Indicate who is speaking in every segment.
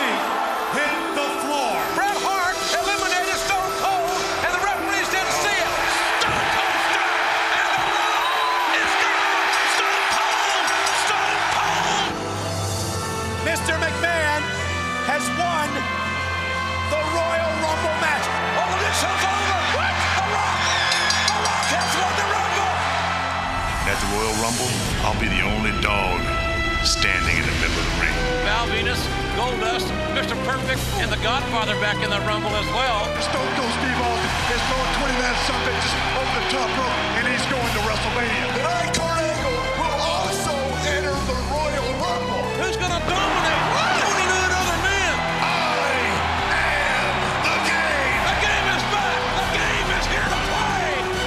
Speaker 1: Oh,
Speaker 2: Oh,
Speaker 3: I'll be the only dog standing in the middle of the ring.
Speaker 2: Val Venus, Goldust, Mr. Perfect, and the Godfather back in the Rumble as well.
Speaker 4: Stone Cold Steve Austin is throwing 20 man something just over the top rope, and he's going to WrestleMania.
Speaker 5: Tonight, Kurt Angle will also enter the Royal Rumble.
Speaker 2: Who's going to dominate? Dominate another man.
Speaker 5: I am the game.
Speaker 2: The game is back. The game is here to play,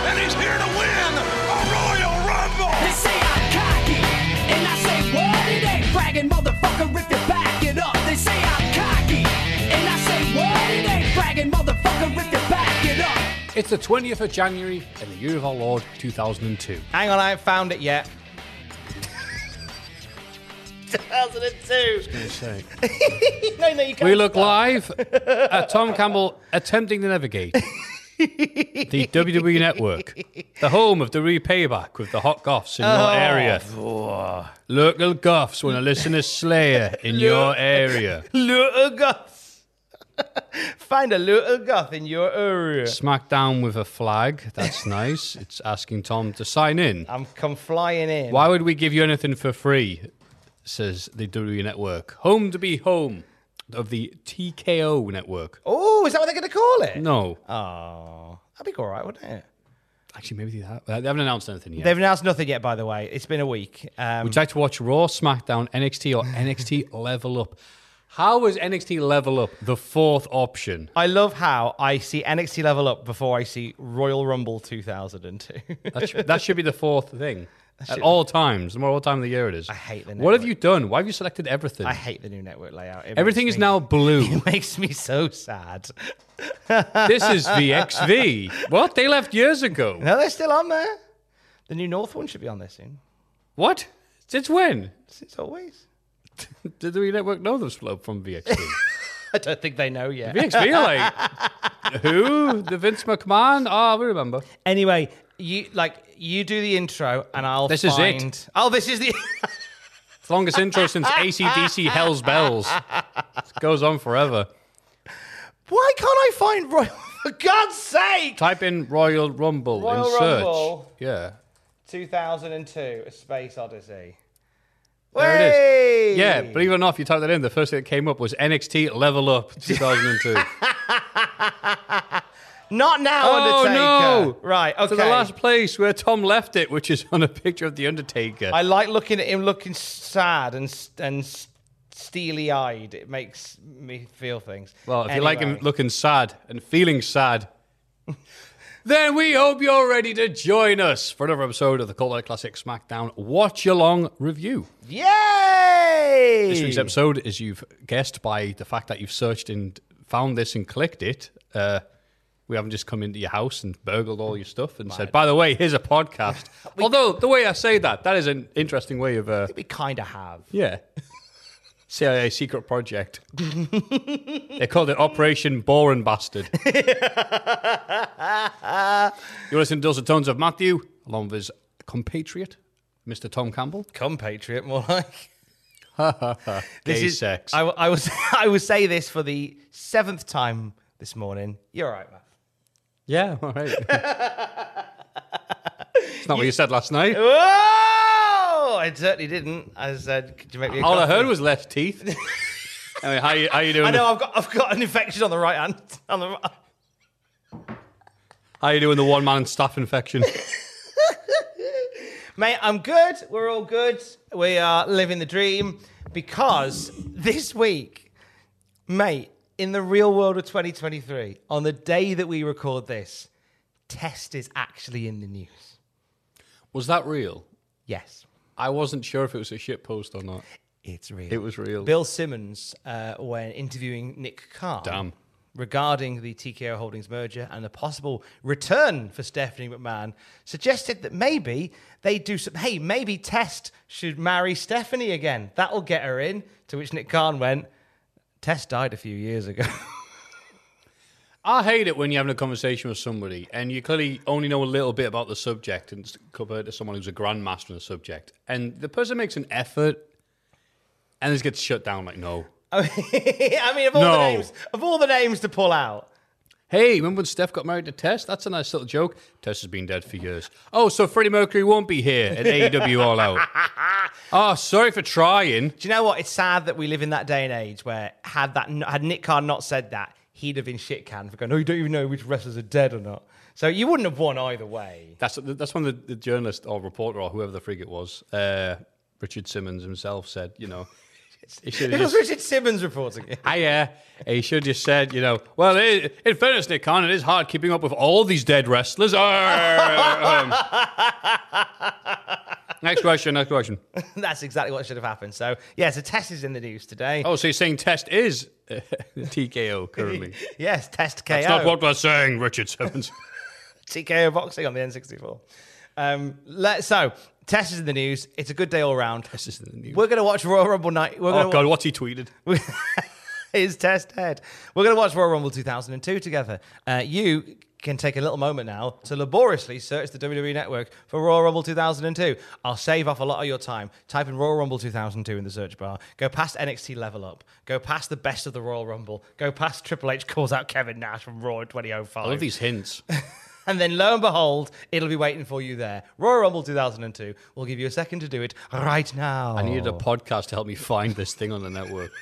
Speaker 2: and he's here to win a Royal Rumble.
Speaker 6: They say I'm cocky, and I say what? It ain't bragging, motherfucker, if you back it up. They say I'm cocky, and I say what? It ain't bragging, motherfucker, if you back it up.
Speaker 7: It's the 20th of January in the year of our Lord 2002.
Speaker 8: Hang on, I haven't found it yet.
Speaker 9: 2002.
Speaker 8: no, no, you can't
Speaker 7: We look
Speaker 8: stop.
Speaker 7: live at Tom Campbell attempting to navigate the WWE Network, the home of the repayback with the hot goths in your
Speaker 8: Oh.
Speaker 7: area. Local goths want to listen to Slayer in your area.
Speaker 8: Little Goth. Find a little Goth in your area.
Speaker 7: Smackdown with a flag. That's nice. It's asking Tom to sign in.
Speaker 8: I'm come flying in.
Speaker 7: Why would we give you anything for free? Says the WWE Network. Home to be home of the TKO Network.
Speaker 8: Oh, is that what they're going to call it?
Speaker 7: No,
Speaker 8: Oh, that'd be all right, wouldn't it?
Speaker 7: actually, maybe they ha- they haven't announced anything yet.
Speaker 8: They've announced nothing yet, by the way. It's been a week. Um,
Speaker 7: Would you like to watch Raw, SmackDown, NXT, or NXT Level Up? How was NXT Level Up the fourth option?
Speaker 8: I love how I see NXT level up before I see Royal Rumble 2002.
Speaker 7: That, sh- that should be the fourth thing at all times, no matter what time of the year it is. I
Speaker 8: hate the
Speaker 7: What have
Speaker 8: network.
Speaker 7: you done? Why have you selected everything?
Speaker 8: I hate the new network layout. It
Speaker 7: Everything
Speaker 8: makes
Speaker 7: is
Speaker 8: me-
Speaker 7: now blue.
Speaker 8: It makes me so sad.
Speaker 7: this is the XV. What? They left years ago.
Speaker 8: No, they're still on there. The new North one should be on there soon.
Speaker 7: What? Since when?
Speaker 8: It's always.
Speaker 7: Did the network know this flow from VXV?
Speaker 8: I don't think they know yet.
Speaker 7: VXV, like, who? The Vince McMahon? Ah, we remember.
Speaker 8: Anyway, you like you do the intro, and I'll.
Speaker 7: This is it.
Speaker 8: find- Oh, this is the.
Speaker 7: It's the longest intro since ACDC Hell's Bells. It goes on forever.
Speaker 8: Why can't I find Royal? For God's sake!
Speaker 7: Type in Royal Rumble
Speaker 8: Royal
Speaker 7: in search.
Speaker 8: Rumble.
Speaker 7: Yeah.
Speaker 8: 2002: A Space Odyssey.
Speaker 7: There it
Speaker 8: Way!
Speaker 7: is. Yeah, believe it or not, if you type that in, the first thing that came up was NXT Level Up 2002.
Speaker 8: Not now,
Speaker 7: oh,
Speaker 8: Undertaker.
Speaker 7: no.
Speaker 8: Right. Okay.
Speaker 7: To the last place where Tom left it, which is on a picture of The Undertaker.
Speaker 8: I like looking at him looking sad and s- and s- steely-eyed. It makes me feel things.
Speaker 7: well, if you like him
Speaker 8: Anyway.
Speaker 7: looking sad and feeling sad, then we hope you're ready to join us for another episode of the Cold Light Classic SmackDown Watch Along Review.
Speaker 8: Yay!
Speaker 7: This week's episode, as you've guessed by the fact that you've searched and found this and clicked it, uh, We haven't just come into your house and burgled all your stuff and said, by the way, here's a podcast. Although, the way I say that, that is an interesting way of. Uh,
Speaker 8: We kind of have.
Speaker 7: yeah. CIA secret project. they called it Operation Boring Bastard. You're listening to Dulcet Tones of Matthew, along with his compatriot, Mr. Tom Campbell.
Speaker 8: Compatriot, more like.
Speaker 7: Gay
Speaker 8: is
Speaker 7: sex.
Speaker 8: I, w- I was. I will say this for the seventh time this morning. You're all right, man.
Speaker 7: Yeah, all right. It's not what you said last night.
Speaker 8: Oh, I certainly didn't. I said, could you make me? A
Speaker 7: All I
Speaker 8: coffee?"
Speaker 7: heard was left teeth. anyway, how you, how you doing?
Speaker 8: I know I've got. I've got an infection on the right hand. On the. right-
Speaker 7: How you doing the one man staff infection?
Speaker 8: Mate, I'm good. We're all good. We are living the dream because this week, mate, in the real world of 2023, on the day that we record this, test is actually in the news.
Speaker 7: was that real?
Speaker 8: Yes,
Speaker 7: I wasn't sure if it was a shit post or not.
Speaker 8: it's real.
Speaker 7: It was real.
Speaker 8: Bill Simmons, uh, when interviewing Nick Carr
Speaker 7: Damn.
Speaker 8: regarding the TKO Holdings merger and the possible return for Stephanie McMahon, suggested that maybe they do some. Hey, maybe Test should marry Stephanie again. That'll get her in. To which Nick Khan went, Test died a few years ago.
Speaker 7: I hate it when you're having a conversation with somebody and you clearly only know a little bit about the subject and it's compared to someone who's a grandmaster in the subject. And the person makes an effort and this gets shut down like, no.
Speaker 8: I mean, of all the
Speaker 7: No.
Speaker 8: names, of all the names to pull out.
Speaker 7: Hey, remember when Steph got married to Tess? That's a nice little joke. Tess has been dead for years. Oh, so Freddie Mercury won't be here at AEW All Out. Oh, sorry for trying.
Speaker 8: Do you know what? It's sad that we live in that day and age where had that had Nick Khan not said that, he'd have been shit canned for going, "Oh, you don't even know which wrestlers are dead or not." So you wouldn't have won either way.
Speaker 7: That's that's when the, the journalist or reporter or whoever the frig it was, uh, Richard Simmons himself said, you know, he should
Speaker 8: It
Speaker 7: have
Speaker 8: was
Speaker 7: just,
Speaker 8: Richard Simmons reporting it.
Speaker 7: Hiya. he should have said, you know, well, it, in fairness, Nick Khan, it is hard keeping up with all these dead wrestlers. Arr, um. next question, next question.
Speaker 8: That's exactly what should have happened. So yeah, so Tess is in the news today.
Speaker 7: Oh, so you're saying Test is uh, TKO currently?
Speaker 8: Yes, Test KO.
Speaker 7: That's not what we're saying, Richard Simmons.
Speaker 8: TKO boxing on the N64. Um, let, so Tess is in the news. It's a good day all round.
Speaker 7: This is the new.
Speaker 8: We're gonna watch Royal Rumble night. We're gonna
Speaker 7: Oh, God, what's he tweeted?
Speaker 8: his test head. We're going to watch Royal Rumble 2002 together. Uh, you can take a little moment now to laboriously search the WWE Network for Royal Rumble 2002. I'll shave off a lot of your time. Type in Royal Rumble 2002 in the search bar. Go past NXT Level Up. Go past the best of the Royal Rumble. Go past Triple H calls out Kevin Nash from Raw in 2005.
Speaker 7: I love these hints.
Speaker 8: And then lo and behold, it'll be waiting for you there. Royal Rumble 2002. We'll give you a second to do it right now.
Speaker 7: I needed a podcast to help me find this thing on the network.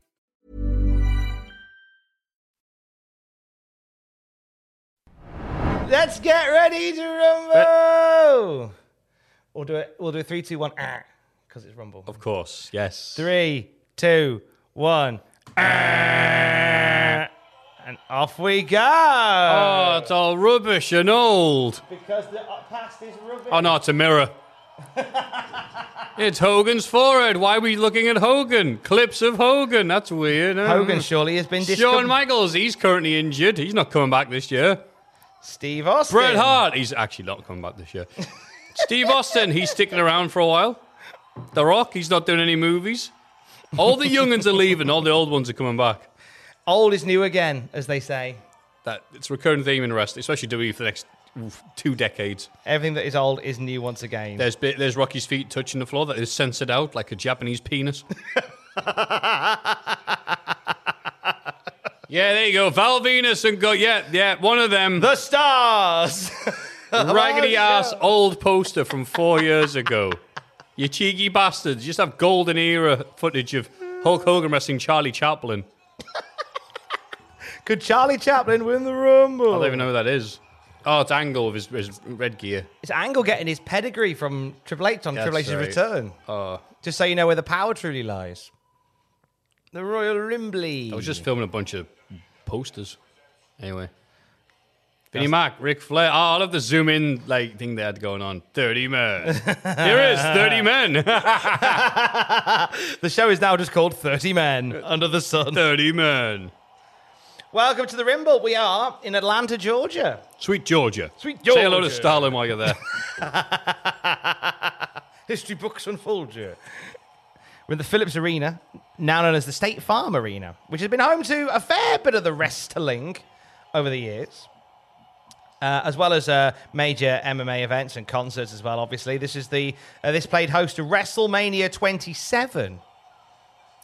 Speaker 8: Let's get ready to rumble. We'll do it. We'll do a ah, three, two, one, because it's rumble.
Speaker 7: Of course, yes.
Speaker 8: Three, two, one. ah, And off we go.
Speaker 7: Oh, it's all rubbish and old.
Speaker 8: Because the uh, past is rubbish.
Speaker 7: Oh no, it's a mirror. it's Hogan's forehead. Why are we looking at Hogan? Clips of Hogan. That's weird. huh?
Speaker 8: Hogan surely has been
Speaker 7: Shawn
Speaker 8: discovered.
Speaker 7: Michaels. He's currently injured. He's not coming back this year.
Speaker 8: Steve Austin.
Speaker 7: Bret Hart. He's actually not coming back this year. Steve Austin. He's sticking around for a while. The Rock. He's not doing any movies. All the young ones are leaving. All the old ones are coming back.
Speaker 8: Old is new again, as they say.
Speaker 7: That it's a recurring theme in wrestling, especially WWE for the next oof, two decades.
Speaker 8: Everything that is old is new once again.
Speaker 7: There's bit, there's Rocky's feet touching the floor that is censored out like a Japanese penis. yeah, there you go. Val Venus and go. Yeah, yeah, one of them.
Speaker 8: The stars. Oh,
Speaker 7: Raggedy ass old poster from four years ago. You cheeky bastards. Just have golden era footage of Hulk Hogan wrestling Charlie Chaplin.
Speaker 8: Could Charlie Chaplin win the Rumble?
Speaker 7: I don't even know who that is. Oh, it's Angle with his, his red gear.
Speaker 8: It's Angle getting his pedigree from Triple H on
Speaker 7: That's
Speaker 8: Triple H's
Speaker 7: right.
Speaker 8: return.
Speaker 7: Oh.
Speaker 8: Just so you know where the power truly lies. The Royal Rimbly.
Speaker 7: I was just filming a bunch of posters. Anyway. Vinnie Mac, Ric Flair. Oh, I love the zoom in like thing they had going on. 30 men. Here is 30 men.
Speaker 8: the show is now just called 30 Men Under the Sun.
Speaker 7: 30 men.
Speaker 8: Welcome to the Rimble. We are in Atlanta, Georgia.
Speaker 7: Sweet Georgia.
Speaker 8: Sweet
Speaker 7: Say hello to
Speaker 8: Georgia.
Speaker 7: Stalin while you're there.
Speaker 8: History books unfold you. We're in the Phillips Arena, now known as the State Farm Arena, which has been home to a fair bit of the wrestling over the years, uh, as well as uh, major MMA events and concerts as well. Obviously, this is the uh, this played host to WrestleMania 27.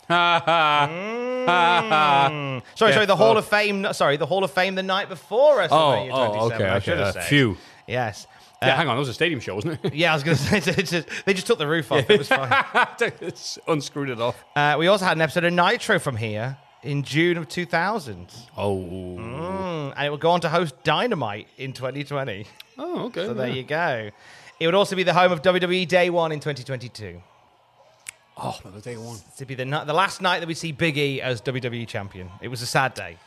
Speaker 7: Ha ha.
Speaker 8: Mm. Sorry,
Speaker 7: Yeah,
Speaker 8: sorry, the Hall
Speaker 7: oh.
Speaker 8: of Fame. Sorry, the Hall of Fame the night before WrestleMania
Speaker 7: oh,
Speaker 8: 27.
Speaker 7: okay,
Speaker 8: I
Speaker 7: okay,
Speaker 8: should have
Speaker 7: uh,
Speaker 8: said.
Speaker 7: phew.
Speaker 8: Yes.
Speaker 7: Yeah,
Speaker 8: Uh,
Speaker 7: hang on. That was a stadium show, wasn't it?
Speaker 8: Yeah, I was going to say it's- it's just- they just took the roof off. It was fine.
Speaker 7: it's unscrewed it off.
Speaker 8: Uh, we also had an episode of Nitro from here in June of 2000.
Speaker 7: Oh.
Speaker 8: Mm, and it would go on to host Dynamite in 2020.
Speaker 7: Oh, okay.
Speaker 8: So there
Speaker 7: yeah.
Speaker 8: you go. It would also be the home of WWE Day One in 2022.
Speaker 7: Oh, that was day one.
Speaker 8: To be the, ni- the last night that we see Big E as WWE champion. It was a sad day.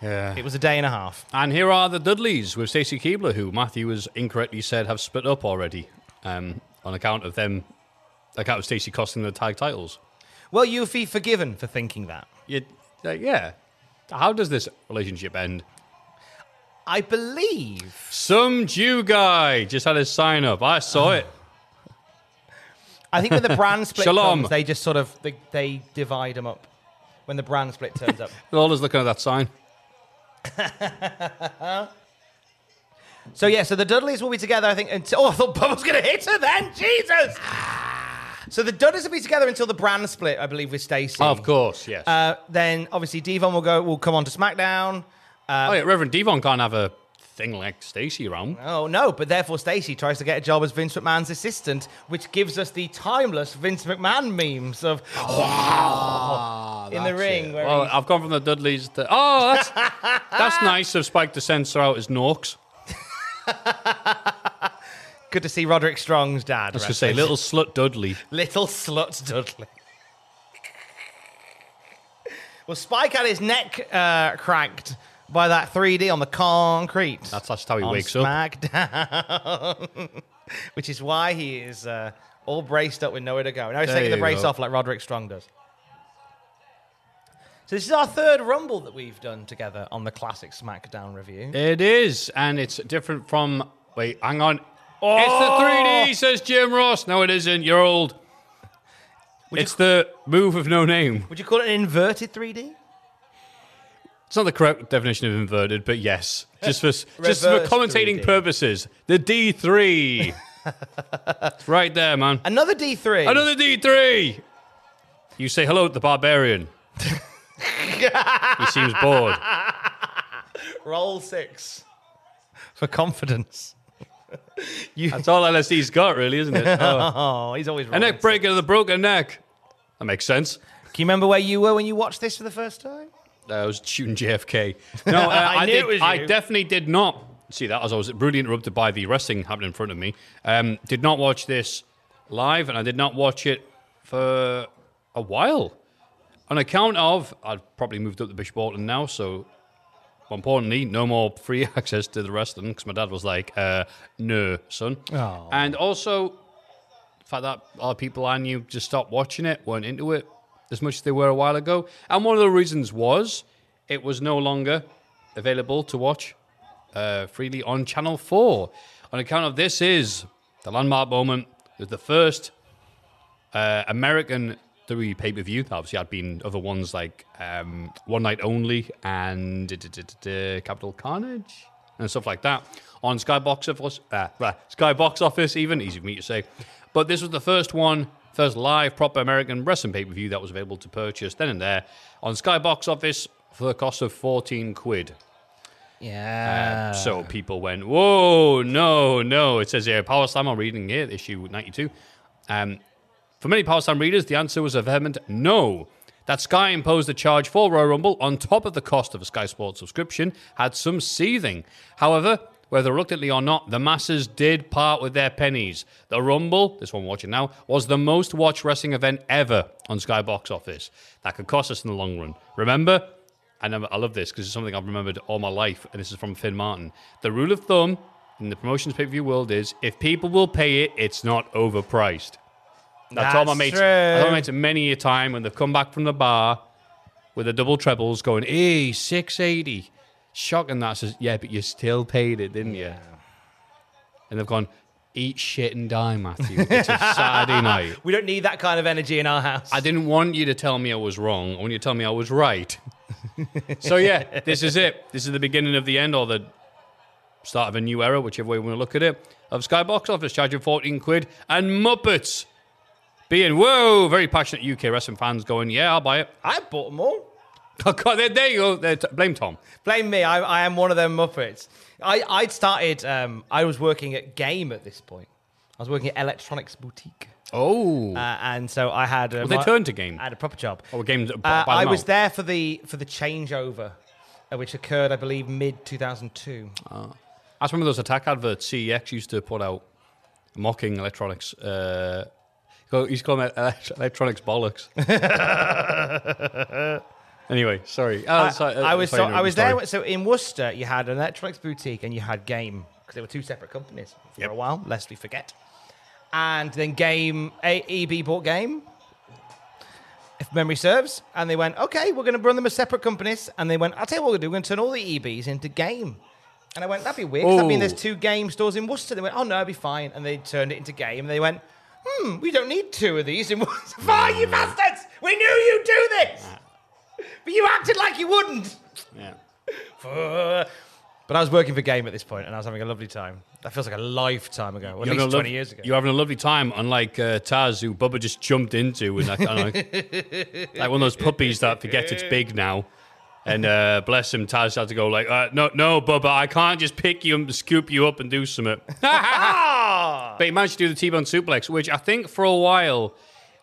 Speaker 7: Yeah.
Speaker 8: It was a day and a half.
Speaker 7: And here are the Dudleys with Stacey Keebler, who Matthew has incorrectly said have split up already um, on account of them, account of Stacey costing the tag titles.
Speaker 8: Well, you'll be forgiven for thinking that.
Speaker 7: You, like, yeah. How does this relationship end?
Speaker 8: I believe.
Speaker 7: Some Jew guy just had his sign up. I saw it.
Speaker 8: I think when the brand split
Speaker 7: Shalom.
Speaker 8: comes, they just sort of they, they divide them up. When the brand split turns up.
Speaker 7: Lola's looking at that sign.
Speaker 8: So yeah, so the Dudleys will be together. I think. Until, oh, I thought Bubba's going to hit her then. Jesus. So the Dudleys will be together until the brand split, I believe, with Stacey.
Speaker 7: of course, yes.
Speaker 8: Uh, then obviously Devon will go. Will come on to SmackDown. Uh,
Speaker 7: oh, yeah, Reverend Devon can't have a thing like Stacey around.
Speaker 8: Oh no! But therefore Stacey tries to get a job as Vince McMahon's assistant, which gives us the timeless Vince McMahon memes of wow in the ring. Where
Speaker 7: Well,
Speaker 8: he's-
Speaker 7: I've gone from the Dudleys to. Oh, that's, that's nice of Spike to censor out his Norks.
Speaker 8: good to see Roderick Strong's dad.
Speaker 7: I was going to say,
Speaker 8: wrestling.
Speaker 7: little slut Dudley.
Speaker 8: Little slut Dudley. well, Spike had his neck uh, cracked by that 3D on the concrete.
Speaker 7: That's, that's how he
Speaker 8: on
Speaker 7: wakes up.
Speaker 8: SmackDown. Which is why he is uh, all braced up with nowhere to go. Now he's
Speaker 7: There
Speaker 8: taking the
Speaker 7: you
Speaker 8: brace
Speaker 7: go.
Speaker 8: off like Roderick Strong does. So this is our third Rumble that we've done together on the classic SmackDown review.
Speaker 7: It is, and it's different from. Wait, hang on. Oh! It's the 3D, says Jim Ross. No, it isn't. You're old. it's the move of no name.
Speaker 8: Would you call it an inverted 3D?
Speaker 7: It's not the correct definition of inverted, but yes, just for just for
Speaker 8: Reverse
Speaker 7: commentating
Speaker 8: 3D.
Speaker 7: purposes, the D3. it's right there, man.
Speaker 8: Another D3.
Speaker 7: Another D3. You say hello to the barbarian. he seems bored.
Speaker 8: Roll six. For confidence. you,
Speaker 7: That's all LSD's got, really, isn't it? Oh.
Speaker 8: oh, he's always
Speaker 7: A
Speaker 8: rolling.
Speaker 7: neck breaker to the broken neck. That makes sense.
Speaker 8: Can you remember where you were when you watched this for the first time?
Speaker 7: Uh, I was shooting JFK. No, uh, I,
Speaker 8: I knew
Speaker 7: did,
Speaker 8: it was
Speaker 7: I
Speaker 8: you.
Speaker 7: definitely did not see that as I was brutally interrupted by the wrestling happening in front of me. Um, did not watch this live, and I did not watch it for a while. On account of, I've probably moved up to Bishop Auckland now, so more importantly, no more free access to the rest of them because my dad was like, uh, no, son.
Speaker 8: Oh.
Speaker 7: And also, the fact that a lot of people I knew just stopped watching it, weren't into it as much as they were a while ago. And one of the reasons was it was no longer available to watch uh, freely on Channel 4. On account of this is the landmark moment. It was the first uh, American WWE pay per view. Obviously, had been other ones like um, One Night Only and d- d- d- d- Capital Carnage and stuff like that on Skybox Office. Uh, blah, Skybox Office, even easy for me to say. But this was the first one, first live proper American wrestling pay per view that was available to purchase then and there on Skybox Office for the cost of fourteen quid.
Speaker 8: Yeah.
Speaker 7: Uh, so people went, whoa, no, no. It says here, Power Slam, I'm reading here, issue 92. Um, for many Power Slam readers, the answer was a vehement no. That Sky imposed a charge for Royal Rumble on top of the cost of a Sky Sports subscription had some seething. However, whether reluctantly or not, the masses did part with their pennies. The Rumble, this one we're watching now, was the most watched wrestling event ever on Sky Box Office. That could cost us in the long run. Remember, I never, I love this because it's something I've remembered all my life, and this is from Finn Martin. The rule of thumb in the promotions pay per view world is if people will pay it, it's not overpriced. I told my
Speaker 8: That's
Speaker 7: mates, I
Speaker 8: true.
Speaker 7: told my mates many a time when they've come back from the bar with the double trebles, going, "Hey, six eighty, shocking!" That I says, "Yeah, but you still paid it, didn't you?" And they've gone, "Eat shit and die, Matthew. It's a Saturday night."
Speaker 8: We don't need that kind of energy in our house.
Speaker 7: I didn't want you to tell me I was wrong. I want you to tell me I was right. so yeah, this is it. This is the beginning of the end, or the start of a new era, whichever way we want to look at it. Of Skybox Office charging fourteen quid and Muppets being whoa, very passionate UK wrestling fans going, yeah, I'll buy it.
Speaker 8: I bought them all.
Speaker 7: God, there, there you go. There, t- blame Tom.
Speaker 8: Blame me. I, I am one of them Muppets. I, I'd started, um, I was working at Game at this point. I was working at Electronics Boutique.
Speaker 7: Oh.
Speaker 8: Uh, and so I had. Uh,
Speaker 7: Well, they
Speaker 8: my-
Speaker 7: turned to Game.
Speaker 8: I had a proper job.
Speaker 7: Oh, games. b- buy
Speaker 8: Uh, I
Speaker 7: them
Speaker 8: was
Speaker 7: out.
Speaker 8: there for the for the changeover, uh, which occurred, I believe, mid 2002.
Speaker 7: Oh. I just remember those attack adverts CEX used to put out mocking electronics. Uh, he used to call them elect- electronics bollocks. anyway, sorry. Oh,
Speaker 8: I,
Speaker 7: sorry, uh,
Speaker 8: I was
Speaker 7: sorry,
Speaker 8: so, I was
Speaker 7: sorry.
Speaker 8: there. So in Worcester, you had an electronics boutique and you had Game because they were two separate companies for a while, lest we forget. And then Game A- EB bought Game, if memory serves, and they went, okay, we're going to run them as separate companies. And they went, I'll tell you what we're going to do. We're going to turn all the EBs into Game. And I went, that'd be weird. 'cause I mean,
Speaker 10: Oh.
Speaker 8: there's two game stores in Worcester. They went, oh no, it'd be fine. And they turned it into Game. And they went, hmm, we don't need two of these in Worcester. Fine, you bastards! We knew you'd do this, but you acted like you wouldn't.
Speaker 7: Yeah.
Speaker 8: But I was working for Game at this point, and I was having a lovely time. That feels like a lifetime ago, at
Speaker 7: You're having
Speaker 8: least
Speaker 7: a lo-
Speaker 8: 20 years ago.
Speaker 7: You're having a lovely time, unlike uh, Taz, who Bubba just jumped into, and that kind of like, one of those puppies that forgets it's big now. And uh, bless him, Taz had to go like, uh, no, no, Bubba, I can't just pick you and scoop you up and do something.
Speaker 8: Ah!
Speaker 7: but he managed to do the T-bone suplex, which I think for a while,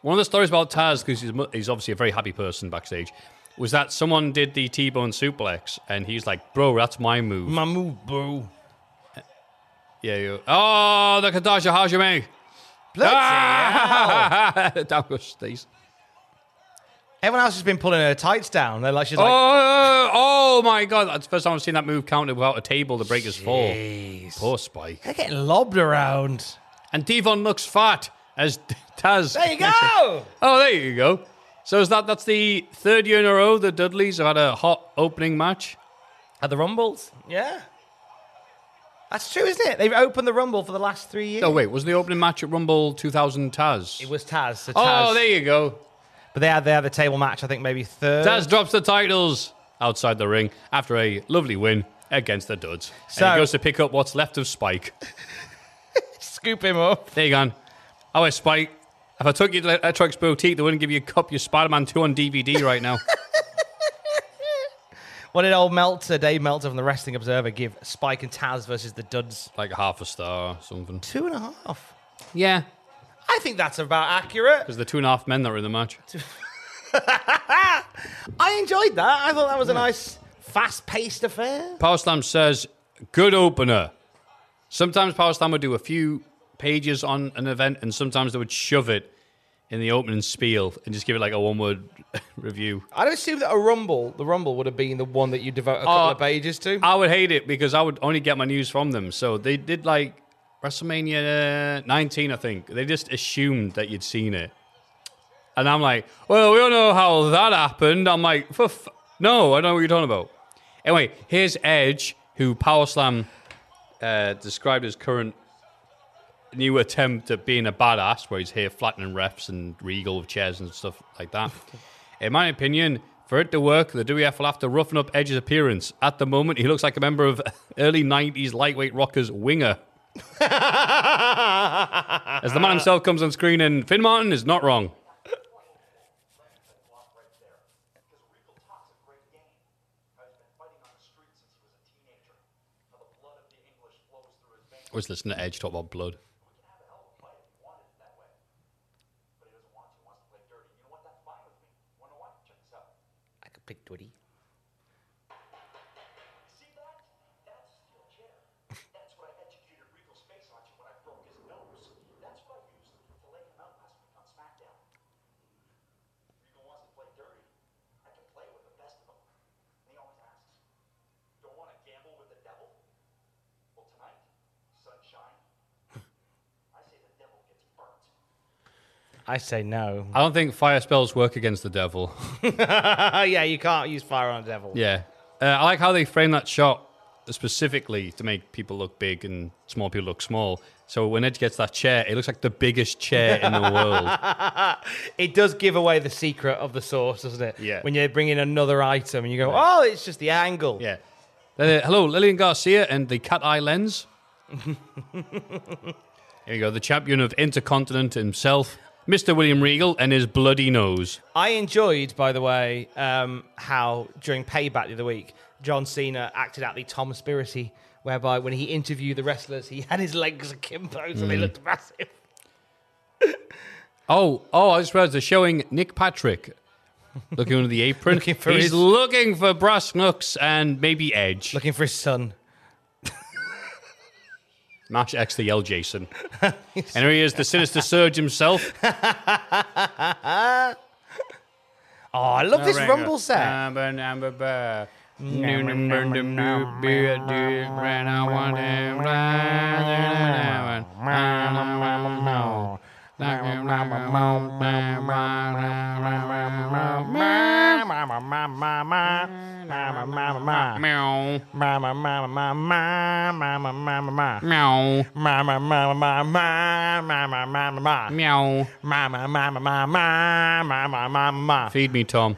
Speaker 7: one of the stories about Taz, because he's, mu- he's obviously a very happy person backstage, was that someone did the T-bone suplex, and he's like, bro, that's my move.
Speaker 8: My move, bro.
Speaker 7: Yeah, you. Oh, the Kadasha, how's your mate?
Speaker 8: Bloody Ah!
Speaker 7: Down goes Stace.
Speaker 8: Everyone else has been pulling her tights down. They're like, she's
Speaker 7: oh,
Speaker 8: like,
Speaker 7: oh my God! That's the first time I've seen that move counted without a table to break his fall.
Speaker 8: Oh.
Speaker 7: Poor Spike.
Speaker 8: they're getting lobbed around.
Speaker 7: And Devon looks fat as Taz.
Speaker 8: There you go.
Speaker 7: oh, there you go. So is that that's the third year in a row the Dudleys have had a hot opening match
Speaker 8: at the Rumbles? Yeah. That's true, isn't it? They've opened the Rumble for the last three years.
Speaker 7: Oh wait, was the opening match at Rumble 2000 Taz?
Speaker 8: It was Taz. so
Speaker 7: Oh,
Speaker 8: Taz-
Speaker 7: there you go.
Speaker 8: But they had, they had the table match, I think maybe third.
Speaker 7: Taz drops the titles outside the ring after a lovely win against the Duds. and
Speaker 8: So-
Speaker 7: he goes to pick up what's left of Spike.
Speaker 8: Scoop him up.
Speaker 7: There you go. Oh, it's Spike. If I took you to Electronics Boutique, they wouldn't give you a copy of Spider Man 2 on DVD right now.
Speaker 8: What did old Meltzer, Dave Meltzer from the Wrestling Observer, give Spike and Taz versus the Duds?
Speaker 7: like half a star or something.
Speaker 8: Two and a half.
Speaker 7: Yeah.
Speaker 8: I think that's about accurate.
Speaker 7: Because the two and a half men that were in the match.
Speaker 8: I enjoyed that. I thought that was a nice, fast paced affair.
Speaker 7: Power Slam says, good opener. Sometimes Power Slam would do a few pages on an event, and sometimes they would shove it in the opening spiel and just give it like a one word review.
Speaker 8: I'd assume that a rumble, the rumble would have been the one that you devote a couple
Speaker 7: Oh,
Speaker 8: of pages to.
Speaker 7: I would hate it because I would only get my news from them. So they did like WrestleMania 19, I think. They just assumed that you'd seen it. And I'm like, well, we all know how that happened. I'm like, for f- no, I don't know what you're talking about. Anyway, here's Edge, who Power Slam uh, described his current new attempt at being a badass, where he's here flattening refs and regal with chairs and stuff like that. In my opinion, for it to work, the WF will have to roughen up Edge's appearance. At the moment, he looks like a member of early 90s lightweight rockers Winger. As the man himself comes on screen, and Finn Martin is not wrong. Always listen to Edge talk about blood.
Speaker 8: Big Duddy. I say no.
Speaker 7: I don't think fire spells work against the devil.
Speaker 8: yeah, you can't use fire on a devil.
Speaker 7: Yeah. Uh, I like how they frame that shot specifically to make people look big and small people look small. So when Edge gets that chair, it looks like the biggest chair in the world.
Speaker 8: it does give away the secret of the source, doesn't it?
Speaker 7: Yeah.
Speaker 8: When you bring in another item and you go, oh, it's just the angle.
Speaker 7: Yeah. Uh, hello, Lillian Garcia and the cat eye lens. Here you go, the champion of Intercontinent himself, Mr. William Regal, and his bloody nose.
Speaker 8: I enjoyed, by the way, um, how during Payback the other week, John Cena acted out the Tom Spiracy, whereby when he interviewed the wrestlers, he had his legs akimbo, so they
Speaker 7: Mm.
Speaker 8: looked massive.
Speaker 7: Oh, oh, I just realized they're showing Nick Patrick looking under the apron.
Speaker 8: Looking for
Speaker 7: He's
Speaker 8: his-
Speaker 7: looking for brass knucks and maybe Edge.
Speaker 8: Looking for his son.
Speaker 7: Mash X the L Jason. and here he is, the sinister surge himself.
Speaker 8: oh, I love this Rumble set.
Speaker 7: Uh. Feed me, Tom.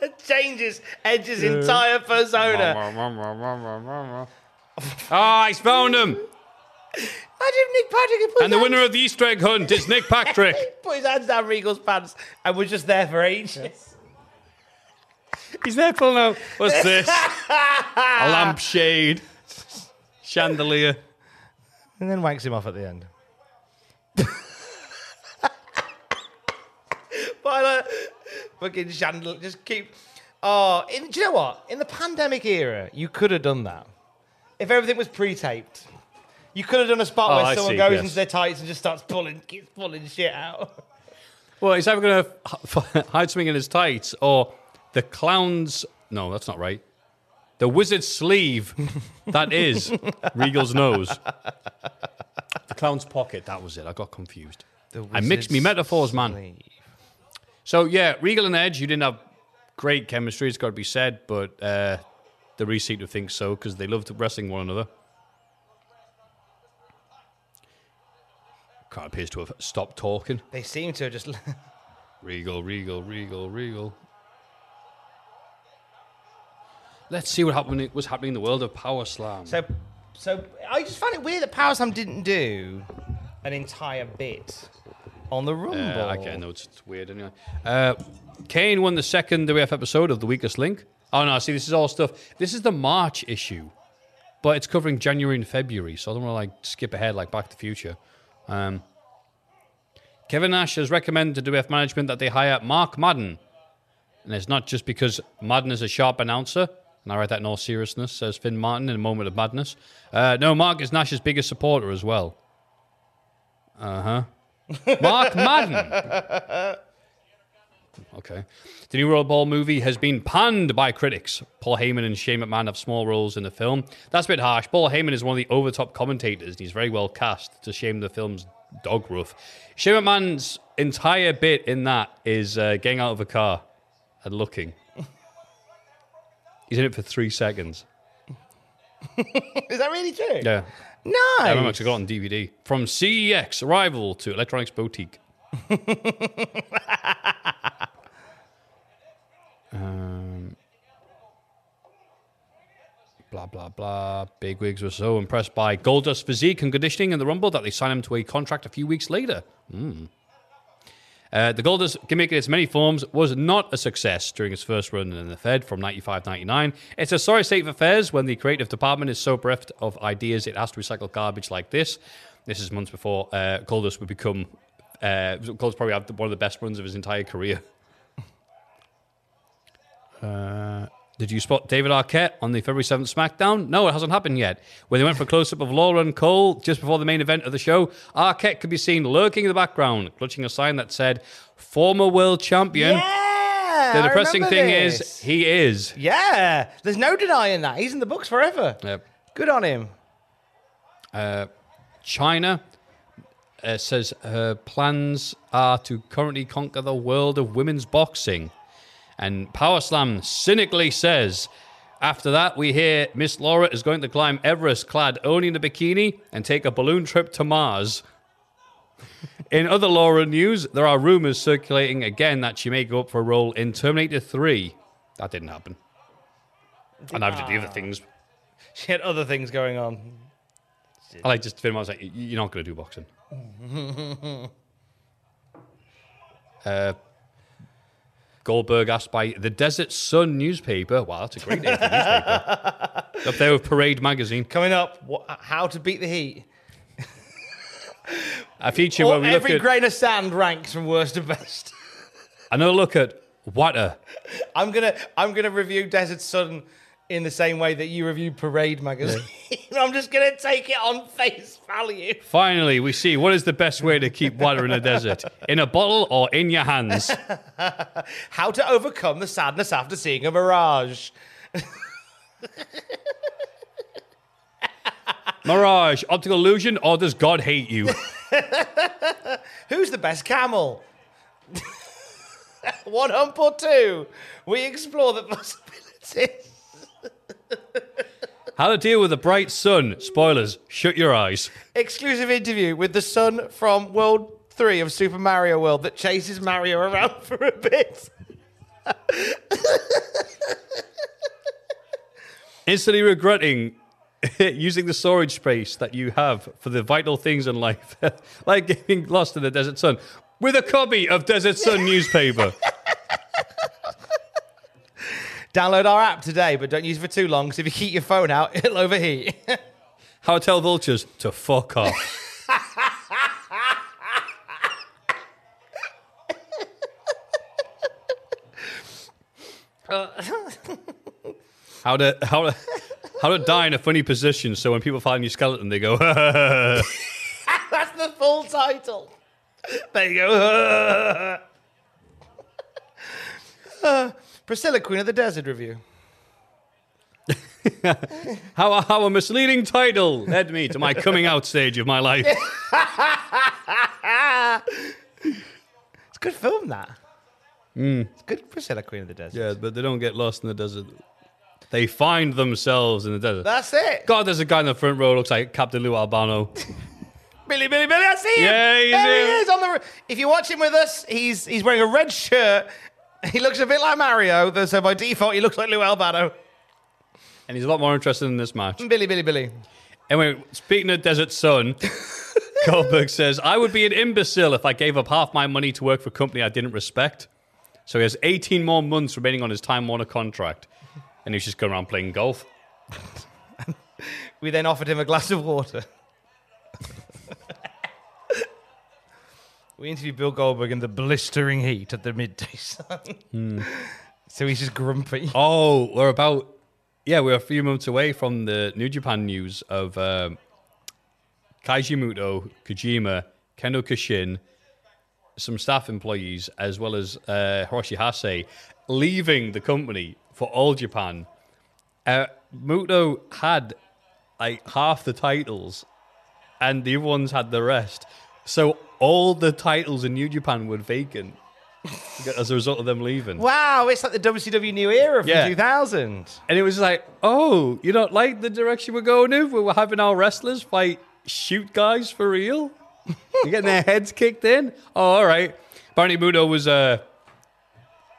Speaker 8: It Changes Edge's entire persona.
Speaker 7: Oh, I Ah, found him!
Speaker 8: Imagine Nick Patrick had put
Speaker 7: And the
Speaker 8: his
Speaker 7: winner of the Easter egg hunt is Nick Patrick.
Speaker 8: hand- put his hands down Regal's pants and was just there for ages.
Speaker 7: He's there pulling out. What's this? A lampshade. Chandelier.
Speaker 8: And then wanks him off at the end. By the fucking chandelier, just keep. Oh, in, do you know what? In the pandemic era, you could have done that. If everything was pre-taped, you could have done a spot
Speaker 7: Oh,
Speaker 8: where
Speaker 7: I
Speaker 8: someone
Speaker 7: see,
Speaker 8: goes
Speaker 7: yes.
Speaker 8: into their tights and just starts pulling, keeps pulling shit out.
Speaker 7: Well, he's either going to hide something in his tights or the clown's. No, that's not right. The wizard's sleeve. That is Regal's nose. The clown's pocket. That was it. I got confused. I mixed me
Speaker 8: wizard's
Speaker 7: metaphors, man. So, yeah, Regal and Edge, you didn't have great chemistry, it's got to be said, but uh, the receipt of thinks so because they loved wrestling one another. Crowd appears to have stopped talking.
Speaker 8: They seem to have just.
Speaker 7: Regal, Regal, Regal, Regal. Let's see what happened, was happening in the world of Power Slam.
Speaker 8: so, so I just found it weird that Power Slam didn't do an entire bit on the Rumble.
Speaker 7: Uh, okay, I know it's weird anyway. Uh, Kane won the second WF episode of The Weakest Link. Oh no, see, this is all stuff. This is the March issue, but it's covering January and February, so I don't want to like skip ahead like Back to the Future. Um, Kevin Nash has recommended to WF management that they hire Mark Madden, and it's not just because Madden is a sharp announcer. And I write that in all seriousness, says Finn Martin in a moment of madness. Uh, no, Mark is Nash's biggest supporter as well. Uh huh. Mark Madden. Okay. The new World Ball movie has been panned by critics. Paul Heyman and Shane McMahon have small roles in the film. That's a bit harsh. Paul Heyman is one of the overtop commentators, and he's very well cast to shame the film's dog roof. Shane McMahon's entire bit in that is uh, getting out of a car and looking. He's in it for three seconds.
Speaker 8: Is that really true?
Speaker 7: Yeah.
Speaker 8: Nice.
Speaker 7: I remember 'cause I got it on DVD. From CEX Arrival to Electronics Boutique. um, blah, blah, blah. Big wigs were so impressed by Goldust's physique and conditioning in the Rumble that they signed him to a contract a few weeks later. Mm. Uh, the Goldust gimmick in its many forms was not a success during its first run in the Fed from 95-99. It's a sorry state of affairs when the creative department is so bereft of ideas it has to recycle garbage like this. This is months before uh, Goldust would become... Uh, Goldust probably had one of the best runs of his entire career. Uh, did you spot David Arquette on the February 7th SmackDown? No, it hasn't happened yet. When they went for a close up of Laura and Cole just before the main event of the show, Arquette could be seen lurking in the background, clutching a sign that said, former world champion.
Speaker 8: Yeah.
Speaker 7: the
Speaker 8: I
Speaker 7: depressing
Speaker 8: remember
Speaker 7: thing
Speaker 8: this.
Speaker 7: is, he is.
Speaker 8: Yeah. There's no denying that. He's in the books forever.
Speaker 7: Yep.
Speaker 8: Good on him.
Speaker 7: Uh, China uh, says her plans are to currently conquer the world of women's boxing. And Power Slam cynically says, after that, we hear Miss Laura is going to climb Everest clad only in a bikini and take a balloon trip to Mars. In other Laura news, there are rumors circulating again that she may go up for a role in Terminator 3. That didn't happen. And I've did the
Speaker 8: Ah.
Speaker 7: other things.
Speaker 8: She had other things going on.
Speaker 7: I like just Finn Martin's like, "Y- you're not going to do boxing. Uh, Goldberg asked by the Desert Sun newspaper. Wow, that's a great name for a newspaper. Up there with Parade magazine.
Speaker 8: Coming up, what, how to beat the heat.
Speaker 7: A feature where
Speaker 8: Or
Speaker 7: we look
Speaker 8: every
Speaker 7: at
Speaker 8: grain of sand ranks from worst to best.
Speaker 7: another look at Water.
Speaker 8: I'm gonna I'm gonna review Desert Sun in the same way that you reviewed Parade magazine. I'm just gonna take it on face value.
Speaker 7: Finally, we see what is the best way to keep water in a desert: in a bottle or in your hands.
Speaker 8: How to overcome the sadness after seeing a mirage.
Speaker 7: Mirage, optical illusion, or does God hate you?
Speaker 8: Who's the best camel? One hump or two? We explore the possibilities.
Speaker 7: How to deal with a bright sun? Spoilers: shut your eyes.
Speaker 8: Exclusive interview with the son from World 3 of Super Mario World that chases Mario around for a bit.
Speaker 7: Instantly regretting using the storage space that you have for the vital things in life, like getting lost in the desert sun, with a copy of Desert Sun newspaper.
Speaker 8: Download our app today, but don't use it for too long because if you keep your phone out, it'll overheat.
Speaker 7: How to tell vultures to fuck off. How to how to how to die in a funny position so when people find your skeleton they go.
Speaker 8: That's the full title. There you go. Uh, Priscilla, Queen of the Desert review.
Speaker 7: how how a misleading title led me to my coming out stage of my life.
Speaker 8: It's a good film, that.
Speaker 7: Mm.
Speaker 8: It's good Priscilla, Queen of the Desert.
Speaker 7: Yeah, but they don't get lost in the desert. They find themselves in the desert.
Speaker 8: That's it.
Speaker 7: God, there's a guy in the front row looks like Captain Lou Albano.
Speaker 8: Billy, Billy, Billy, I see him.
Speaker 7: Yeah, he's
Speaker 8: there
Speaker 7: here.
Speaker 8: he is on the. If you're watching with us, he's he's wearing a red shirt. He looks a bit like Mario, though, so by default, he looks like Lou Albano.
Speaker 7: and he's a lot more interested in this match.
Speaker 8: Billy, Billy, Billy.
Speaker 7: Anyway, speaking of Desert Sun, Goldberg says, I would be an imbecile if I gave up half my money to work for a company I didn't respect. So he has 18 more months remaining on his Time Warner contract, and he's just going around playing golf.
Speaker 8: we then offered him a glass of water. we interviewed Bill Goldberg in the blistering heat at the midday sun. So he's just grumpy.
Speaker 7: Hmm. Oh, we're about yeah, we're a few months away from the New Japan news of um, Kaijimuto, Kojima, Kendo Kishin, some staff employees, as well as uh, Hiroshi Hase leaving the company for All Japan. Uh, Muto had like half the titles, and the other ones had the rest. So all the titles in New Japan were vacant as a result of them leaving.
Speaker 8: Wow, it's like the WCW new era from
Speaker 7: Yeah.
Speaker 8: 2000.
Speaker 7: And it was like, oh, you don't like the direction we're going in? We We're having our wrestlers fight shoot guys for real? You're getting their heads kicked in? Oh, all right. Barney Mudo was uh,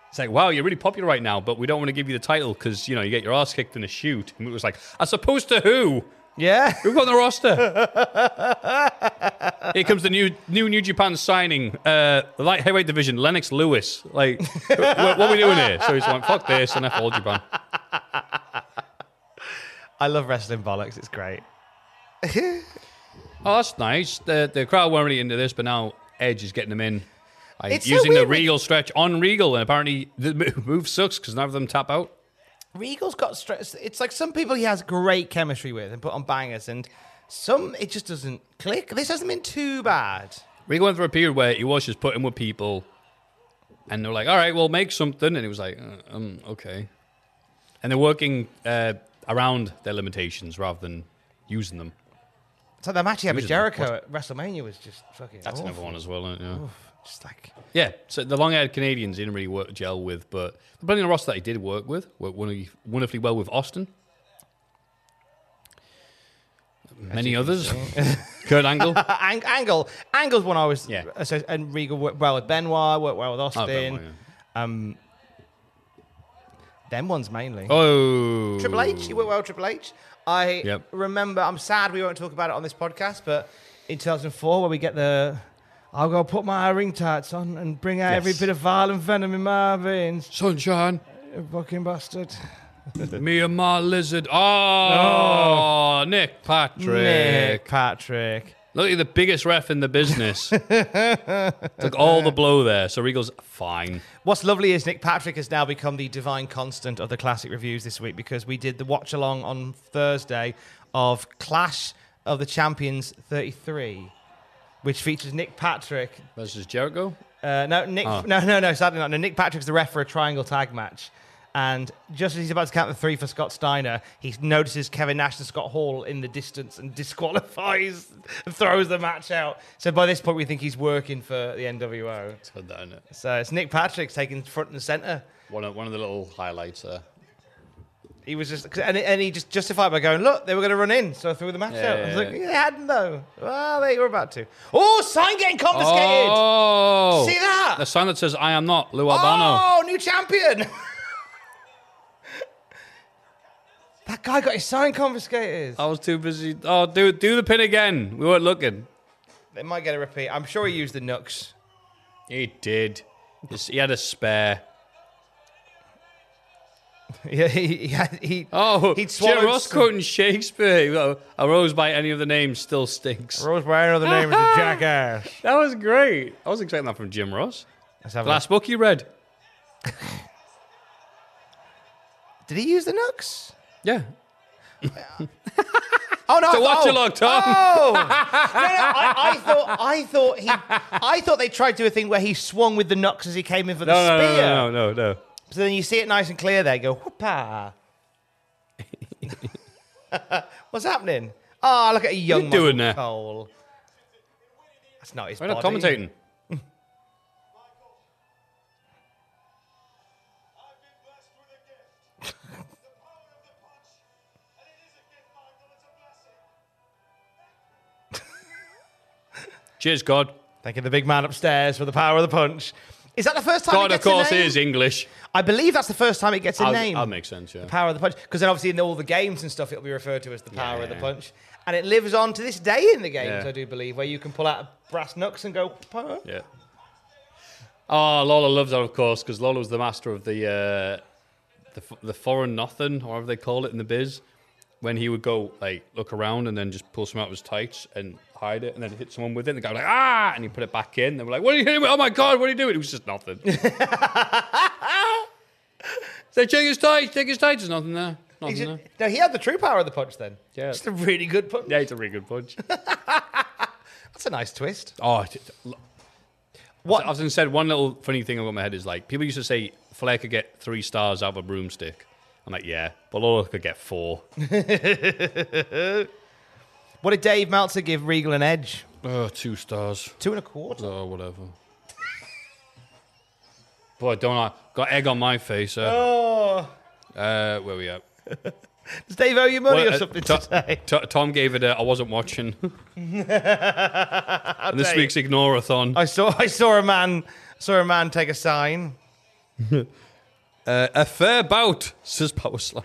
Speaker 7: it's like, wow, you're really popular right now, but we don't want to give you the title because, you know, you get your ass kicked in a shoot. And it was like, as opposed to who?
Speaker 8: Yeah.
Speaker 7: Who got on the roster? Here comes the new new New Japan signing, uh, the light heavyweight division, Lennox Lewis. Like, wh- wh- what, are we doing here? So he's like, fuck this, and F all Japan.
Speaker 8: I love wrestling bollocks. It's great.
Speaker 7: Oh, that's nice. The the crowd weren't really into this, but now Edge is getting them in. Like,
Speaker 8: It's so
Speaker 7: using the
Speaker 8: weird when-
Speaker 7: Regal stretch on Regal, and apparently the mo- move sucks because none of them tap out.
Speaker 8: Regal's got stress. It's like some people he has great chemistry with and put on bangers, and some it just doesn't click. This hasn't been too bad.
Speaker 7: Regal went through a period where he was just putting with people, and they were like, "All right, we'll make something," and he was like, uh, "Um, okay." And they're working uh, around their limitations rather than using them.
Speaker 8: So the match he had with
Speaker 7: Using them.
Speaker 8: Jericho
Speaker 7: What-
Speaker 8: at WrestMania was just fucking.
Speaker 7: That's another
Speaker 8: awful.
Speaker 7: one as well, isn't it? Yeah.
Speaker 8: Oof. Just like
Speaker 7: Yeah, so the long-haired Canadians he didn't really work gel with, but plenty of roster that he did work with worked wonderfully, wonderfully well with Austin. Many
Speaker 8: you can
Speaker 7: others.
Speaker 8: see.
Speaker 7: Kurt Angle. Oh,
Speaker 8: uh, Ang- Angle, Angle's one I was. Yeah. and Regal worked well with Benoit. Worked well with Austin.
Speaker 7: Oh, Benoit,
Speaker 8: Um, them ones mainly.
Speaker 7: Oh,
Speaker 8: Triple H, he worked well with Triple H. I
Speaker 7: Yep.
Speaker 8: remember. I'm sad we won't talk about it on this podcast, but in 2004, where we get the, I'll go put my ring tights on and bring out every
Speaker 7: Yes.
Speaker 8: bit of violent venom in my veins.
Speaker 7: Sunshine,
Speaker 8: you fucking bastard.
Speaker 7: Me and my lizard. Oh, Nick Patrick.
Speaker 8: Nick Patrick.
Speaker 7: Look at the biggest ref in the business. Took all the blow there. So Regal's fine.
Speaker 8: What's lovely is Nick Patrick has now become the divine constant of the classic reviews this week because we did the watch along on Thursday of Clash of the Champions 33, which features Nick Patrick
Speaker 7: versus Jericho.
Speaker 8: Uh, no, Nick.
Speaker 7: Oh.
Speaker 8: No, no, no. Sadly not. No, Nick Patrick's the ref for a triangle tag match, and just as he's about to count the three for Scott Steiner, he notices Kevin Nash and Scott Hall in the distance and disqualifies and throws the match out. So by this point, we think he's working for the NWO. So it's Nick Patrick's taking front and center.
Speaker 7: One of, one of the little highlights there.
Speaker 8: He was just 'cause- and, and he just justified by going, look, they were going to run in, so I threw the match
Speaker 7: Yeah,
Speaker 8: out. I was
Speaker 7: yeah,
Speaker 8: like,
Speaker 7: yeah.
Speaker 8: they hadn't though. Well, they were about to. Oh, sign getting confiscated.
Speaker 7: Oh,
Speaker 8: See that?
Speaker 7: The sign that says "I am not Lou Albano."
Speaker 8: Oh, new champion! that guy got his sign confiscated.
Speaker 7: I was too busy. Oh, do do the pin again. We weren't looking.
Speaker 8: They might get a repeat. I'm sure he used the nooks.
Speaker 7: He did. He's- He had a spare.
Speaker 8: Yeah, he, he, had- he
Speaker 7: Oh,
Speaker 8: he'd
Speaker 7: Jim
Speaker 8: swallowed
Speaker 7: Ross
Speaker 8: some-
Speaker 7: quoting Shakespeare. He go, A rose by any other name still stinks.
Speaker 8: Rose by another name is a jackass.
Speaker 7: That was great. I was expecting that from Jim Ross.
Speaker 8: Let's have a
Speaker 7: Last book you read.
Speaker 8: Did he use the nooks?
Speaker 7: Yeah.
Speaker 8: Oh no!
Speaker 7: It's a
Speaker 8: I thought-
Speaker 7: watch
Speaker 8: oh.
Speaker 7: along, Tom.
Speaker 8: Oh. no, no, I, I thought I thought he I thought they tried to do a thing where he swung with the nooks as he came in for the
Speaker 7: No, no,
Speaker 8: spear.
Speaker 7: no, no, no, no, no.
Speaker 8: So then you see it nice and clear there. You go, whoopah. What's happening? Oh, look at a young
Speaker 7: you doing
Speaker 8: Michael
Speaker 7: there?
Speaker 8: Cole. That's not his
Speaker 7: We're
Speaker 8: body.
Speaker 7: not commentating. Cheers, God.
Speaker 8: Thanking the big man upstairs for the power of the punch. Is that the first time?
Speaker 7: God,
Speaker 8: it
Speaker 7: of
Speaker 8: gets
Speaker 7: course,
Speaker 8: a name?
Speaker 7: is English.
Speaker 8: I believe that's the first time it gets a
Speaker 7: I'll-
Speaker 8: name.
Speaker 7: That makes sense, yeah.
Speaker 8: The power of the punch, because then obviously in all the games and stuff, it'll be referred to as the power of the punch, and it lives on to this day in the games,
Speaker 7: Yeah.
Speaker 8: I do believe, where you can pull out brass knucks and go. "Pow."
Speaker 7: Yeah. Oh, Lola loves that, of course, because Lola was the master of the, uh, the f- the foreign nothing, or whatever they call it in the biz, when he would go like look around and then just pull something out of his tights and hide it, and then hit someone with it. And the guy was like, ah, and he put it back in. They were like, what are you hitting with? Oh my god, what are you doing? It was just nothing. so check his tights, check his tights. There's nothing there.
Speaker 8: He
Speaker 7: Nothing
Speaker 8: ju-
Speaker 7: there.
Speaker 8: no, he had the true power of the punch then.
Speaker 7: Yeah.
Speaker 8: Just a really good punch.
Speaker 7: Yeah, it's a really good punch.
Speaker 8: That's a nice twist.
Speaker 7: Oh, it- lo- what I've often said one little funny thing about my head is like people used to say Flair could get three stars out of a broomstick. I'm like, yeah, but Lola could get four.
Speaker 8: What did Dave Meltzer give Regal an edge?
Speaker 7: Oh, two stars.
Speaker 8: Two and a quarter.
Speaker 7: Oh, whatever. Boy, don't I got egg on my face? Uh,
Speaker 8: Oh.
Speaker 7: uh where we at?
Speaker 8: Does Dave owe you money
Speaker 7: Well,
Speaker 8: or
Speaker 7: uh,
Speaker 8: something
Speaker 7: To-
Speaker 8: today?
Speaker 7: To- Tom gave it. A, I wasn't watching.
Speaker 8: I'll
Speaker 7: this
Speaker 8: tell you.
Speaker 7: week's Ignorathon.
Speaker 8: I saw I saw a man saw a man take a sign.
Speaker 7: Uh, a fair bout, says Power Slam.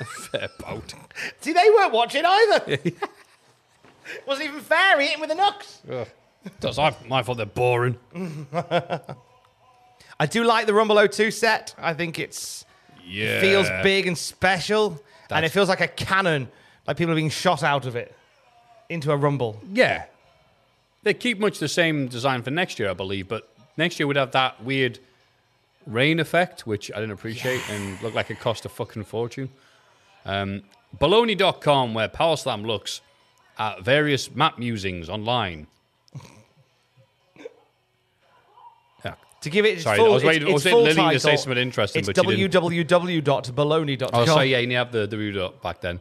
Speaker 7: a fair bout.
Speaker 8: See, they weren't watching either. Wasn't even fair. He hit him with a knucks.
Speaker 7: Ugh. That's I, my fault. They're boring.
Speaker 8: I do like the Rumble 02 set. I think it's
Speaker 7: Yeah.
Speaker 8: it feels big and special, and it feels like a cannon. Like people are being shot out of it into a rumble.
Speaker 7: Yeah. They keep much the same design for next year, I believe, but next year would have that weird rain effect, which I didn't appreciate and looked like it cost a fucking fortune. Um, baloney.com, where Power Slam looks at various map musings online. Yeah.
Speaker 8: To give it its
Speaker 7: Sorry,
Speaker 8: full,
Speaker 7: I was waiting,
Speaker 8: its,
Speaker 7: I
Speaker 8: its
Speaker 7: was
Speaker 8: full
Speaker 7: waiting to say
Speaker 8: title,
Speaker 7: something interesting,
Speaker 8: It's
Speaker 7: but you didn't.
Speaker 8: www.baloney.com.
Speaker 7: Oh, sorry, yeah, you didn't have the, the mute up back then.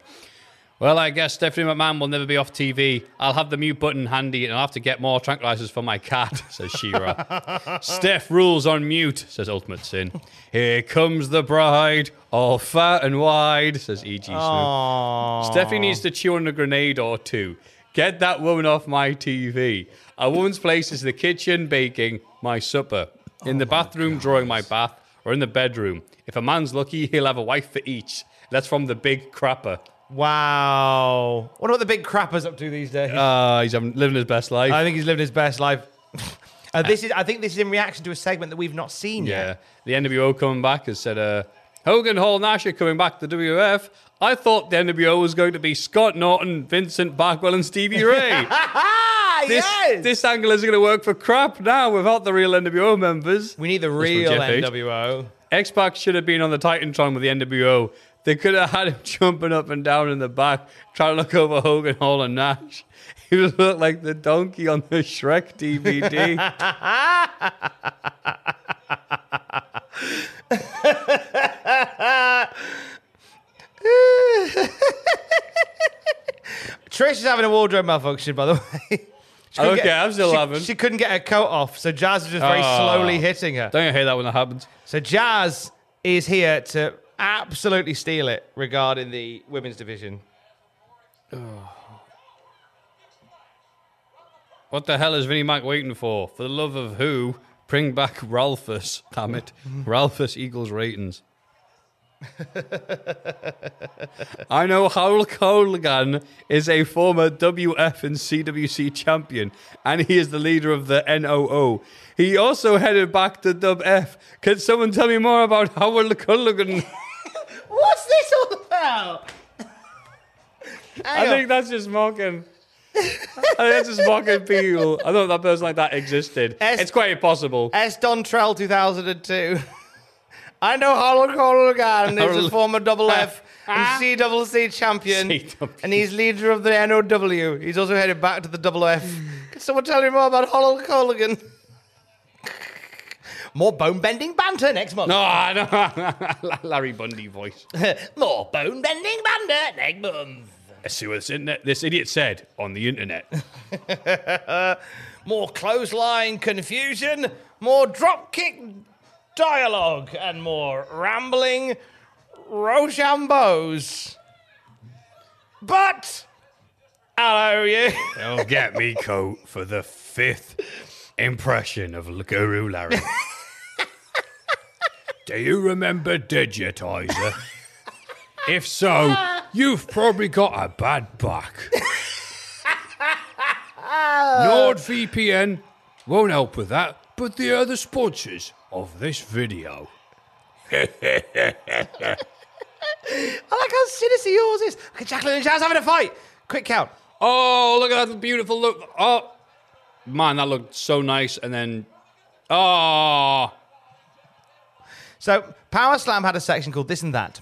Speaker 7: Well, I guess Stephanie McMahon will never be off TV. I'll have the mute button handy and I'll have to get more tranquilizers for my cat, says Shira. Steph rules on mute, says Ultimate Sin. Here comes the bride, all fat and wide, says E E.G. Snow. Stephanie needs to chew on a grenade or two. Get that woman off my TV. A woman's place is the kitchen, baking, my supper. In the bathroom, drawing my bath, or in the bedroom. If a man's lucky, he'll have a wife for each. That's from the big crapper.
Speaker 8: Wow. What about the big crappers up to these days?
Speaker 7: Uh, he's having, living his best life.
Speaker 8: I think he's living his best life. Uh, this is. I think this is in reaction to a segment that we've not seen yet.
Speaker 7: yeah. The NWO coming back has said, uh, Hogan, Hall, Nash are coming back to WF. I thought the NWO was going to be Scott Norton, Vincent Barkwell, and Stevie Ray.
Speaker 8: Ah,
Speaker 7: this, this angle isn't going to work for crap now without the real NWO members.
Speaker 8: We need the
Speaker 7: That's from
Speaker 8: real
Speaker 7: Jeff H.
Speaker 8: NWO.
Speaker 7: X Pac should have been on the Titantron with the NWO. They could have had him jumping up and down in the back, trying to look over Hogan, Hall, and Nash. He would look like the donkey on the Shrek DVD.
Speaker 8: Trish is having a wardrobe malfunction, by the way. She couldn't
Speaker 7: Okay, I'm still
Speaker 8: she,
Speaker 7: having.
Speaker 8: She couldn't get her coat off, so Jazz was just very
Speaker 7: Oh.
Speaker 8: slowly hitting her.
Speaker 7: Don't you hate that when that happens?
Speaker 8: So Jazz is here to absolutely steal it regarding the women's division.
Speaker 7: What the hell is Vinnie Mac waiting for? For the love of who? Bring back Ralphus. Damn it. Ralphus equals ratings. I know Harold Colgan is a former WF and CWC champion, and he is the leader of the NOO. He also headed back to WF. Can someone tell me more about Harold Colgan?
Speaker 8: What's this all about?
Speaker 7: I think that's just mocking. I think that's just mocking people. I thought that person like that existed.
Speaker 8: S-
Speaker 7: it's quite impossible.
Speaker 8: S. Dontrell 2002. I know Harold Corrigan is a
Speaker 7: Harold-
Speaker 8: former double F and CCC champion, and he's leader of the NOW. He's also headed back to the double F. Can someone tell me more about Harold Corrigan? More bone bending banter next month.
Speaker 7: No, Oh, I don't. Larry Bundy voice.
Speaker 8: More bone bending banter next month.
Speaker 7: Let's see what this, internet, this idiot said on the internet.
Speaker 8: More clothesline confusion, more dropkick dialogue, and more rambling Rochambeaus. But I'll owe you.
Speaker 7: They'll get me coat for the fifth impression of Guru Larry. Do you remember Digitizer? if so, you've probably got a bad back. NordVPN won't help with that,
Speaker 10: but they are the sponsors of this video.
Speaker 8: I like how sinister yours is. Look at Jacqueline and Jazz having a fight. Quick count.
Speaker 7: Oh, look at that beautiful look. Oh, man, that looked so nice. And then, oh,
Speaker 8: So Power Slam had a section called This and That,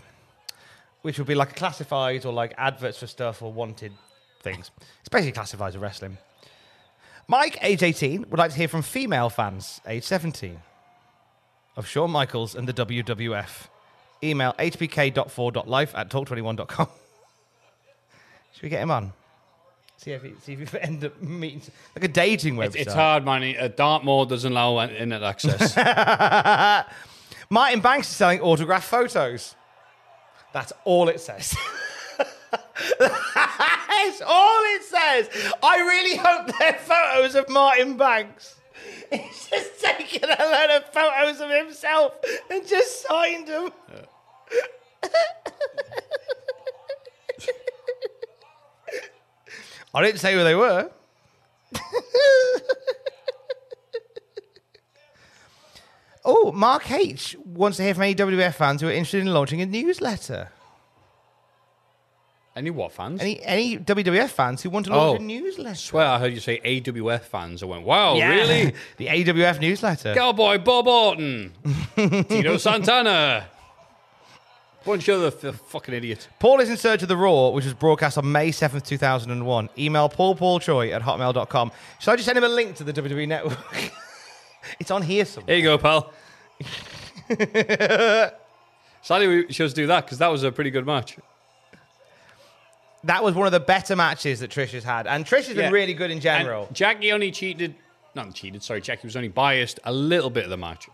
Speaker 8: which would be like classifieds or like adverts for stuff or wanted things. It's basically classifieds of wrestling. Mike, age 18, would like to hear from female fans, age 17, of Shawn Michaels and the WWF. Email hbk.4.life at talk21.com. Should we get him on? See if, he, see if you end up meeting like a dating website.
Speaker 7: it's, it's hard, man. Uh, Dartmoor doesn't allow in- internet access.
Speaker 8: Martin Banks is selling autograph photos. That's all it says. That's all it says. I really hope they're photos of Martin Banks. He's just taken a load of photos of himself and just signed them. I didn't say who they were. Oh, Mark H wants to hear from any WWF fans who are interested in launching a newsletter.
Speaker 7: Any what fans?
Speaker 8: Any any WWF fans who want to
Speaker 7: Oh.
Speaker 8: launch a newsletter?
Speaker 7: Swear, I heard you say AWF fans. I went, wow,
Speaker 8: Yeah.
Speaker 7: really?
Speaker 8: the AWF newsletter.
Speaker 7: Cowboy Bob Orton, Tito Santana, bunch of other f- fucking idiots.
Speaker 8: Paul is in search of the Raw, which was broadcast on May 7th, 2001. Email paulpaultroy at hotmail.com. Shall I just send him a link to the WWE network? it's on here somewhere.
Speaker 7: Here you go, pal. Sadly, we should do that because that was a pretty good match.
Speaker 8: That was one of the better matches that Trish has had. And Trish has
Speaker 7: Yeah.
Speaker 8: been really good in general.
Speaker 7: And Jackie only cheated, not cheated, sorry, Jackie was only biased a little bit of the match.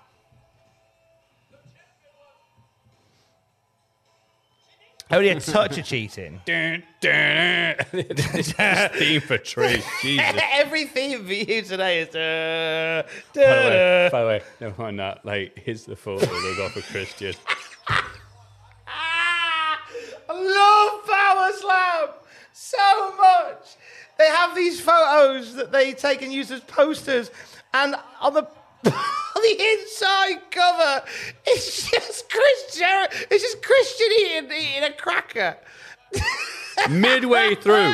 Speaker 8: Only a touch of cheating.
Speaker 7: Dun, dun, dun. This theme for Trish, Jesus.
Speaker 8: Every theme for you today is. Uh,
Speaker 7: By the way, by the way, never mind that. Like, here's the photo they got for Christian.
Speaker 8: Ah, I love Power Slam so much. They have these photos that they take and use as posters, and on the on the inside cover, it's just Chris Jarrett. It's just Christian eating, eating a cracker.
Speaker 7: Midway through,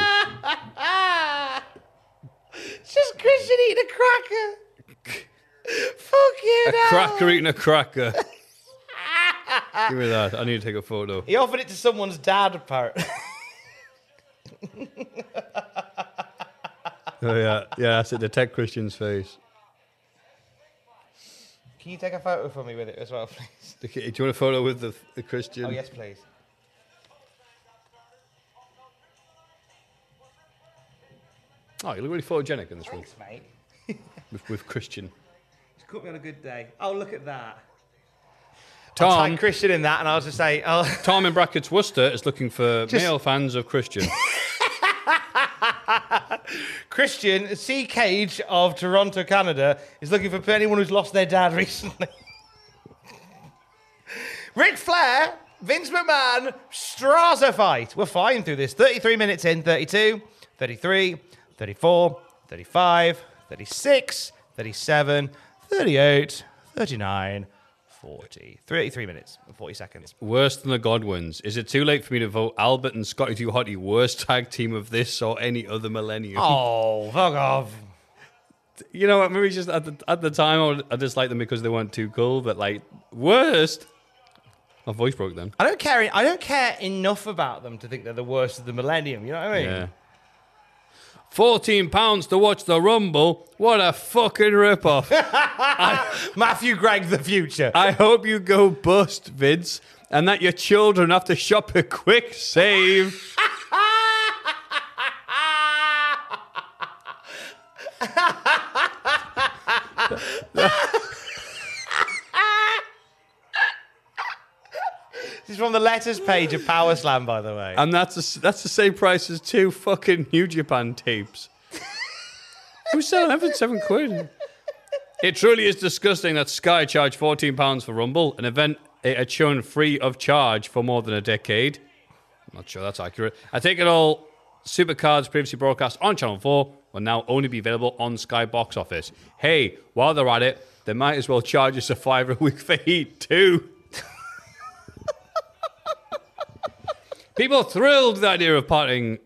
Speaker 8: it's just Christian eating a cracker. Fucking
Speaker 7: a
Speaker 8: hell.
Speaker 7: cracker eating a cracker. Give me that. I need to take a photo.
Speaker 8: He offered it to someone's dad, apparently.
Speaker 7: Oh, yeah, yeah, that's it. Detect Christian's face.
Speaker 8: Can you take a photo for me with it as well, please?
Speaker 7: Do you want a photo with the, the Christian?
Speaker 8: Oh yes, please.
Speaker 7: Oh, you look really photogenic in this one
Speaker 8: Thanks, mate.
Speaker 7: with, with Christian.
Speaker 8: It's caught me on a good day. Oh, look at that. I'll
Speaker 7: Tom,
Speaker 8: type Christian in that, and I'll just say, oh,
Speaker 7: Tom in brackets Worcester is looking for
Speaker 8: Just-
Speaker 7: male fans of Christian.
Speaker 8: Christian C. Cage of Toronto, Canada, is looking for anyone who's lost their dad recently. Ric Flair, Vince McMahon, Straza fight. We're flying through this. 33 minutes in, 32, 33, 34, 35, 36, 37, 38, 39, 40. 33 minutes and 40 seconds.
Speaker 7: Worse than the Godwins. Is it too late for me to vote Albert and Scotty Too Hotty worst tag team of this or any other millennium?
Speaker 8: Oh, fuck off.
Speaker 7: You know what? Maybe just at the, at the time I, would- I disliked them because they weren't too cool, but like, worst? My voice broke then.
Speaker 8: I don't care. I don't care enough about them to think they're the worst of the millennium. You know what I mean?
Speaker 7: Yeah. 14 pounds to watch the Rumble. What a fucking rip-off.
Speaker 8: Matthew Gregg, the future.
Speaker 7: I hope you go bust, Vince, and that your children have to shop a quick save.
Speaker 8: This is from the letters page of Power Slam, by the way.
Speaker 7: And that's the- that's the same price as two fucking New Japan tapes. Who's selling them for seven quid? It truly is disgusting that Sky charged fourteen pounds for Rumble, an event it had shown free of charge for more than a decade. I'm not sure that's accurate. I take it all Supercards, previously broadcast on Channel 4, will now only be available on Sky Box Office. Hey, while they're at it, they might as well charge us a fiver a week for Heat too. People are thrilled with the idea of parting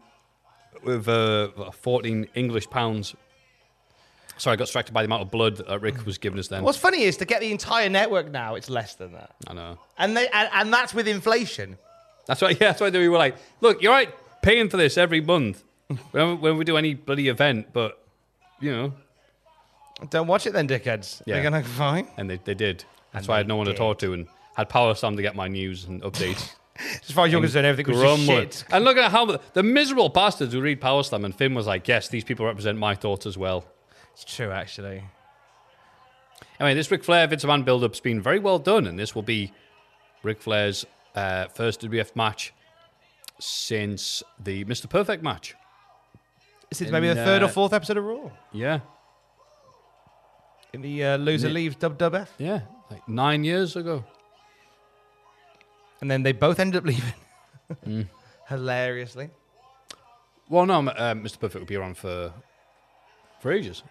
Speaker 7: with uh, 14 English pounds. Sorry, I got distracted by the amount of blood that Rick was giving us then.
Speaker 8: What's funny is to get the entire network now, it's less than that,
Speaker 7: I know.
Speaker 8: and they and, and that's with inflation.
Speaker 7: That's right. Yeah, that's why we were like, look, you're right, paying for this every month when, when we do any bloody event, but you know,
Speaker 8: Don't watch it then, dickheads.
Speaker 7: yeah,
Speaker 8: They're gonna fine.
Speaker 7: And they, they did. That's
Speaker 8: And
Speaker 7: why I
Speaker 8: they
Speaker 7: had no one to talk to and had Power Sam to get my news and updates.
Speaker 8: As far as you're concerned, everything was just shit.
Speaker 7: And look at how the, the miserable bastards who read Power Slam and Finn was like, yes, these people represent my thoughts as well.
Speaker 8: It's true, actually.
Speaker 7: Anyway, this Ric Flair Vince McMahon build up's been very well done, and this will be Ric Flair's uh, first WWF match since the Mr. Perfect match.
Speaker 8: Since
Speaker 7: In,
Speaker 8: maybe the third
Speaker 7: uh,
Speaker 8: or fourth episode of Raw.
Speaker 7: Yeah.
Speaker 8: In the uh, loser
Speaker 7: Ni-
Speaker 8: leaves dub dub F.
Speaker 7: Yeah, like nine years ago.
Speaker 8: And then they both ended up leaving.
Speaker 7: Mm.
Speaker 8: Hilariously.
Speaker 7: Well, no, m- uh, Mr. Perfect would be around for for ages.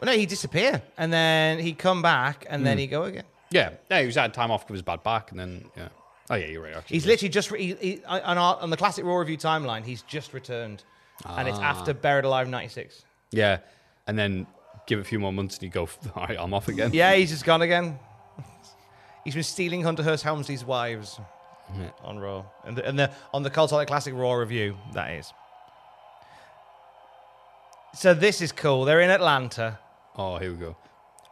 Speaker 8: Well, no, he'd disappear. And then he'd come back and then
Speaker 7: Mm.
Speaker 8: he'd go again.
Speaker 7: Yeah, yeah, he was had time off because of his bad back, and then yeah. Oh yeah, you're right. actually.
Speaker 8: He's literally just re- he, he, on, our, on the classic Raw review timeline. He's just returned, and it's
Speaker 7: Ah.
Speaker 8: after Buried Alive '96.
Speaker 7: Yeah, and then give it a few more months, and you go, all right, I'm off again.
Speaker 8: Yeah, he's just gone again. He's been stealing Hunter Hearst Helmsley's wives
Speaker 7: Yeah.
Speaker 8: on Raw, and the, and the, on the Cultolic Classic Raw review that is. So this is cool. They're in Atlanta.
Speaker 7: Oh, here we go.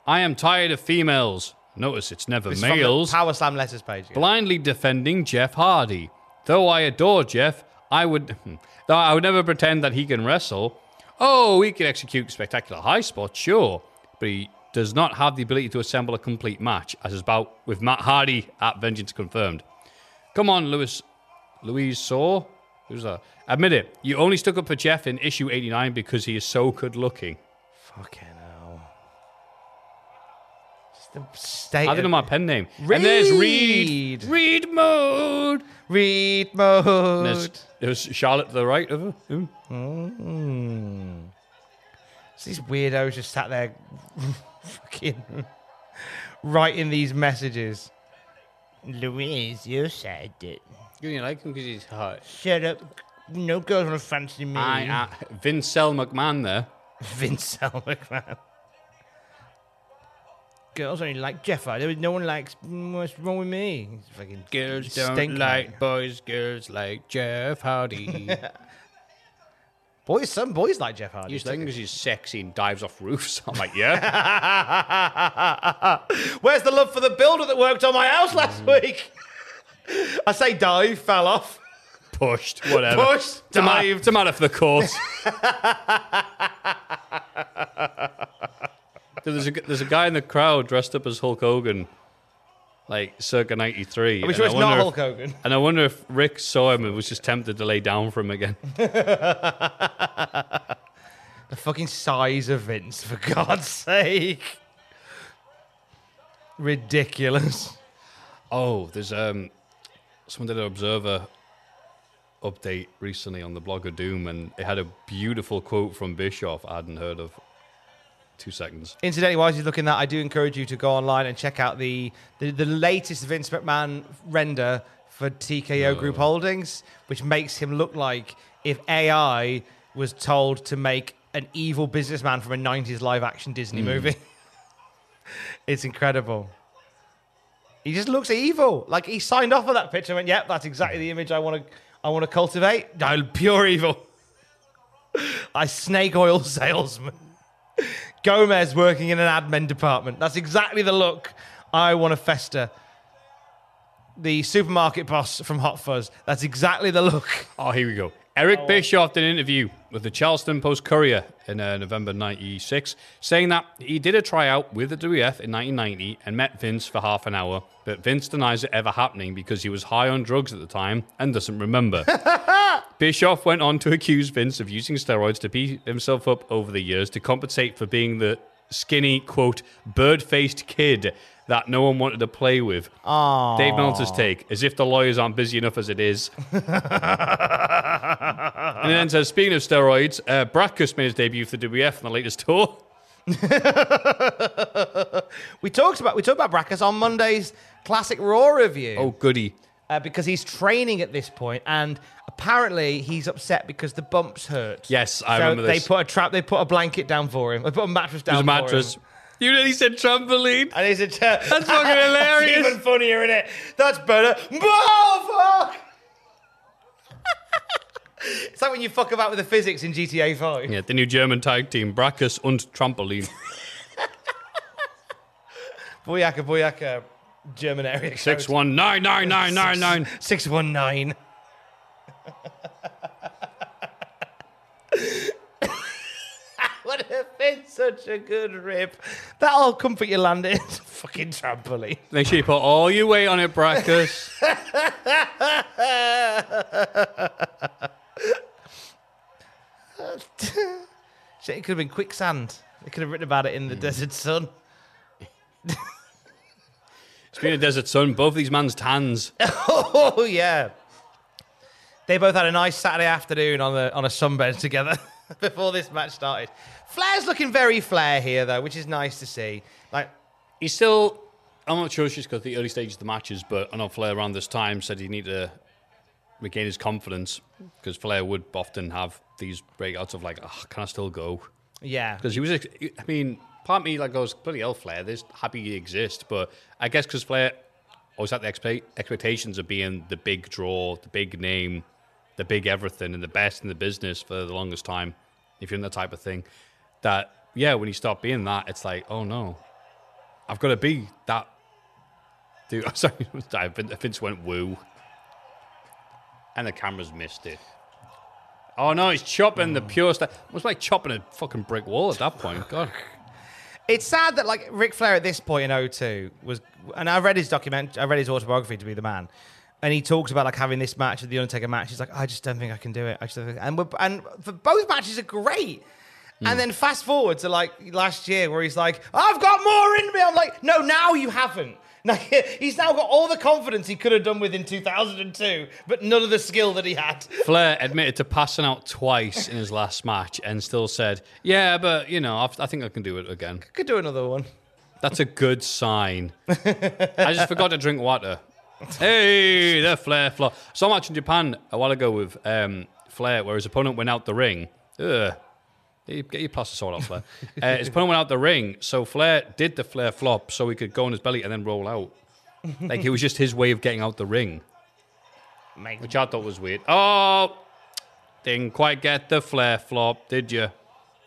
Speaker 7: I am tired of females. Notice it's never
Speaker 8: This is from the
Speaker 7: males.
Speaker 8: Power Slam letters page. again.
Speaker 7: blindly defending Jeff Hardy. Though I adore Jeff, I would though I would never pretend that he can wrestle. Oh, he can execute spectacular high spots, sure, but he does not have the ability to assemble a complete match, as is about with Matt Hardy at Vengeance Confirmed. Come on, Lewis, Louise Saw. Who's that? Admit it. You only stuck up for Jeff in issue 89 because he is so good looking.
Speaker 8: Fucking hell. It's the
Speaker 7: I
Speaker 8: state.
Speaker 7: don't
Speaker 8: of-
Speaker 7: know my pen name. And there's Reed. Read mode.
Speaker 8: Read mode.
Speaker 7: And there's, there's Charlotte to the right of her. Who?
Speaker 8: Mm. So these weirdos just sat there fucking writing these messages. Louise, you said it.
Speaker 7: You only like him because he's hot.
Speaker 8: Shut up. No girls want to fancy me.
Speaker 7: I, I, Vincel McMahon there.
Speaker 8: Vincel McMahon. Girls only like Jeff. There was no one likes. mm, What's wrong with me? He's fucking
Speaker 7: Girls
Speaker 8: stink
Speaker 7: don't
Speaker 8: man.
Speaker 7: like boys. Girls like Jeff Hardy.
Speaker 8: boys. Some boys like Jeff Hardy.
Speaker 7: you think because he's sexy and dives off roofs. I'm like, yeah.
Speaker 8: Where's the love for the builder that worked on my house last
Speaker 7: Mm.
Speaker 8: week? I say dive, fell off.
Speaker 7: Pushed, whatever.
Speaker 8: Pushed,
Speaker 7: It's a ma-
Speaker 8: dived.
Speaker 7: It's a matter for the course. there's, a, g- there's a guy in the crowd dressed up as Hulk Hogan, like circa 93.
Speaker 8: Are we sure
Speaker 7: and
Speaker 8: it's
Speaker 7: I
Speaker 8: not
Speaker 7: wonder if-
Speaker 8: Hulk Hogan?
Speaker 7: And I wonder if Rick saw him and was just tempted to lay down for him again.
Speaker 8: The fucking size of Vince, for God's sake. Ridiculous.
Speaker 7: Oh, there's um, someone did an observer update recently on the blog of Doom, and it had a beautiful quote from Bischoff I hadn't heard of. Two seconds.
Speaker 8: Incidentally, while you're looking that, I do encourage you to go online and check out the the, the latest Vince McMahon render for TKO Group Holdings, which makes him look like if AI was told to make an evil businessman from a 90s live action Disney movie. it's incredible. He just looks evil. Like he signed off on that picture and went, "Yep, that's exactly the image I want to I want to cultivate." No, pure evil. I snake oil salesman. Gomez working in an admin department. That's exactly the look I want to fester. The supermarket boss from Hot Fuzz. That's exactly the look.
Speaker 7: Oh, here we go. Eric Bischoff did an interview with the Charleston Post Courier in uh, November 96, saying that he did a tryout with the WF in 1990 and met Vince for half an hour, but Vince denies it ever happening because he was high on drugs at the time and doesn't remember. Bischoff went on to accuse Vince of using steroids to beat himself up over the years to compensate for being the skinny, quote, bird faced kid that no one wanted to play with.
Speaker 8: Aw.
Speaker 7: Dave Meltzer's take, as if the lawyers aren't busy enough as it is. and then says, speaking of steroids, uh, Brackus made his debut for the WF on the latest tour.
Speaker 8: We talked about we talked about Brackus on Monday's classic Raw review.
Speaker 7: Oh, goody.
Speaker 8: Uh, because he's training at this point, and apparently he's upset because the bumps hurt.
Speaker 7: Yes, I
Speaker 8: so
Speaker 7: remember
Speaker 8: they
Speaker 7: this.
Speaker 8: put a trap. They put a blanket down for him. They put a mattress
Speaker 7: There's
Speaker 8: down.
Speaker 7: a mattress.
Speaker 8: For him.
Speaker 7: You really said trampoline.
Speaker 8: And he's a chair.
Speaker 7: That's fucking hilarious.
Speaker 8: That's even funnier, is it? That's better. Oh, fuck! it's like when you fuck about with the physics in GTA 5.
Speaker 7: Yeah, the new German tag team, Brackus und Trampoline.
Speaker 8: Boyaka, boyaka, German area. code.
Speaker 7: 619999.
Speaker 8: 619. Would have been such a good rip. That'll comfort your landing. Fucking trampoline.
Speaker 7: Make sure you put all your weight on it, Brackus.
Speaker 8: Shit, it could have been quicksand. They could have written about it in the desert sun.
Speaker 7: Speaking of Desert Sun, both these man's tans.
Speaker 8: Oh yeah. They both had a nice Saturday afternoon on a on a sunbed together before this match started. Flair's looking very flair here though, which is nice to see. Like
Speaker 7: he's still I'm not sure if she's got the early stages of the matches, but I know Flair around this time said he needed to regain his confidence because Flair would often have these breakouts of like, oh, can I still go?
Speaker 8: Yeah.
Speaker 7: Because he was, ex- I mean, part of me like goes, bloody hell, Flair, this happy you exist. But I guess because Flair always had the expe- expectations of being the big draw, the big name, the big everything, and the best in the business for the longest time, if you're in that type of thing, that, yeah, when you start being that, it's like, oh no, I've got to be that. Dude, I'm sorry, Vince went woo. And the cameras missed it. Oh no, he's chopping the pure stuff. It was like chopping a fucking brick wall at that point. God.
Speaker 8: It's sad that like Ric Flair at this point in 02 was, and I read his document, I read his autobiography to be the man, and he talks about like having this match with the Undertaker match. He's like, I just don't think I can do it. I just don't think, and we're, and for both matches are great. And then fast forward to like last year where he's like, I've got more in me. I'm like, no, now you haven't. Like, he's now got all the confidence he could have done with in 2002, but none of the skill that he had.
Speaker 7: Flair admitted to passing out twice in his last match and still said, Yeah, but you know, I've, I think I can do it again.
Speaker 8: Could do another one.
Speaker 7: That's a good sign. I just forgot to drink water. Hey, the Flair flaw. So much in Japan a while ago with um, Flair, where his opponent went out the ring. Ugh. You- Get your plaster sword out, Flair. Uh, his opponent went out the ring, so Flair did the Flair flop so he could go on his belly and then roll out. Like it was just his way of getting out the ring,
Speaker 8: Mate.
Speaker 7: which I thought was weird. Oh, didn't quite get the Flair flop, did you?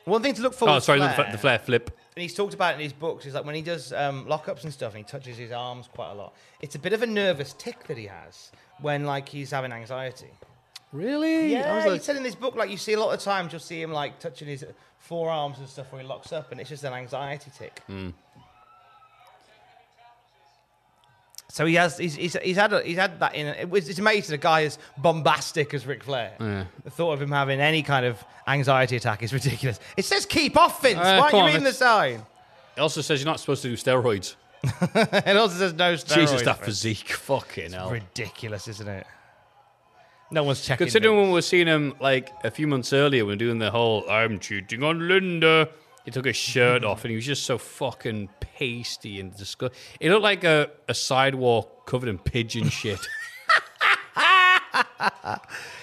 Speaker 8: One thing to look for.
Speaker 7: Oh,
Speaker 8: with
Speaker 7: sorry, the fl- the Flair flip.
Speaker 8: and he's talked about it in his books. He's like when he does um, lockups and stuff, and he touches his arms quite a lot. It's a bit of a nervous tick that he has when like he's having anxiety.
Speaker 7: Really? I
Speaker 8: Yeah,
Speaker 7: was
Speaker 8: he
Speaker 7: like-
Speaker 8: said in this book like you see a lot of times you'll see him like touching his forearms and stuff where he locks up, and it's just an anxiety tick.
Speaker 7: Hmm.
Speaker 8: So he has he's, he's, he's had a, he's had that in. It was, it's amazing a guy as bombastic as Ric Flair.
Speaker 7: Yeah.
Speaker 8: The thought of him having any kind of anxiety attack is ridiculous. It says keep off, Vince.
Speaker 7: Uh,
Speaker 8: Why are
Speaker 7: come
Speaker 8: you
Speaker 7: on,
Speaker 8: reading the
Speaker 7: Vince.
Speaker 8: sign?
Speaker 7: It also says you're not supposed to do steroids.
Speaker 8: it also says no steroids.
Speaker 7: Jesus, that
Speaker 8: Vince.
Speaker 7: physique. Fucking hell.
Speaker 8: Ridiculous, isn't it? No one's checking.
Speaker 7: Considering when we were seeing him like a few months earlier, when doing the whole "I'm cheating on Linda," he took his shirt off and he was just so fucking pasty and disgusting. It looked like a, a sidewalk covered in pigeon shit.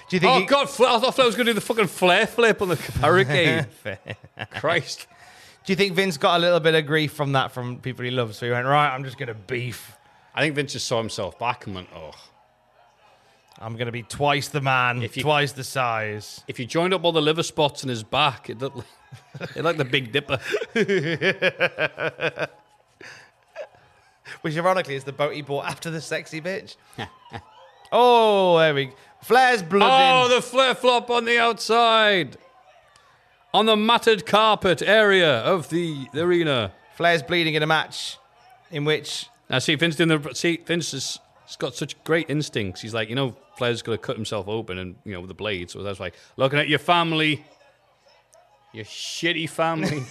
Speaker 8: do you
Speaker 7: oh God, Fla- I thought Flair was going to do the fucking flare flip on the hurricane. Christ.
Speaker 8: Do you think Vince got a little bit of grief from that from people he loves? So he went right. I'm just going to beef.
Speaker 7: I think Vince just saw himself back and went, "Oh,
Speaker 8: I'm going to be twice the man, twice the size."
Speaker 7: If you joined up all the liver spots in his back, it looked like, it looked like the Big Dipper."
Speaker 8: Which ironically is the boat he bought after the sexy bitch. oh, there we Flair's blood.
Speaker 7: Oh, the flare flop on the outside. On the matted carpet area of the arena.
Speaker 8: Flair's bleeding in a match in which.
Speaker 7: Now, see, Vince, doing the, see, Vince has, has got such great instincts. He's like, you know, Flair's going to cut himself open and, you know, with the blade. So that's like, looking at your family, your shitty family.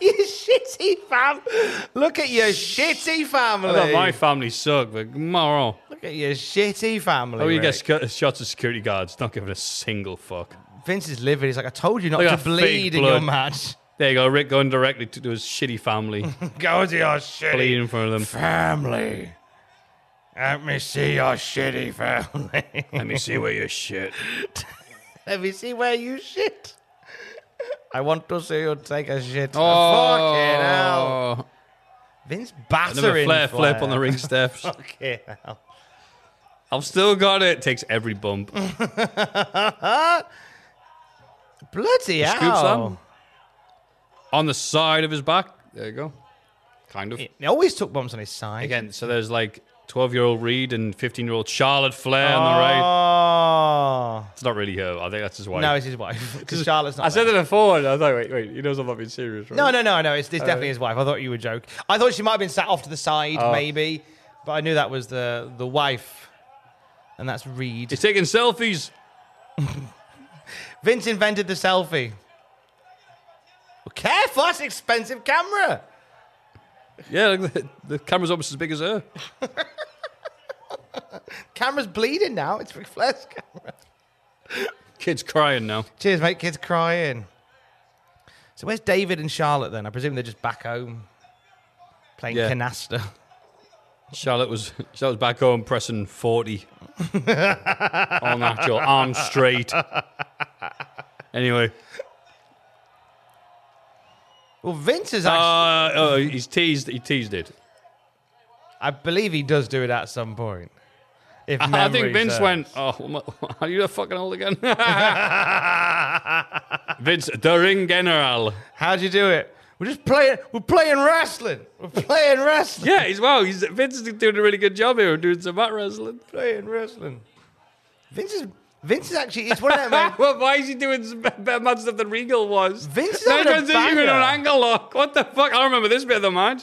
Speaker 8: you shitty shitty fam. Look at your shitty family.
Speaker 7: I thought my family sucked, but moral.
Speaker 8: Look at your shitty family.
Speaker 7: Oh, you get
Speaker 8: Rick.
Speaker 7: sc- shots of security guards, not giving a single fuck.
Speaker 8: Vince is livid. He's like, I told you not
Speaker 7: Look
Speaker 8: to
Speaker 7: at that fake
Speaker 8: bleed in your
Speaker 7: blood.
Speaker 8: match.
Speaker 7: There you go, Rick going directly to, to his shitty family.
Speaker 8: Go to your shitty
Speaker 7: Bleed in front of them.
Speaker 8: family. Let me see your shitty family.
Speaker 7: Let me see where you shit.
Speaker 8: Let me see where you shit. I want to see you take a shit.
Speaker 7: Oh.
Speaker 8: Fucking hell. Vince battering.
Speaker 7: Another flare
Speaker 8: Flair.
Speaker 7: flip on the ring steps.
Speaker 8: Fucking hell.
Speaker 7: I've still got it. Takes every bump.
Speaker 8: Bloody
Speaker 7: The
Speaker 8: hell.
Speaker 7: scoop slam. On the side of his back. There you go. Kind of.
Speaker 8: He always took bumps on his side.
Speaker 7: Again, so there's like 12 year old Reed and 15 year old Charlotte Flair on the right.
Speaker 8: Oh.
Speaker 7: It's not really her. I think that's his wife.
Speaker 8: No, it's his wife. Because Charlotte's not.
Speaker 7: I said that before. And I was like, wait, wait. He knows I'm not being serious. Right?
Speaker 8: No, no, no, no. It's, it's
Speaker 7: Uh,
Speaker 8: definitely his wife. I thought you were joking. I thought she might have been sat off to the side,
Speaker 7: Oh.
Speaker 8: maybe, but I knew that was the the wife, and that's Reed.
Speaker 7: He's taking selfies.
Speaker 8: Vince invented the selfie. Well, careful, that's an expensive camera.
Speaker 7: Yeah, look, the, the camera's almost as big as her.
Speaker 8: Camera's bleeding now. It's Ric Flair's camera.
Speaker 7: Kid's crying now.
Speaker 8: Cheers, mate. Kids crying. So where's David and Charlotte then? I presume they're just back home playing
Speaker 7: Yeah.
Speaker 8: canasta.
Speaker 7: Charlotte was Charlotte was back home pressing 40 on that your arm straight. Anyway.
Speaker 8: Well, Vince is
Speaker 7: Uh, oh, he's teased. He teased it.
Speaker 8: I believe he does do it at some point. If
Speaker 7: I think
Speaker 8: memory
Speaker 7: Vince
Speaker 8: serves.
Speaker 7: went, oh, am I- are you a fucking old again? Vince, the ring general.
Speaker 8: How'd you do it? We're just playing. We're playing wrestling. We're playing wrestling.
Speaker 7: Yeah, he's wow. He's, Vince is doing a really good job here of doing some mat wrestling.
Speaker 8: Playing wrestling. Vince is. Vince is actually. It's one of them. man.
Speaker 7: well, why is he doing some better mat stuff than Regal was?
Speaker 8: Vince is
Speaker 7: Now
Speaker 8: having a
Speaker 7: he's doing an
Speaker 8: banger.
Speaker 7: angle lock. What the fuck? I remember this bit of the match.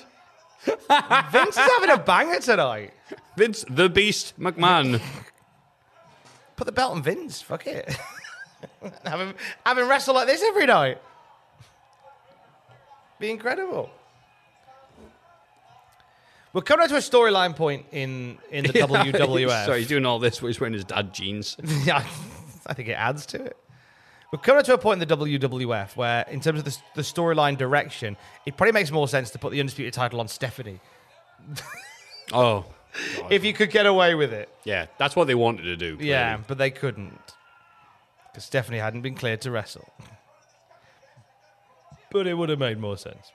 Speaker 8: Vince is having a banger tonight.
Speaker 7: Vince, the Beast McMahon.
Speaker 8: Put the belt on Vince. Fuck it. have him have him wrestle like this every night. Be incredible. We're coming up to a storyline point in in the
Speaker 7: Yeah,
Speaker 8: WWF.
Speaker 7: Sorry, he's doing all this. but He's wearing his dad jeans.
Speaker 8: yeah, I think it adds to it. We're coming to a point in the WWF where, in terms of the, the storyline direction, it probably makes more sense to put the undisputed title on Stephanie
Speaker 7: Oh,
Speaker 8: if you could get away with it.
Speaker 7: yeah. That's what they wanted to do.
Speaker 8: Yeah, but they couldn't because Stephanie hadn't been cleared to wrestle. But it would have made more sense.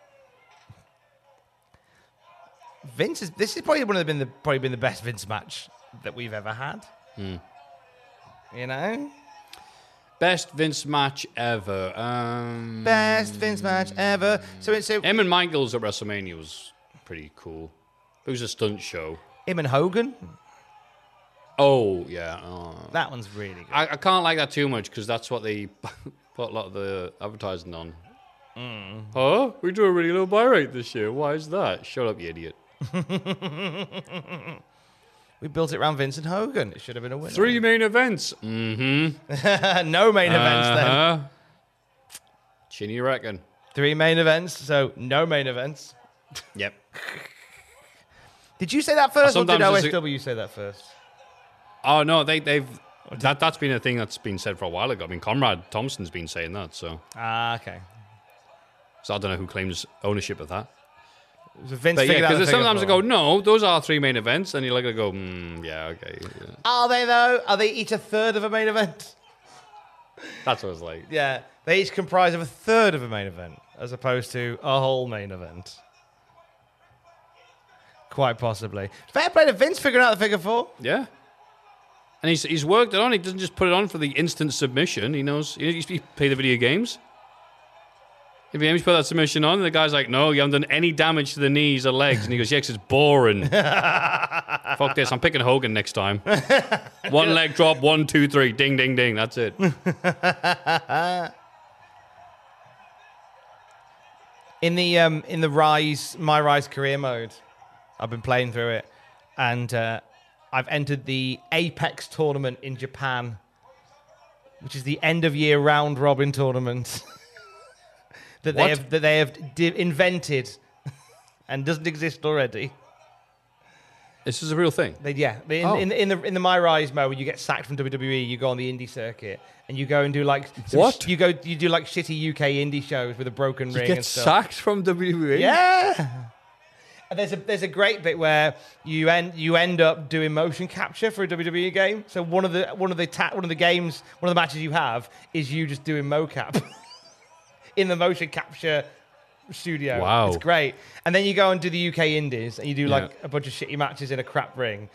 Speaker 8: Vince is this is probably one of the been the probably been the best Vince match that we've ever had.
Speaker 7: Hmm.
Speaker 8: You know,
Speaker 7: Best Vince match ever. Um,
Speaker 8: best Vince match ever. So it's so
Speaker 7: Him and Michaels at WrestleMania was pretty cool. It was a stunt show.
Speaker 8: him and Hogan.
Speaker 7: Oh yeah, oh.
Speaker 8: That one's really good.
Speaker 7: I, I can't like that too much because that's what they put a lot of the advertising on.
Speaker 8: Mm.
Speaker 7: Huh? We do a really low buy rate this year. Why is that? Shut up, you idiot.
Speaker 8: We built it around Vincent Hogan. It should have been a winner.
Speaker 7: Three main events. Mm-hmm.
Speaker 8: no main events
Speaker 7: Uh-huh.
Speaker 8: then.
Speaker 7: Chin you reckon?
Speaker 8: Three main events, so no main events.
Speaker 7: Yep.
Speaker 8: Did you say that first, or did
Speaker 7: sometimes it's a-
Speaker 8: OSW say that first?
Speaker 7: Oh no, they they've that that's been a thing that's been said for a while ago. I mean, Comrade Thompson's been saying that, so
Speaker 8: Ah, okay.
Speaker 7: so I don't know who claims ownership of that.
Speaker 8: So Vince
Speaker 7: But yeah,
Speaker 8: figured out the
Speaker 7: because
Speaker 8: figure
Speaker 7: sometimes I
Speaker 8: four.
Speaker 7: go, no, those are our three main events, and you're like, I go, mm, yeah, okay, yeah."
Speaker 8: Are they though? Are they each a third of a main event?
Speaker 7: that's what it's like.
Speaker 8: Yeah, they each comprise of a third of a main event, as opposed to a whole main event. Quite possibly. Fair play to Vince figuring out the figure four.
Speaker 7: Yeah. And he's, he's worked it on. He doesn't just put it on for the instant submission. He knows. He, he play the video games. If you put that submission on, the guy's like, no, you haven't done any damage to the knees or legs. And he goes, yeah, 'cause it's boring. Fuck this. I'm picking Hogan next time. one leg drop, one, two, three. Ding, ding, ding. That's it.
Speaker 8: in the um in the rise my rise career mode i've been playing through it and uh, i've entered the apex tournament in japan which is the end of year round robin tournament that
Speaker 7: What?
Speaker 8: they have that they have di- invented and doesn't exist already.
Speaker 7: This is a real thing.
Speaker 8: They, yeah, in,
Speaker 7: Oh.
Speaker 8: in, in the in the My Rise mode, where you get sacked from WWE, you go on the indie circuit and you go and do like some
Speaker 7: What?
Speaker 8: sh- you go you do like shitty UK indie shows with a broken
Speaker 7: You
Speaker 8: ring.
Speaker 7: get
Speaker 8: and stuff.
Speaker 7: sacked from E. WWE.
Speaker 8: Yeah. And there's a there's a great bit where you end you end up doing motion capture for a WWE game. So one of the one of the ta- one of the games one of the matches you have is you just doing mocap in the motion capture studio.
Speaker 7: Wow.
Speaker 8: it's great. And then you go and do the UK Indies and you do
Speaker 7: Yeah.
Speaker 8: like a bunch of shitty matches in a crap ring.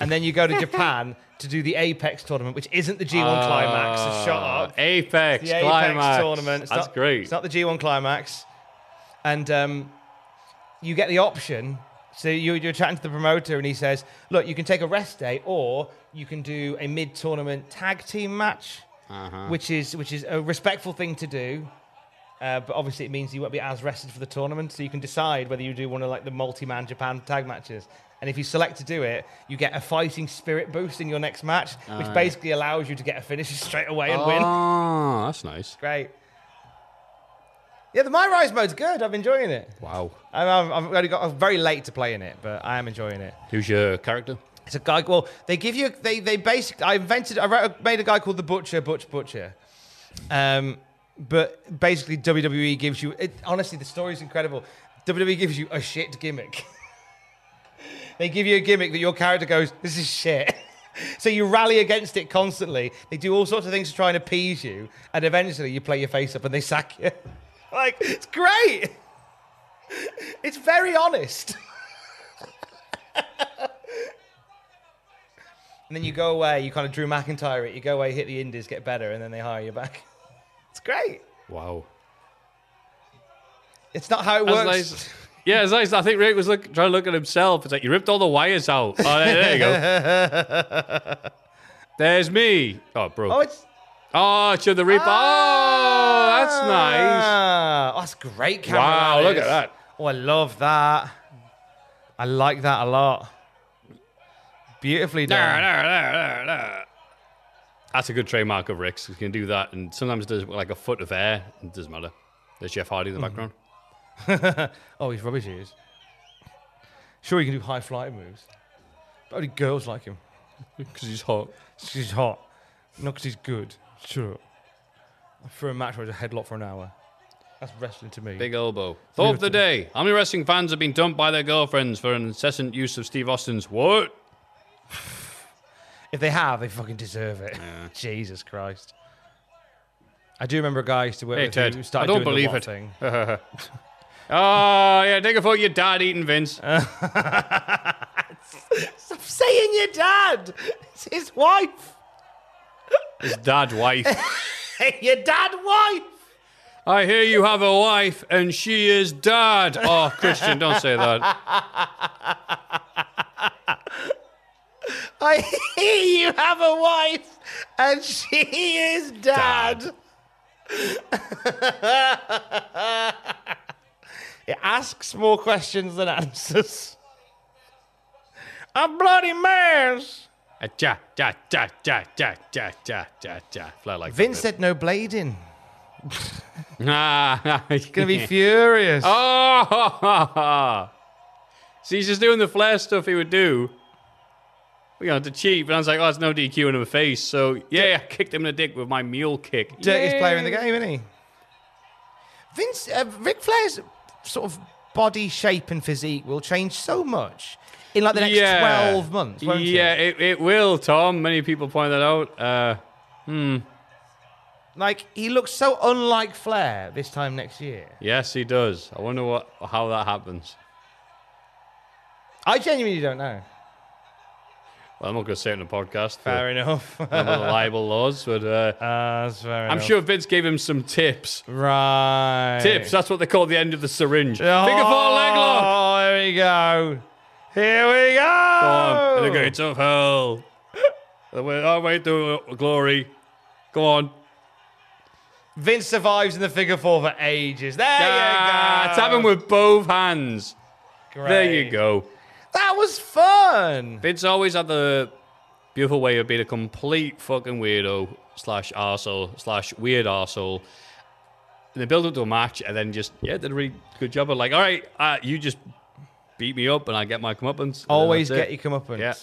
Speaker 8: And then you go to Japan to do the Apex tournament, which isn't the G1 climax. So shut
Speaker 7: Ah,
Speaker 8: up.
Speaker 7: Apex
Speaker 8: It's the
Speaker 7: climax.
Speaker 8: tournament. It's
Speaker 7: That's
Speaker 8: not,
Speaker 7: great.
Speaker 8: It's not the G1 climax. And um, you get the option. So you, you're chatting to the promoter, and he says, "Look, you can take a rest day, or you can do a mid-tournament tag team match,
Speaker 7: Uh-huh.
Speaker 8: which is which is a respectful thing to do. Uh, but obviously, it means you won't be as rested for the tournament. So you can decide whether you do one of like the multi-man Japan tag matches. And if you select to do it, you get a fighting spirit boost in your next match,
Speaker 7: Ah,
Speaker 8: which
Speaker 7: yeah.
Speaker 8: basically allows you to get a finish straight away
Speaker 7: Oh,
Speaker 8: and win.
Speaker 7: Ah, that's nice.
Speaker 8: Great. Yeah, the My Rise mode's good. I'm enjoying it.
Speaker 7: Wow.
Speaker 8: I'm, I'm, I've only got I'm very late to playing it, but I am enjoying it.
Speaker 7: Who's your character?
Speaker 8: It's a guy. Well, they give you. They they basically. I invented. I wrote, made a guy called the Butcher, Butch Butcher. Um, but basically, WWE gives you. It, honestly, the story's incredible. WWE gives you a shit gimmick. they give you a gimmick that your character goes, "This is shit." so you rally against it constantly. They do all sorts of things to try and appease you, and eventually you play your face up and they sack you. like it's great. it's very honest. And then you go away, you kind of Drew McIntyre it, you go away, hit the indies, get better, and then they hire you back. It's great.
Speaker 7: Wow.
Speaker 8: It's not how it
Speaker 7: As
Speaker 8: works.
Speaker 7: nice- Yeah, it's nice. I think Rick was look, trying to look at himself. It's like you ripped all the wires out. Oh, there, there you go. There's me. Oh, bro.
Speaker 8: Oh, it's.
Speaker 7: Oh, it's the reaper. Oh, that's nice.
Speaker 8: Ah, oh, that's great camera.
Speaker 7: Wow, look at
Speaker 8: is.
Speaker 7: that.
Speaker 8: Oh, I love that. I like that a lot. Beautifully done.
Speaker 7: That's a good trademark of Rick's. You can do that, and sometimes there's like a foot of air. It doesn't matter. There's Jeff Hardy in the
Speaker 8: Mhm.
Speaker 7: background.
Speaker 8: oh, he's rubbish, he is. Sure, he can do high flying moves. But only girls like him.
Speaker 7: Because he's hot.
Speaker 8: He's hot. Not because he's good. Sure. For a match where it's a headlock for an hour. That's wrestling to me.
Speaker 7: Big elbow. Thought of the day. How many wrestling fans have been dumped by their girlfriends for an incessant use of Steve Austin's what?
Speaker 8: If they have, they fucking deserve it. Jesus Christ. I do remember a guy I used to work
Speaker 7: Hey,
Speaker 8: with
Speaker 7: Ted,
Speaker 8: who started
Speaker 7: I don't
Speaker 8: doing the
Speaker 7: believe
Speaker 8: what
Speaker 7: it.
Speaker 8: thing.
Speaker 7: Oh, yeah, take a photo of your dad eating Vince.
Speaker 8: Stop saying your dad. It's his wife.
Speaker 7: His dad wife.
Speaker 8: your dad wife.
Speaker 7: I hear you have a wife and she is dad. Oh, Christian, don't say that.
Speaker 8: I hear you have a wife, and she is dad. it asks more questions than answers. A bloody mess.
Speaker 7: Ah, Ja, ja, ja, ja, ja, ja, ja, ja, ja. Fly like
Speaker 8: Vince said no blading.
Speaker 7: Ah, he's
Speaker 8: gonna be furious.
Speaker 7: Oh, see, he's just doing the flair stuff he would do. You know, to cheat, but I was like, oh, it's no DQ in the face. So, yeah, I kicked him in the dick with my mule kick.
Speaker 8: Dirtiest player in the
Speaker 7: Yay.
Speaker 8: game, isn't he? Vince, uh, Ric Flair's sort of body shape and physique will change so much in like the next
Speaker 7: Yeah.
Speaker 8: 12 months, won't it?
Speaker 7: yeah, it? It, will, Tom. Many people point that out. Uh, hmm.
Speaker 8: Like, he looks so unlike Flair this time next year.
Speaker 7: Yes, he does. I wonder what how that happens.
Speaker 8: I genuinely don't know.
Speaker 7: Well, I'm not going to say it in the podcast.
Speaker 8: Fair
Speaker 7: for
Speaker 8: enough.
Speaker 7: one of the libel laws, but uh, I'm
Speaker 8: enough.
Speaker 7: sure Vince gave him some tips.
Speaker 8: Right.
Speaker 7: Tips. That's what they call the end of the syringe.
Speaker 8: Oh,
Speaker 7: Finger four leg lock.
Speaker 8: there we go. Here we go.
Speaker 7: Go
Speaker 8: Oh.
Speaker 7: on. In the gates of hell. The way our way to glory. Go on.
Speaker 8: Vince survives in the figure four for ages. There
Speaker 7: Ah,
Speaker 8: you go.
Speaker 7: tap him with both hands. There you
Speaker 8: Great.
Speaker 7: go.
Speaker 8: That was fun.
Speaker 7: Vince always had the beautiful way of being a complete fucking weirdo slash arsehole slash weird arsehole And they build up to a match, and then just yeah, did a really good job of like, all right, uh, you just beat me up, and I get my comeuppance. and then
Speaker 8: Always
Speaker 7: that's
Speaker 8: get
Speaker 7: it.
Speaker 8: your comeuppance.
Speaker 7: Yeah.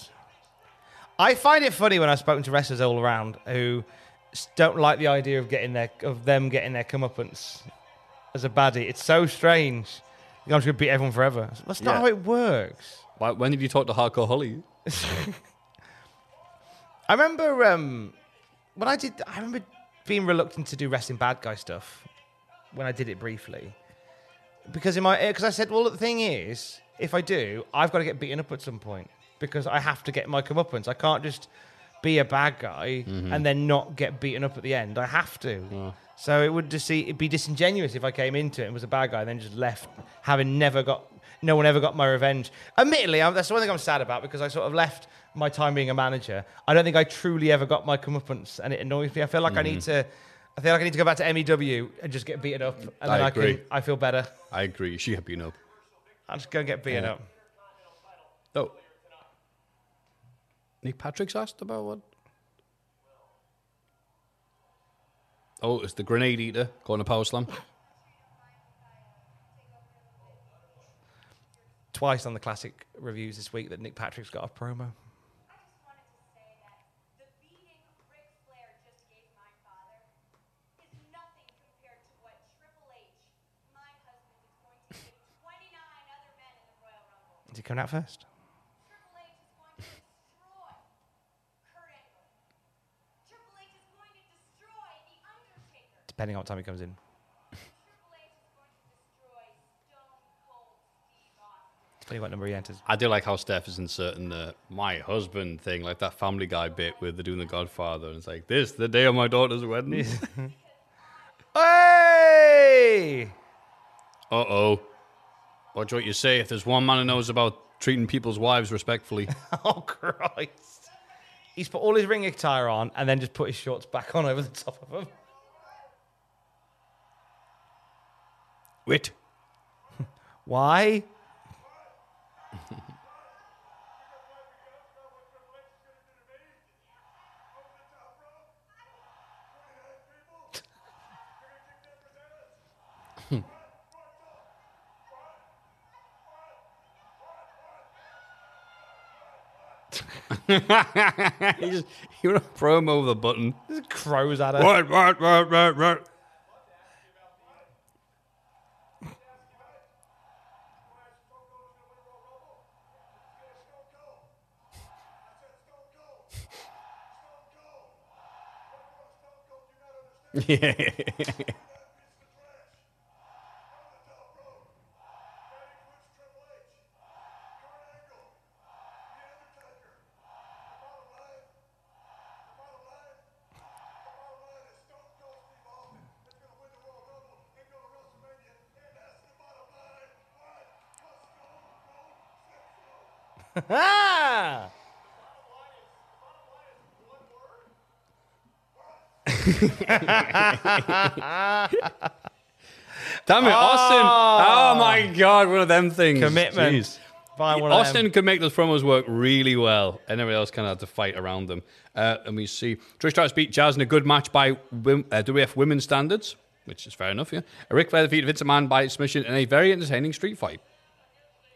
Speaker 8: I find it funny when I've spoken to wrestlers all around who s- don't like the idea of getting their of them getting their comeuppance as a baddie. It's so strange. I'm just gonna beat everyone forever. That's not
Speaker 7: Yeah.
Speaker 8: how it works.
Speaker 7: Why, when did you talk to Hardcore Holly?
Speaker 8: I remember um, when I did. I remember being reluctant to do wrestling bad guy stuff when I did it briefly because in my because I said, well, the thing is, if I do, I've got to get beaten up at some point because I have to get my comeuppance. I can't just be a bad guy
Speaker 7: Mhm.
Speaker 8: and then not get beaten up at the end. I have to. So it would just see, it'd be disingenuous if I came into it and was a bad guy and then just left having never got no one ever got my revenge. Admittedly, I'm, that's the one thing I'm sad about because I sort of left my time being a manager. I don't think I truly ever got my comeuppance, and it annoys me. I feel like I need
Speaker 7: Mhm.
Speaker 8: to. I feel like I need to go back to MEW and just get beaten up, and then
Speaker 7: I
Speaker 8: I,
Speaker 7: agree.
Speaker 8: can. I feel better.
Speaker 7: I agree. She had been up.
Speaker 8: I'm just gonna get beaten
Speaker 7: Yeah.
Speaker 8: up.
Speaker 7: Oh. Nick Patrick's asked about what? Oh, it's the grenade eater going to power slam.
Speaker 8: Twice on the classic reviews this week that Nick Patrick's got a promo. Is he coming out first? Depending on what time he comes in. Depending what number he enters.
Speaker 7: I do like how Steph is inserting the my husband thing, like that Family Guy bit where they're doing the Godfather, and it's like this the day of my daughter's wedding.
Speaker 8: hey!
Speaker 7: Uh oh. Watch what you say. If there's one man who knows about treating people's wives respectfully,
Speaker 8: Oh Christ! He's put all his ring attire on and then just put his shorts back on over the top of them.
Speaker 7: wit.
Speaker 8: Why?
Speaker 7: he just he wrote a promo over the button.
Speaker 8: Just crows at her.
Speaker 7: What? What? What? What? What?
Speaker 8: Ah!
Speaker 7: Damn it, Austin!
Speaker 8: Ah.
Speaker 7: Oh my God, one of them things.
Speaker 8: Commitment.
Speaker 7: Jeez.
Speaker 8: Buy one of
Speaker 7: Austin could make those promos work really well, and everybody else kind of had to fight around them. Uh, and we see Trish Stratus beat Jazz in a good match by wim, uh, WF women's standards, which is fair enough. Yeah, Rick Flair defeated Vince McMahon by submission in a very entertaining street fight,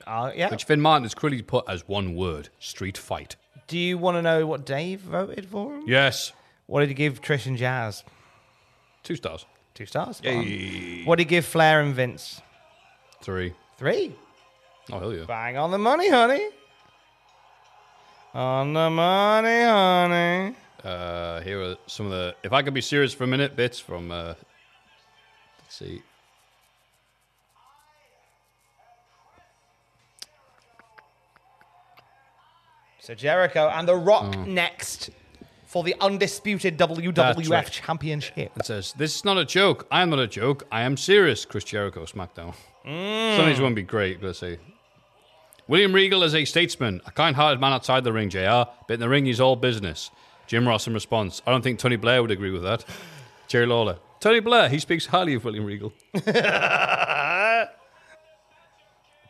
Speaker 8: Uh, yeah.
Speaker 7: which Finn Martin has cruelly put as one word: street fight.
Speaker 8: Do you want to know what Dave voted for him?
Speaker 7: Yes,
Speaker 8: What did he give Trish and Jazz?
Speaker 7: two stars,
Speaker 8: Two stars.
Speaker 7: Yay.
Speaker 8: What did he give Flair and Vince?
Speaker 7: three.
Speaker 8: Three.
Speaker 7: Oh hell yeah!
Speaker 8: Bang on the money, honey. On the money, honey.
Speaker 7: Uh, here are some of the if I could be serious for a minute bits from uh, let's see.
Speaker 8: So Jericho and The Rock
Speaker 7: Oh.
Speaker 8: next for the undisputed WWF
Speaker 7: right.
Speaker 8: Championship.
Speaker 7: It says, This is not a joke. I am not a joke. I am serious. Chris Jericho, SmackDown.
Speaker 8: Mm.
Speaker 7: Some of these won't be great, but let's see. William Regal is a statesman, a kind hearted man outside the ring, JR, but in the ring, he's all business. Jim Ross in response, I don't think Tony Blair would agree with that. Jerry Lawler, Tony Blair, he speaks highly of William Regal.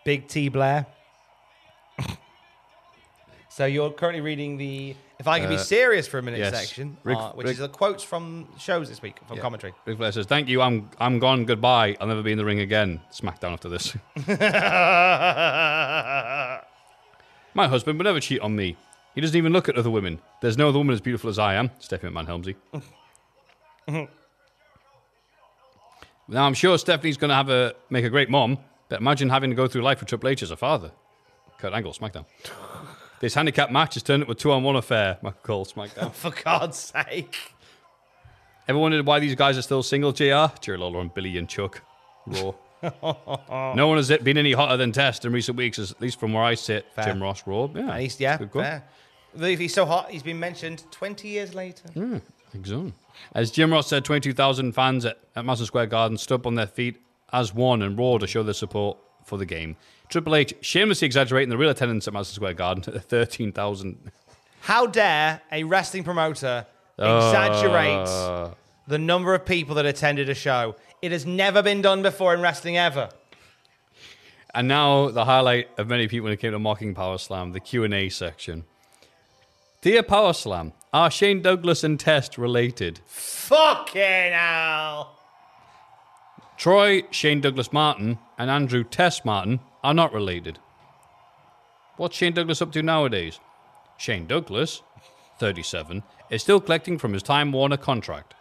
Speaker 8: Big T Blair. so you're currently reading the If I could be
Speaker 7: Uh,
Speaker 8: serious for a minute
Speaker 7: yes.
Speaker 8: section,
Speaker 7: Ric-
Speaker 8: uh, which
Speaker 7: Ric-
Speaker 8: is the quotes from shows this week from commentary.
Speaker 7: Ric Flair says, "Thank you. I'm I'm gone. Goodbye. I'll never be in the ring again." SmackDown after this. My husband would never cheat on me. He doesn't even look at other women. There's no other woman as beautiful as I am. Stephanie McMahon Helmsley. now I'm sure Stephanie's going to have a make a great mom, but imagine having to go through life with Triple H as a father. Kurt Angle, SmackDown. this handicap match has turned into a two-on-one affair. McCall, SmackDown.
Speaker 8: For God's sake.
Speaker 7: Ever wondered why these guys are still single, JR? Jerry Lawler and Billy and Chuck. Raw. no one has been any hotter than Test in recent weeks, at least from where I sit.
Speaker 8: Fair.
Speaker 7: Jim Ross, Raw. Yeah,
Speaker 8: At least, yeah,
Speaker 7: good call.
Speaker 8: fair. Though if he's so hot, he's been mentioned 20 years later.
Speaker 7: Hmm, I think so. As Jim Ross said, 22,000 fans at, at Madison Square Garden stood up on their feet as one and roared to show their support for the game. Triple H shamelessly exaggerating the real attendance at Madison Square Garden to 13,000.
Speaker 8: How dare a wrestling promoter exaggerate
Speaker 7: Uh.
Speaker 8: the number of people that attended a show? It has never been done before in wrestling ever.
Speaker 7: And now the highlight of many people when it came to mocking Power Slam, the Q&A section. Dear Power Slam, are Shane Douglas and Test related?
Speaker 8: Fucking hell.
Speaker 7: Troy, Shane Douglas Martin, and Andrew Tess Martin are not related. What's Shane Douglas up to nowadays? Shane Douglas, 37, is still collecting from his Time Warner contract,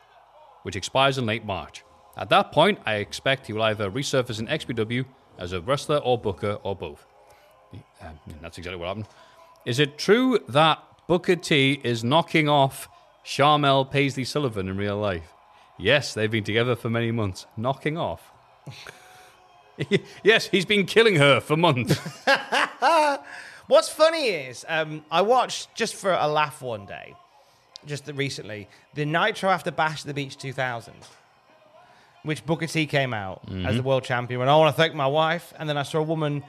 Speaker 7: which expires in late March. At that point, I expect he will either resurface in XPW as a wrestler or booker or both. Um, and that's exactly what happened. Is it true that Booker T is knocking off Charmel Paisley Sullivan in real life? Yes, they've been together for many months. Knocking off? yes, he's been killing her for months.
Speaker 8: What's funny is um, I watched just for a laugh one day, just the- recently, the Nitro after Bash at the Beach 2000, which Booker T came out as
Speaker 7: Mhm.
Speaker 8: the world champion. And I want to thank my wife. And then I saw a woman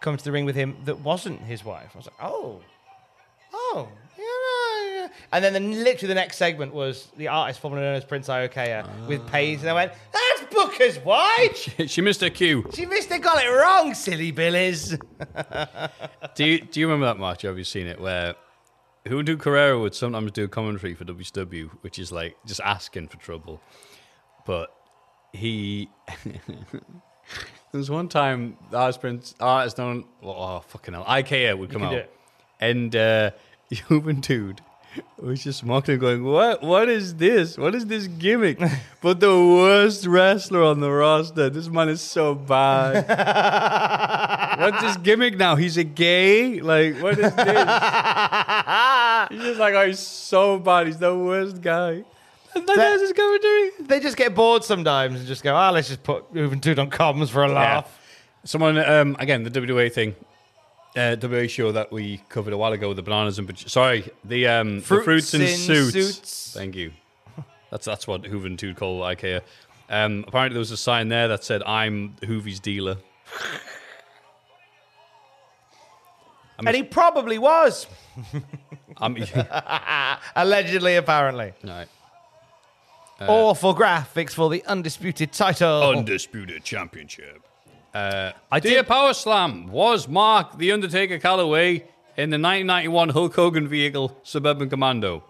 Speaker 8: come to the ring with him that wasn't his wife. I was like, oh, oh. yeah, yeah. And then the, literally the next segment was the artist formerly known as Prince Iokea with Paige. And I went, that's Booker's wife.
Speaker 7: she missed her cue.
Speaker 8: She missed it, got it wrong, silly billies.
Speaker 7: do you do you remember that match? Have you seen it? Where Hundo Carrera would sometimes do commentary for WCW, which is like just asking for trouble. But he there was one time the artist Prince artist known oh, oh fucking hell IKEA would
Speaker 8: You
Speaker 7: come
Speaker 8: can do
Speaker 7: out
Speaker 8: it.
Speaker 7: and uh, human dude was just mocking, going, "What? What is this? What is this gimmick?" but the worst wrestler on the roster. This man is so bad. What's his gimmick now? He's a gay? Like, what is this? he's just like, oh, he's so bad. He's the worst guy. That's his commentary.
Speaker 8: They just get bored sometimes and just go, ah, let's just put Juventud on comms for a laugh.
Speaker 7: Someone, um, again, the WWA thing, uh, WWA show that we covered a while ago, the bananas and paj- sorry, the um,
Speaker 8: Fruits
Speaker 7: the fruits and
Speaker 8: in
Speaker 7: suits.
Speaker 8: suits.
Speaker 7: Thank you. That's that's what Hooven Dude call IKEA. Um, apparently, there was a sign there that said, "I'm Hoovy's dealer." I'm
Speaker 8: and he probably was.
Speaker 7: I'm,
Speaker 8: Allegedly, apparently.
Speaker 7: Right. Uh,
Speaker 8: Awful graphics for the undisputed title.
Speaker 7: Undisputed Championship. Uh, Dear Power Slam, was Mark the Undertaker Calloway in the 1991 Hulk Hogan vehicle Suburban Commando?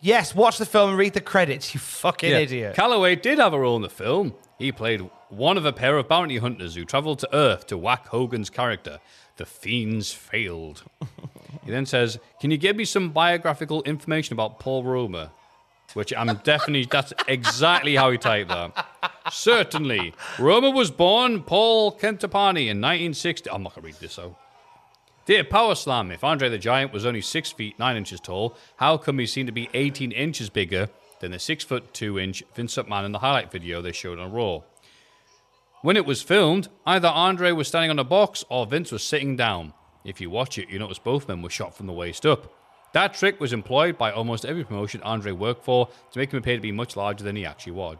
Speaker 8: Yes, watch the film and read the credits, you fucking
Speaker 7: Yeah.
Speaker 8: idiot.
Speaker 7: Calloway did have a role in the film. He played one of a pair of bounty hunters who traveled to Earth to whack Hogan's character. The fiends failed. he then says, "Can you give me some biographical information about Paul Romer?" Which I'm definitely that's exactly how he typed that. Certainly, Romer was born Paul Kentapani in 1960. I'm not gonna read this out. Dear Power Slam, if Andre the Giant was only six feet nine inches tall, how come he seemed to be 18 inches bigger than the six foot two inch Vincent Man in the highlight video they showed on Raw? When it was filmed, either Andre was standing on a box or Vince was sitting down. If you watch it, you notice both men were shot from the waist up. That trick was employed by almost every promotion Andre worked for to make him appear to be much larger than he actually was.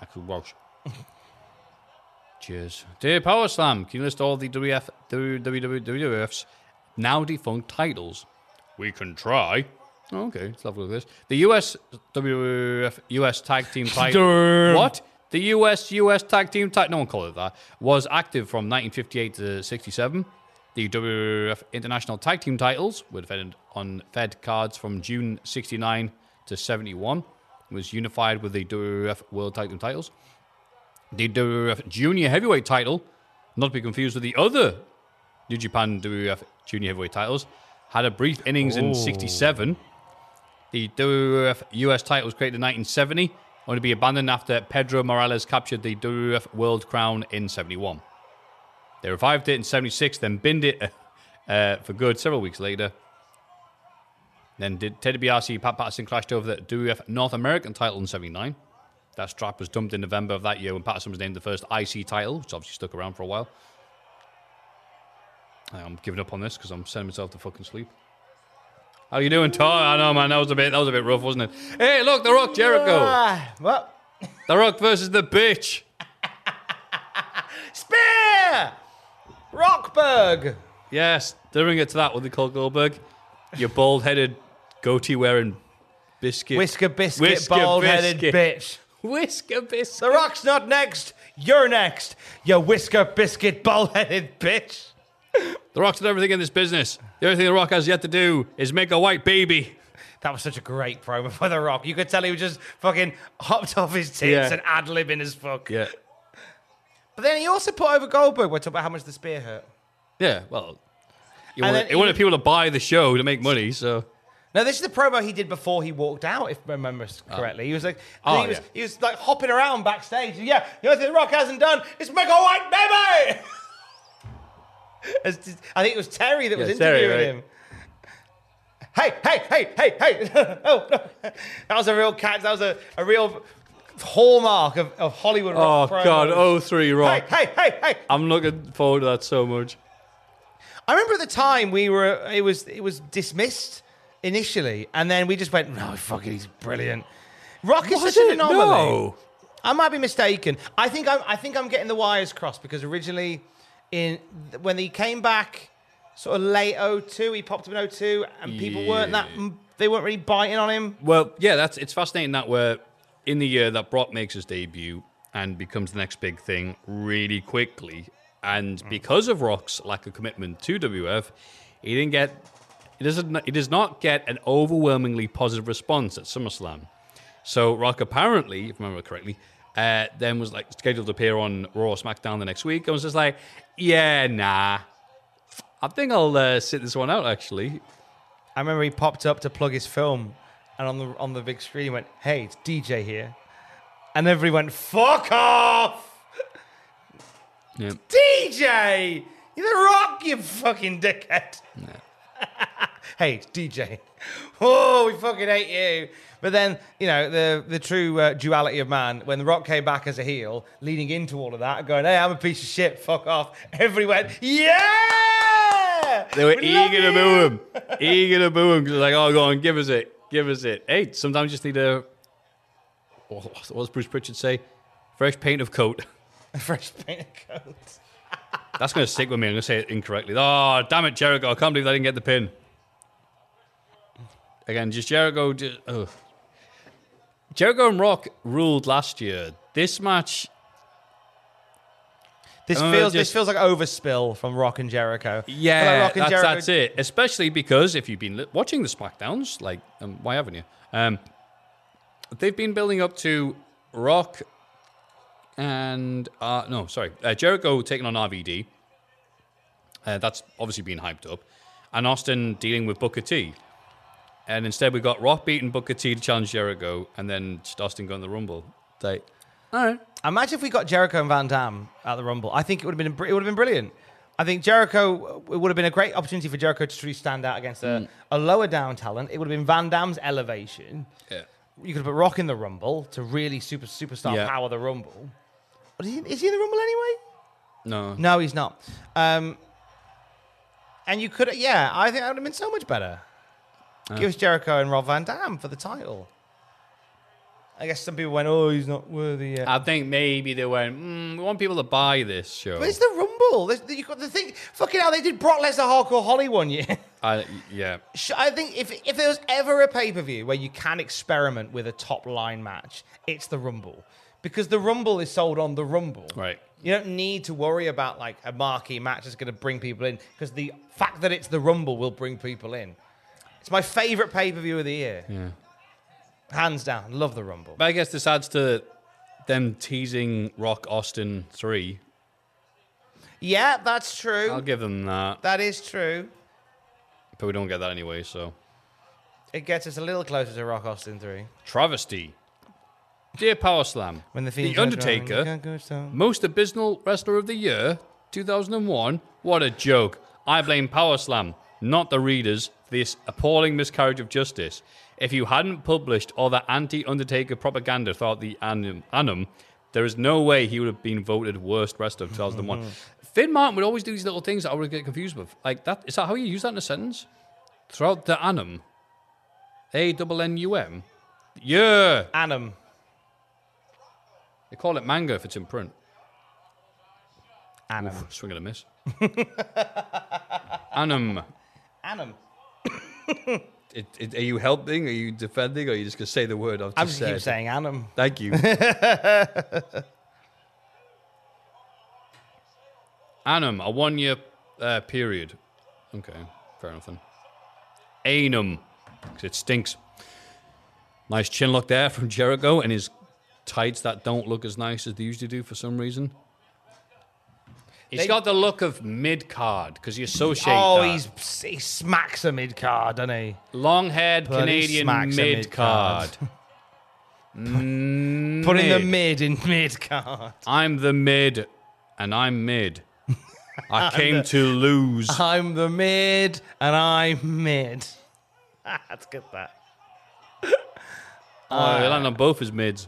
Speaker 7: Actually was. Cheers. Dear Power Slam, can you list all the WF, WWF's now defunct titles? We can try. Oh, okay, let's have a look at this. The US WWF US Tag Team title.
Speaker 8: Durr.
Speaker 7: what? The US US Tag Team title. No one called it that. Was active from 1958 to 67. The WWF International Tag Team titles were defended on Fed cards from June 69 to 71, was unified with the WWF World Tag Team titles. The WWF Junior Heavyweight title, not to be confused with the other New Japan WWF Junior Heavyweight titles, had a brief innings
Speaker 10: Ooh.
Speaker 7: in 67. The WWF US title was created in 1970, only to be abandoned after Pedro Morales captured the WWF World Crown in 71. They revived it in 76, then binned it uh, for good several weeks later. Then did Ted DiBiase, Pat Patterson clashed over the WWF North American title in 79. That strap was dumped in November of that year when Patterson was named the first IC title, which obviously stuck around for a while. I'm giving up on this because I'm sending myself to fucking sleep. How you doing, Tom? I know, man. That was a bit. That was a bit rough, wasn't it? Hey, look, The Rock Jericho.
Speaker 8: Ah, what?
Speaker 7: The Rock versus the bitch.
Speaker 8: Spear! Rockberg!
Speaker 7: Yes, during it to that, what they call Goldberg, your bald-headed, goatee-wearing biscuit,
Speaker 8: Whisker biscuit,
Speaker 7: Whisker
Speaker 8: bald headed
Speaker 7: biscuit.
Speaker 8: bitch.
Speaker 7: Whisker biscuit.
Speaker 8: The rock's not next. You're next. You whisker biscuit, bald headed bitch.
Speaker 7: The Rock's done everything in this business. The only thing The Rock has yet to do is make a white baby.
Speaker 8: That was such a great promo for The Rock. You could tell he was just fucking hopped off his tits
Speaker 7: Yeah.
Speaker 8: and ad libbing as fuck.
Speaker 7: Yeah.
Speaker 8: But then he also put over Goldberg. We're talking about how much the spear hurt.
Speaker 7: Yeah, well, you
Speaker 8: And
Speaker 7: wanted,
Speaker 8: then
Speaker 7: you wanted
Speaker 8: even-
Speaker 7: people to buy the show to make money, so.
Speaker 8: No, this is the promo he did before he walked out, if I remember correctly. He was like,
Speaker 7: Oh,
Speaker 8: he, was,
Speaker 7: yeah.
Speaker 8: he was like hopping around backstage. Yeah, the only thing The Rock hasn't done is make a white baby. As- I think it was Terry that was
Speaker 7: Yeah, Terry,
Speaker 8: interviewing
Speaker 7: right.
Speaker 8: him. Hey, hey, hey, hey, hey! oh, no. that was a real cat. That was a, a real hallmark of, of Hollywood.
Speaker 7: Oh,
Speaker 8: rock promos.
Speaker 7: God, 03 Rock.
Speaker 8: Hey, hey, hey, hey!
Speaker 7: I'm looking forward to that so much.
Speaker 8: I remember at the time we were it was it was dismissed initially, and then we just went, no, fucking, he's brilliant. Rock is
Speaker 7: Was
Speaker 8: such an
Speaker 7: it?
Speaker 8: anomaly.
Speaker 7: No.
Speaker 8: I might be mistaken. I think I'm I think I'm getting the wires crossed because originally in when he came back sort of late 02, he popped up in 02 and people weren't that they weren't really biting on him.
Speaker 7: Well, yeah, that's it's fascinating that where in the year that Brock makes his debut and becomes the next big thing really quickly, and because of Rock's lack of commitment to WF, he didn't get he doesn't he does not get an overwhelmingly positive response at SummerSlam. So Rock apparently, if I remember correctly, uh, then was like scheduled to appear on Raw or SmackDown the next week. and was just like, yeah, nah, I think I'll uh, sit this one out actually.
Speaker 8: I remember he popped up to plug his film, and on the on the big screen he went, "Hey, it's DJ here," and everyone went, "Fuck off,
Speaker 7: Yeah.
Speaker 8: DJ! You're the Rock, you fucking dickhead!" hey, it's DJ. Oh, we fucking hate you. But then, you know, the the true uh, duality of man. When the Rock came back as a heel, leading into all of that, going, "Hey, I'm a piece of shit. Fuck off." Everyone, yeah.
Speaker 7: They were
Speaker 8: We love
Speaker 7: eager to
Speaker 8: you."
Speaker 7: boo him. eager to boo him. 'cause they're like, oh, go on, give us it. Give us it. Hey, sometimes you just need a. What does Bruce Pritchard say? Fresh paint of coat.
Speaker 8: Fresh paint of coat.
Speaker 7: That's going to stick with me. I'm going to say it incorrectly. Oh, damn it, Jericho. I can't believe I didn't get the pin. Again, just Jericho. Just, ugh. Jericho and Rock ruled last year. This match.
Speaker 8: This
Speaker 7: Uh,
Speaker 8: feels this
Speaker 7: just-
Speaker 8: feels like overspill from Rock and Jericho.
Speaker 7: Yeah,
Speaker 8: Feel like Rock and
Speaker 7: that's,
Speaker 8: Jericho.
Speaker 7: that's it. Especially because if you've been li- watching the SmackDowns, like, um, why haven't you? Um, they've been building up to Rock and uh, no, sorry, uh, Jericho taking on RVD. Uh, that's obviously been hyped up, and Austin dealing with Booker T. And instead, we got Rock beating Booker T to challenge Jericho, and then just Austin going to the Rumble. They, All right.
Speaker 8: Imagine if we got Jericho and Van Dam at the Rumble. I think it would have been br- it would have been brilliant. I think Jericho it would have been a great opportunity for Jericho to truly stand out against a,
Speaker 7: Mm.
Speaker 8: a lower down talent. It would have been Van Dam's elevation.
Speaker 7: yeah.
Speaker 8: You could put Rock in the Rumble to really super superstar
Speaker 7: Yeah.
Speaker 8: power the Rumble. But is he, is he in the Rumble anyway?
Speaker 7: No,
Speaker 8: No, he's not. Um, and you could, yeah, I think that would have been so much better.
Speaker 7: Yeah.
Speaker 8: Give us Jericho and Rob Van Dam for the title. I guess some people went, oh, he's not worthy yet.
Speaker 7: I think maybe they went. Mm, we want people to buy this show.
Speaker 8: But it's the Rumble. There's- You got the thing. Fucking hell, they did Brock Lesnar Hardcore Holly one year.
Speaker 7: I, yeah.
Speaker 8: Sh- I think if if there was ever a pay per view where you can experiment with a top line match, it's the Rumble because the Rumble is sold on the Rumble.
Speaker 7: Right.
Speaker 8: You don't need to worry about like a marquee match that's going to bring people in because the fact that it's the Rumble will bring people in. It's my favorite pay per view of the year,
Speaker 7: Yeah.
Speaker 8: hands down. Love the Rumble.
Speaker 7: But I guess this adds to them teasing Rock Austin 3.
Speaker 8: Yeah, that's true.
Speaker 7: I'll give them that.
Speaker 8: that is true.
Speaker 7: But we don't get that anyway, so.
Speaker 8: It gets us a little closer to Rock Austin three.
Speaker 7: Travesty. Dear Power Slam,
Speaker 8: When the Fiend
Speaker 7: the
Speaker 8: turns around,
Speaker 7: Undertaker,
Speaker 8: you can't go down.
Speaker 7: most abysmal wrestler of the year, 2001. What a joke. I blame Power Slam, not the readers, for this appalling miscarriage of justice. If you hadn't published all the anti Undertaker propaganda throughout the annum, annum, there is no way he would have been voted worst wrestler of 2001. Finn Martin would always do these little things that I would get confused with. Like that is that how you use that in a sentence? Throughout the annum. A double N U M. Yeah.
Speaker 8: Annum.
Speaker 7: They call it manga if it's in print.
Speaker 8: Annum.
Speaker 7: Oof, swing and a miss. Annum.
Speaker 8: Annum.
Speaker 7: It, it, are you helping? Are you defending? Or are you just going to say the word I've just
Speaker 8: I'm just
Speaker 7: said?
Speaker 8: keep saying Annum.
Speaker 7: Thank you. Annum, a one year uh, period. Okay, fair enough then. Anum, 'cause it stinks. Nice chin lock there from Jericho and his tights that don't look as nice as they usually do for some reason. He's
Speaker 8: They-
Speaker 7: got the look of mid card because you associate
Speaker 8: Oh,
Speaker 7: that.
Speaker 8: he's he smacks a mid card, doesn't he?
Speaker 7: long haired
Speaker 8: Bloody
Speaker 7: Canadian
Speaker 8: smacks a
Speaker 7: mid card.
Speaker 8: Putting the
Speaker 7: Mid.
Speaker 8: mid in mid card.
Speaker 7: I'm the mid, and I'm mid. I
Speaker 8: I'm
Speaker 7: came
Speaker 8: the-
Speaker 7: to lose.
Speaker 8: I'm the mid and I'm mid. That's good. That.
Speaker 7: oh, he landed on both his mids.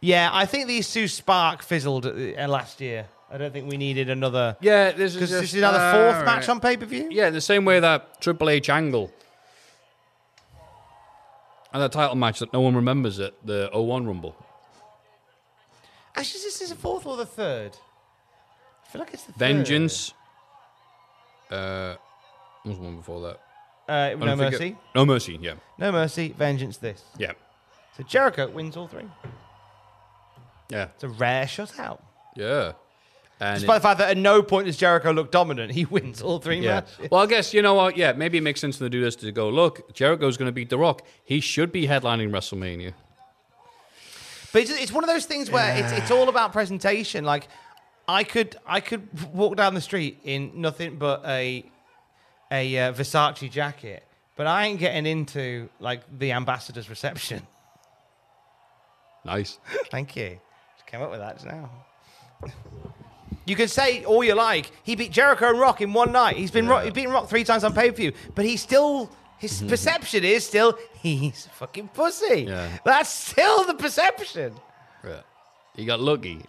Speaker 8: yeah, I think these two spark fizzled uh, last year. I don't think we needed another.
Speaker 7: Yeah, this is
Speaker 8: because this
Speaker 7: just- uh,
Speaker 8: is now the
Speaker 7: all
Speaker 8: fourth
Speaker 7: right.
Speaker 8: match on pay per view.
Speaker 7: Yeah, the same way that Triple H angle and that title match that no one remembers at the 01 Rumble.
Speaker 8: Actually, is this is the fourth or the third. I feel like it's the third.
Speaker 7: Vengeance. Uh, what was the one before that?
Speaker 8: Uh,
Speaker 7: I
Speaker 8: no
Speaker 7: don't think it-
Speaker 8: mercy.
Speaker 7: no mercy. Yeah,
Speaker 8: No mercy. Vengeance. This.
Speaker 7: yeah,
Speaker 8: So Jericho wins all three.
Speaker 7: yeah,
Speaker 8: It's a rare shutout.
Speaker 7: yeah. And
Speaker 8: Despite
Speaker 7: it-
Speaker 8: the fact that at no point does Jericho look dominant, he wins all three
Speaker 7: Yeah.
Speaker 8: matches.
Speaker 7: Well, I guess you know what. Yeah, maybe it makes sense to do this to go. Look, Jericho's going to beat The Rock. He should be headlining WrestleMania.
Speaker 8: But it's, it's one of those things where it's, it's all about presentation. Like, I could I could walk down the street in nothing but a a uh, Versace jacket, but I ain't getting into like the ambassador's reception.
Speaker 7: Nice.
Speaker 8: Thank you. Just came up with that just now. You can say all you like. He beat Jericho and Rock in one night. He's been rock, he's beaten Rock three times on pay per view, but he's still his perception is still he's a fucking pussy.
Speaker 7: Yeah.
Speaker 8: That's still the perception.
Speaker 7: Yeah. He got lucky.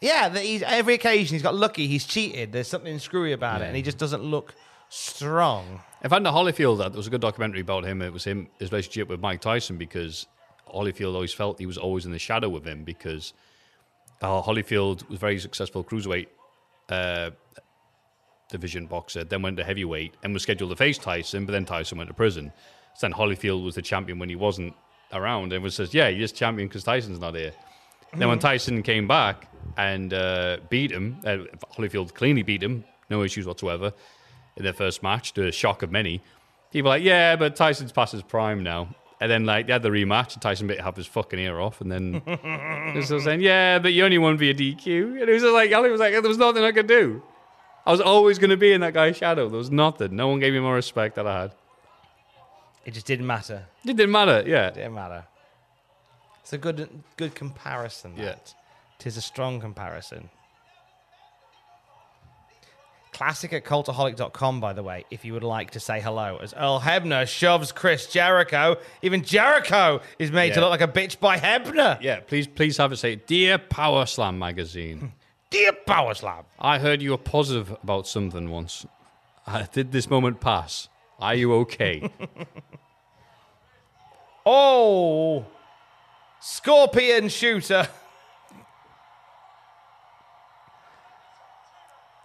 Speaker 8: Yeah, that he's every occasion he's got lucky. He's cheated. There's something screwy about it, and he just doesn't look strong.
Speaker 7: In fact, the Holyfield, that there was a good documentary about him. It was him his relationship with Mike Tyson because Holyfield always felt he was always in the shadow of him because uh, Holyfield was very successful cruiserweight uh, division boxer, then went to heavyweight and was scheduled to face Tyson, but then Tyson went to prison. So then Holyfield was the champion when he wasn't around. Everyone says, "Yeah, you're just champion because Tyson's not here." Then when Tyson came back and uh, beat him, uh, Holyfield cleanly beat him, no issues whatsoever, in their first match, to the shock of many. People were like, yeah, but Tyson's past his prime now. And then like they had the rematch, and Tyson bit half his fucking ear off, and then they were still saying, yeah, but you only won via DQ. And it was just like, Ali was like, there was nothing I could do. I was always going to be in that guy's shadow. There was nothing. No one gave me more respect that I had.
Speaker 8: It just didn't matter.
Speaker 7: It didn't matter. Yeah.
Speaker 8: Didn't matter. It's a good good comparison. That.
Speaker 7: Yeah.
Speaker 8: Tis a strong comparison. Classic at cultaholic.com, by the way, if you would like to say hello, as Earl Hebner shoves Chris Jericho. Even Jericho is made to
Speaker 7: Yeah.
Speaker 8: look like a bitch by Hebner.
Speaker 7: Yeah. Please, please have it say, dear Power Slam magazine.
Speaker 8: Dear Power Slam.
Speaker 7: I heard you were positive about something once. Uh, did this moment pass? Are you okay?
Speaker 8: Oh, Scorpion Shooter.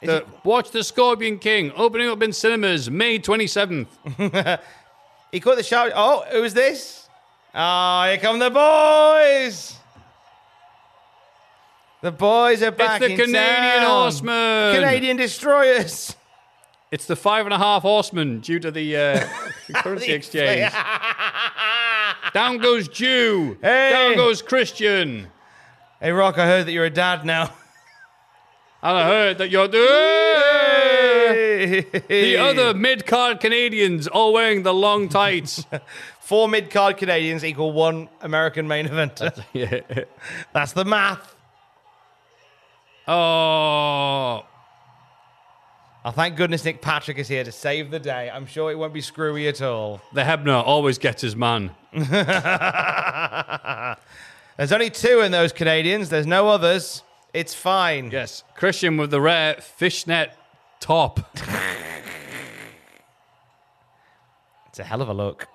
Speaker 7: The- watch The Scorpion King opening up in cinemas May 27th.
Speaker 8: he caught the shout. Oh, who's this? Oh, here come the boys. The boys are back
Speaker 7: the
Speaker 8: in
Speaker 7: Canadian
Speaker 8: town.
Speaker 7: horsemen.
Speaker 8: Canadian destroyers.
Speaker 7: It's the five and a half horsemen due to the uh, currency exchange. Down goes Jew.
Speaker 8: Hey.
Speaker 7: Down goes Christian.
Speaker 8: Hey, Rock, I heard that you're a dad now.
Speaker 7: And I heard that you're the, the other mid card Canadians all wearing the long tights.
Speaker 8: Four mid card Canadians equal one American main eventer.
Speaker 7: yeah.
Speaker 8: That's the math.
Speaker 7: Oh.
Speaker 8: I Oh, thank goodness Nick Patrick is here to save the day. I'm sure it won't be screwy at all.
Speaker 7: The Hebner always gets his man.
Speaker 8: There's only two in those Canadians. There's no others. It's fine.
Speaker 7: Yes. Christian with the rare fishnet top.
Speaker 8: it's a hell of a look.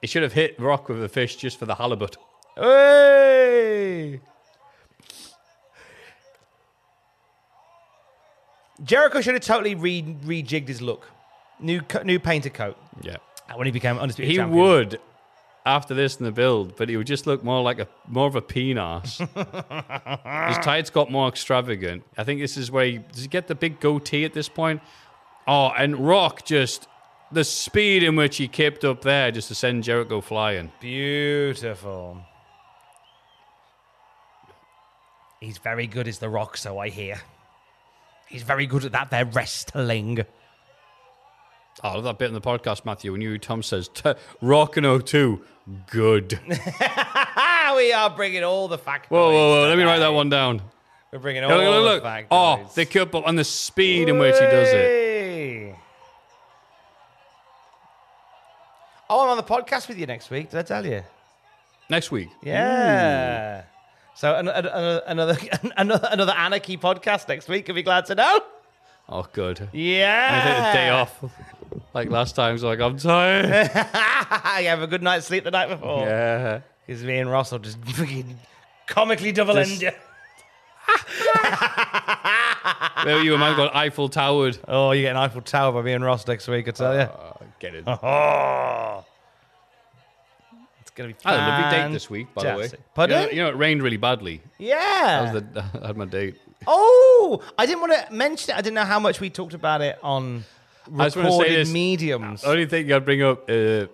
Speaker 7: He should have hit Rock with a fish just for the halibut.
Speaker 8: Hey! Jericho should have totally re- rejigged his look. New co- new painter coat.
Speaker 7: Yeah.
Speaker 8: When he became undisputed
Speaker 7: He
Speaker 8: champion.
Speaker 7: would after this in the build, but he would just look more like a more of a penis. His tights got more extravagant. I think this is where he does he get the big goatee at this point? Oh, and Rock just the speed in which he kept up there just to send Jericho flying.
Speaker 8: Beautiful. He's very good as The Rock, so I hear. He's very good at that there wrestling.
Speaker 7: Oh, I love that bit in the podcast, Matthew, when you Tom says "T- Rock and 02, good. whoa,
Speaker 8: Ah, we are bringing all the fact.
Speaker 7: whoa, whoa! Let me write that one down.
Speaker 8: We're bringing all
Speaker 7: Look, look,
Speaker 8: the
Speaker 7: look!
Speaker 8: fact.
Speaker 7: Oh, the couple and the speed in which he does it.
Speaker 8: it. Oh, I'm on the podcast with you next week. Did I tell you?
Speaker 7: Next week,
Speaker 8: Yeah. So an, an, an- another another another anarchy podcast next week. You'll be glad to know.
Speaker 7: Oh, good. I take
Speaker 8: Yeah.
Speaker 7: a day off. Like last time, it's like, I'm tired.
Speaker 8: you have a good night's sleep the night before.
Speaker 7: yeah.
Speaker 8: Because me and Ross will just fucking comically double
Speaker 7: Just-
Speaker 8: end you.
Speaker 7: Maybe you a man got Eiffel Towered.
Speaker 8: Oh, you get an Eiffel Tower by me and Ross next week, I tell you.
Speaker 7: Get it.
Speaker 8: Oh. It's going to be
Speaker 7: Uh. I
Speaker 8: fun.
Speaker 7: had a lovely date this week, by the way.
Speaker 8: Pardon?
Speaker 7: You know, you know, it rained really badly. That
Speaker 8: yeah.
Speaker 7: was the, I had my date.
Speaker 8: Oh, I didn't want to mention it. I didn't know how much we talked about it on
Speaker 7: I just want to say
Speaker 8: recorded
Speaker 7: this. Oh.
Speaker 8: mediums.
Speaker 7: The only thing I'd bring up, uh,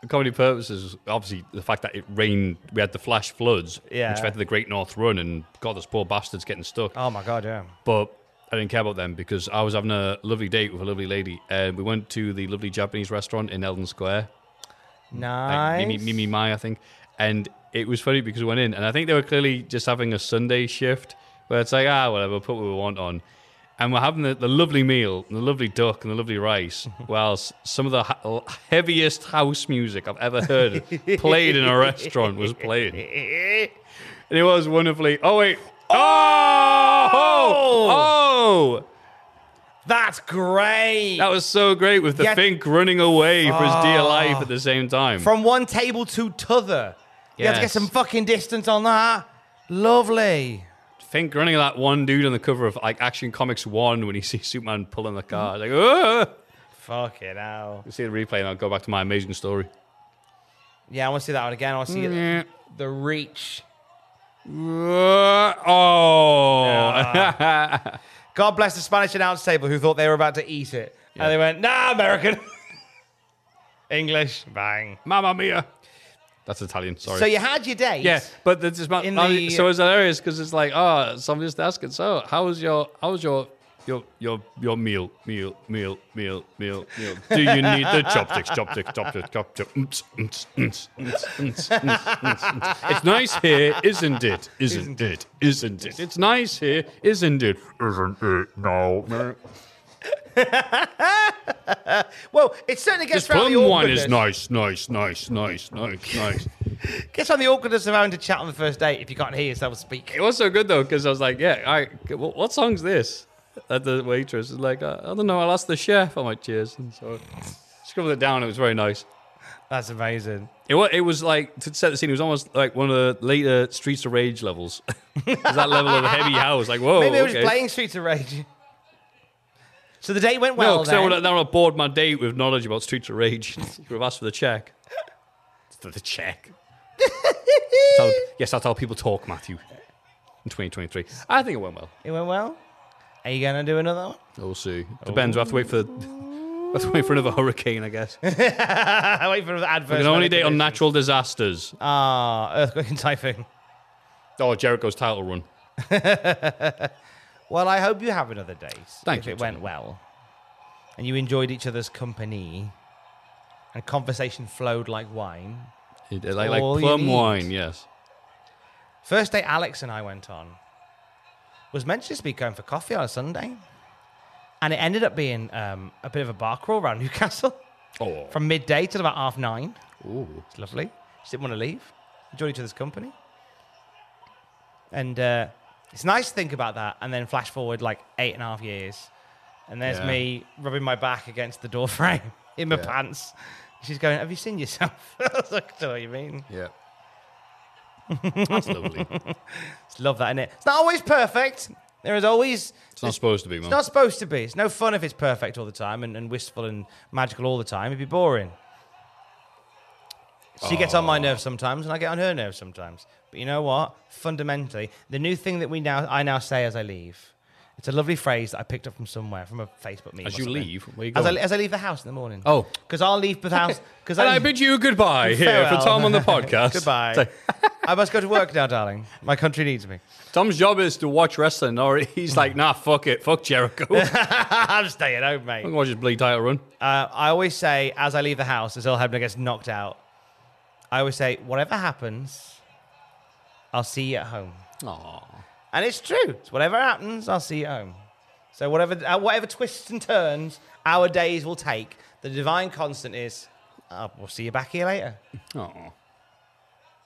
Speaker 7: for comedy purposes, obviously the fact that it rained, we had the flash floods,
Speaker 8: Yeah.
Speaker 7: which affected the Great North Run, and God, those poor bastards getting stuck.
Speaker 8: Oh my god, yeah.
Speaker 7: but I didn't care about them because I was having a lovely date with a lovely lady, and we went to the lovely Japanese restaurant in Eldon Square.
Speaker 8: Nice.
Speaker 7: like Mimi, Mimi Mai, I think. And it was funny because we went in, and I think they were clearly just having a Sunday shift where it's like, ah, whatever, put what we want on. And we're having the, the lovely meal, and the lovely duck, and the lovely rice, whilst some of the ha- heaviest house music I've ever heard played in a restaurant was playing. And it was wonderfully, oh, wait. Oh! Oh!
Speaker 8: That's great.
Speaker 7: That was so great with the
Speaker 8: Yeah.
Speaker 7: Fink running away for his dear
Speaker 8: Oh.
Speaker 7: life at the same time.
Speaker 8: From one table to t'other. You have to get
Speaker 7: Yes.
Speaker 8: some fucking distance on that. Lovely.
Speaker 7: Think running that one dude on the cover of like Action Comics One when he sees Superman pulling the car, like oh!
Speaker 8: Fucking hell.
Speaker 7: You see the replay, and I'll go back to my amazing story.
Speaker 8: Yeah, I want to see that one again. I want to see it-
Speaker 7: Yeah.
Speaker 8: the reach.
Speaker 7: Oh,
Speaker 8: God bless the Spanish announce table who thought they were about to eat it. And they went, nah, American. English. Bang.
Speaker 7: Mamma mia! That's Italian. Sorry.
Speaker 8: So you had your date.
Speaker 7: yeah, but this is about
Speaker 8: In
Speaker 7: I-
Speaker 8: the-
Speaker 7: so it's hilarious because it's like oh, somebody's just asking. So how was your how was your your your your meal meal meal meal meal meal? Do you need the chopsticks? Chopsticks? Chopsticks? Chopsticks? Mm-ts, mm-ts, mm-ts, mm-ts, mm-ts, mm-ts, mm-ts, mm-ts. It's nice here, isn't it? Isn't it? Isn't it? It's nice here, isn't it? Isn't it? No.
Speaker 8: Well, it certainly
Speaker 7: This
Speaker 8: gets around
Speaker 7: plum
Speaker 8: the
Speaker 7: wine is
Speaker 8: awkwardness.
Speaker 7: nice, nice, nice, nice, nice, nice.
Speaker 8: Gets around the awkwardness of having to chat on the first date if you can't hear yourself speak.
Speaker 7: It was so good though because I was like, yeah, I what, what song's this? And the waitress is like, I, I don't know. I'll ask the chef. I'm like, cheers. And so I scribbled it down. It was very nice.
Speaker 8: That's amazing.
Speaker 7: It was, it was like to set the scene. It was almost like one of the later Streets of Rage levels. it was that level of heavy house. Like, whoa.
Speaker 8: Maybe it was
Speaker 7: Oh, okay.
Speaker 8: playing Streets of Rage. So the date went
Speaker 7: No,
Speaker 8: well.
Speaker 7: because
Speaker 8: then.
Speaker 7: now I bored my date with knowledge about Streets of Rage. you have asked for the check. It's for the check. That's how- yes, that's how people talk, Matthew. In 2023, I think it went well.
Speaker 8: It went well. Are you gonna do another one?
Speaker 7: We'll see. Depends. We have to wait for. We have to wait for another hurricane, I guess. We
Speaker 8: Wait for the adverse.
Speaker 7: can only
Speaker 8: weather
Speaker 7: date on
Speaker 8: conditions.
Speaker 7: natural disasters.
Speaker 8: Ah, earthquake and typhoon.
Speaker 7: Oh, Jericho's title run.
Speaker 8: Well, I hope you have another date.
Speaker 7: Thank
Speaker 8: if
Speaker 7: you,
Speaker 8: It went well, and you enjoyed each other's company, and conversation flowed like wine.
Speaker 7: It- Like, like
Speaker 8: All you
Speaker 7: plum
Speaker 8: need.
Speaker 7: wine, yes.
Speaker 8: First date Alex and I went on was meant to just be going for coffee on a Sunday, and it ended up being um, a bit of a bar crawl around Newcastle
Speaker 7: oh.
Speaker 8: from midday till about half nine.
Speaker 7: Ooh,
Speaker 8: it's lovely. She didn't want to leave. Enjoyed each other's company, and uh, it's nice to think about that. And then flash forward like eight and a half years, and there's
Speaker 7: Yeah.
Speaker 8: me rubbing my back against the door frame in my
Speaker 7: Yeah.
Speaker 8: pants. She's going, "Have you seen yourself?" I was like, "I know what you mean."
Speaker 7: Yeah. That's lovely.
Speaker 8: Just love that, innit? It's not always perfect. There is always.
Speaker 7: It's not supposed to be,
Speaker 8: It's
Speaker 7: man.
Speaker 8: not supposed to be. It's no fun if it's perfect all the time and, and wistful and magical all the time. It'd be boring. She gets on my nerves sometimes, and I get on her nerves sometimes. But you know what? Fundamentally, the new thing that we now I now say as I leave. It's a lovely phrase that I picked up from somewhere, from a Facebook meme.
Speaker 7: As
Speaker 8: or
Speaker 7: you
Speaker 8: something.
Speaker 7: leave? Where you
Speaker 8: as, I,
Speaker 7: going?
Speaker 8: as I leave the house in the morning.
Speaker 7: Oh.
Speaker 8: because I'll leave the house. Because
Speaker 7: And I bid you goodbye here for
Speaker 8: Farewell.
Speaker 7: Tom on the podcast.
Speaker 8: Goodbye.
Speaker 7: It's
Speaker 8: I must go to work now, darling. My country needs me.
Speaker 7: Tom's job is to watch wrestling, or he's like, nah, fuck it, fuck Jericho.
Speaker 8: I'm staying home, mate.
Speaker 7: I'm gonna watch his bleed title run.
Speaker 8: Uh, I always say, as I leave the house, as El Hebner gets knocked out, I always say, whatever happens, I'll see you at home.
Speaker 7: Aww.
Speaker 8: And it's true. It's whatever happens, I'll see you at home. So whatever, uh, whatever twists and turns our days will take, the divine constant is, uh, we'll see you back here later.
Speaker 7: Oh.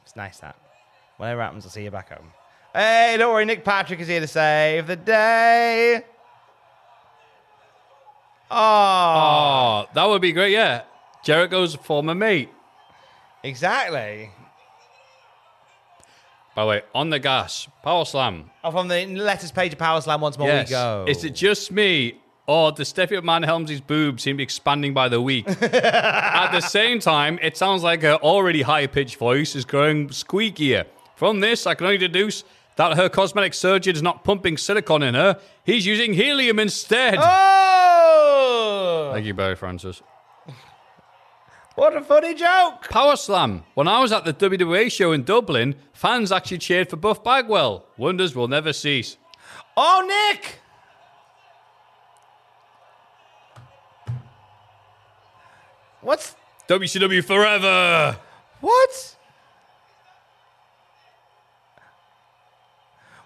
Speaker 8: It's nice that. Whatever happens, I'll see you back home. Hey, don't worry, Nick Patrick is here to save the day. Oh,
Speaker 7: Oh, that would be great, yeah. Jericho's former mate.
Speaker 8: exactly.
Speaker 7: By the way, on the gas, power slam.
Speaker 8: Oh, from the letters page of Power Slam once more
Speaker 7: yes.
Speaker 8: we go.
Speaker 7: Is it just me? Or does Steffi McMahon Helmsley's boobs seem to be expanding by the week? At the same time, it sounds like her already high pitched voice is growing squeakier. From this, I can only deduce that her cosmetic surgeon is not pumping silicone in her, he's using helium instead.
Speaker 8: Oh!
Speaker 7: Thank you, Barry Francis.
Speaker 8: What a funny joke!
Speaker 7: Power Slam. When I was at the WWE show in Dublin, fans actually cheered for Buff Bagwell. Wonders will never cease.
Speaker 8: Oh, Nick! What's
Speaker 7: WCW forever.
Speaker 8: what?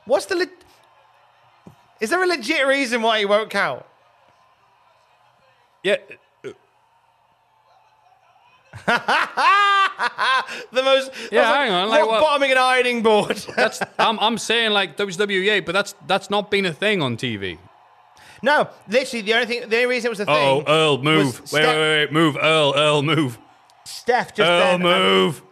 Speaker 8: What's the le- Is there a legit reason why he won't count?
Speaker 7: Yeah.
Speaker 8: the most
Speaker 7: Yeah,
Speaker 8: I was
Speaker 7: hang on, like
Speaker 8: rock
Speaker 7: what-
Speaker 8: bottoming an ironing board.
Speaker 7: That's I'm, I'm saying like WWA, but that's that's not been a thing on TV.
Speaker 8: no, literally the only thing the only reason it was a
Speaker 7: Oh,
Speaker 8: thing.
Speaker 7: Earl, move!
Speaker 8: was
Speaker 7: Wait,
Speaker 8: Ste-
Speaker 7: wait, wait, wait, move! Earl, Earl, move!
Speaker 8: Steph just
Speaker 7: Earl,
Speaker 8: then,
Speaker 7: move!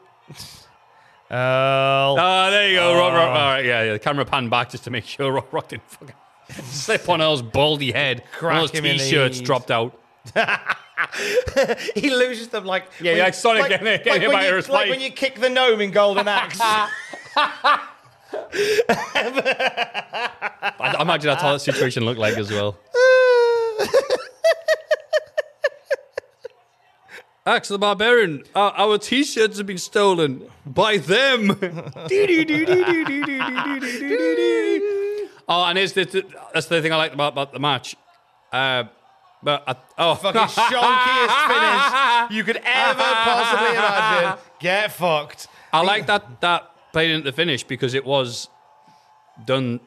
Speaker 8: Earl.
Speaker 7: Ah, there you go, Rock, Rock.
Speaker 8: Oh.
Speaker 7: All right, yeah, yeah. The camera panned back just to make sure Rock, Rock didn't fucking slip on Earl's baldy head.
Speaker 8: Crack
Speaker 7: One of those
Speaker 8: him in the
Speaker 7: t-shirts
Speaker 8: knees.
Speaker 7: dropped out.
Speaker 8: he loses them like
Speaker 7: Yeah,
Speaker 8: when
Speaker 7: yeah,
Speaker 8: you-
Speaker 7: Sonic getting hit
Speaker 8: like,
Speaker 7: by
Speaker 8: when you,
Speaker 7: Iris
Speaker 8: like
Speaker 7: Blake.
Speaker 8: when you kick the gnome in Golden Axe.
Speaker 7: I, I imagine that's how that situation looked like as well. Axe the Barbarian, our, our t-shirts have been stolen by them. oh, and is this, that's the thing I liked about, about the match. Uh, but I, oh,
Speaker 8: Fucking shonkiest finish you could ever possibly imagine. Get fucked.
Speaker 7: I like that that played into the finish because it was done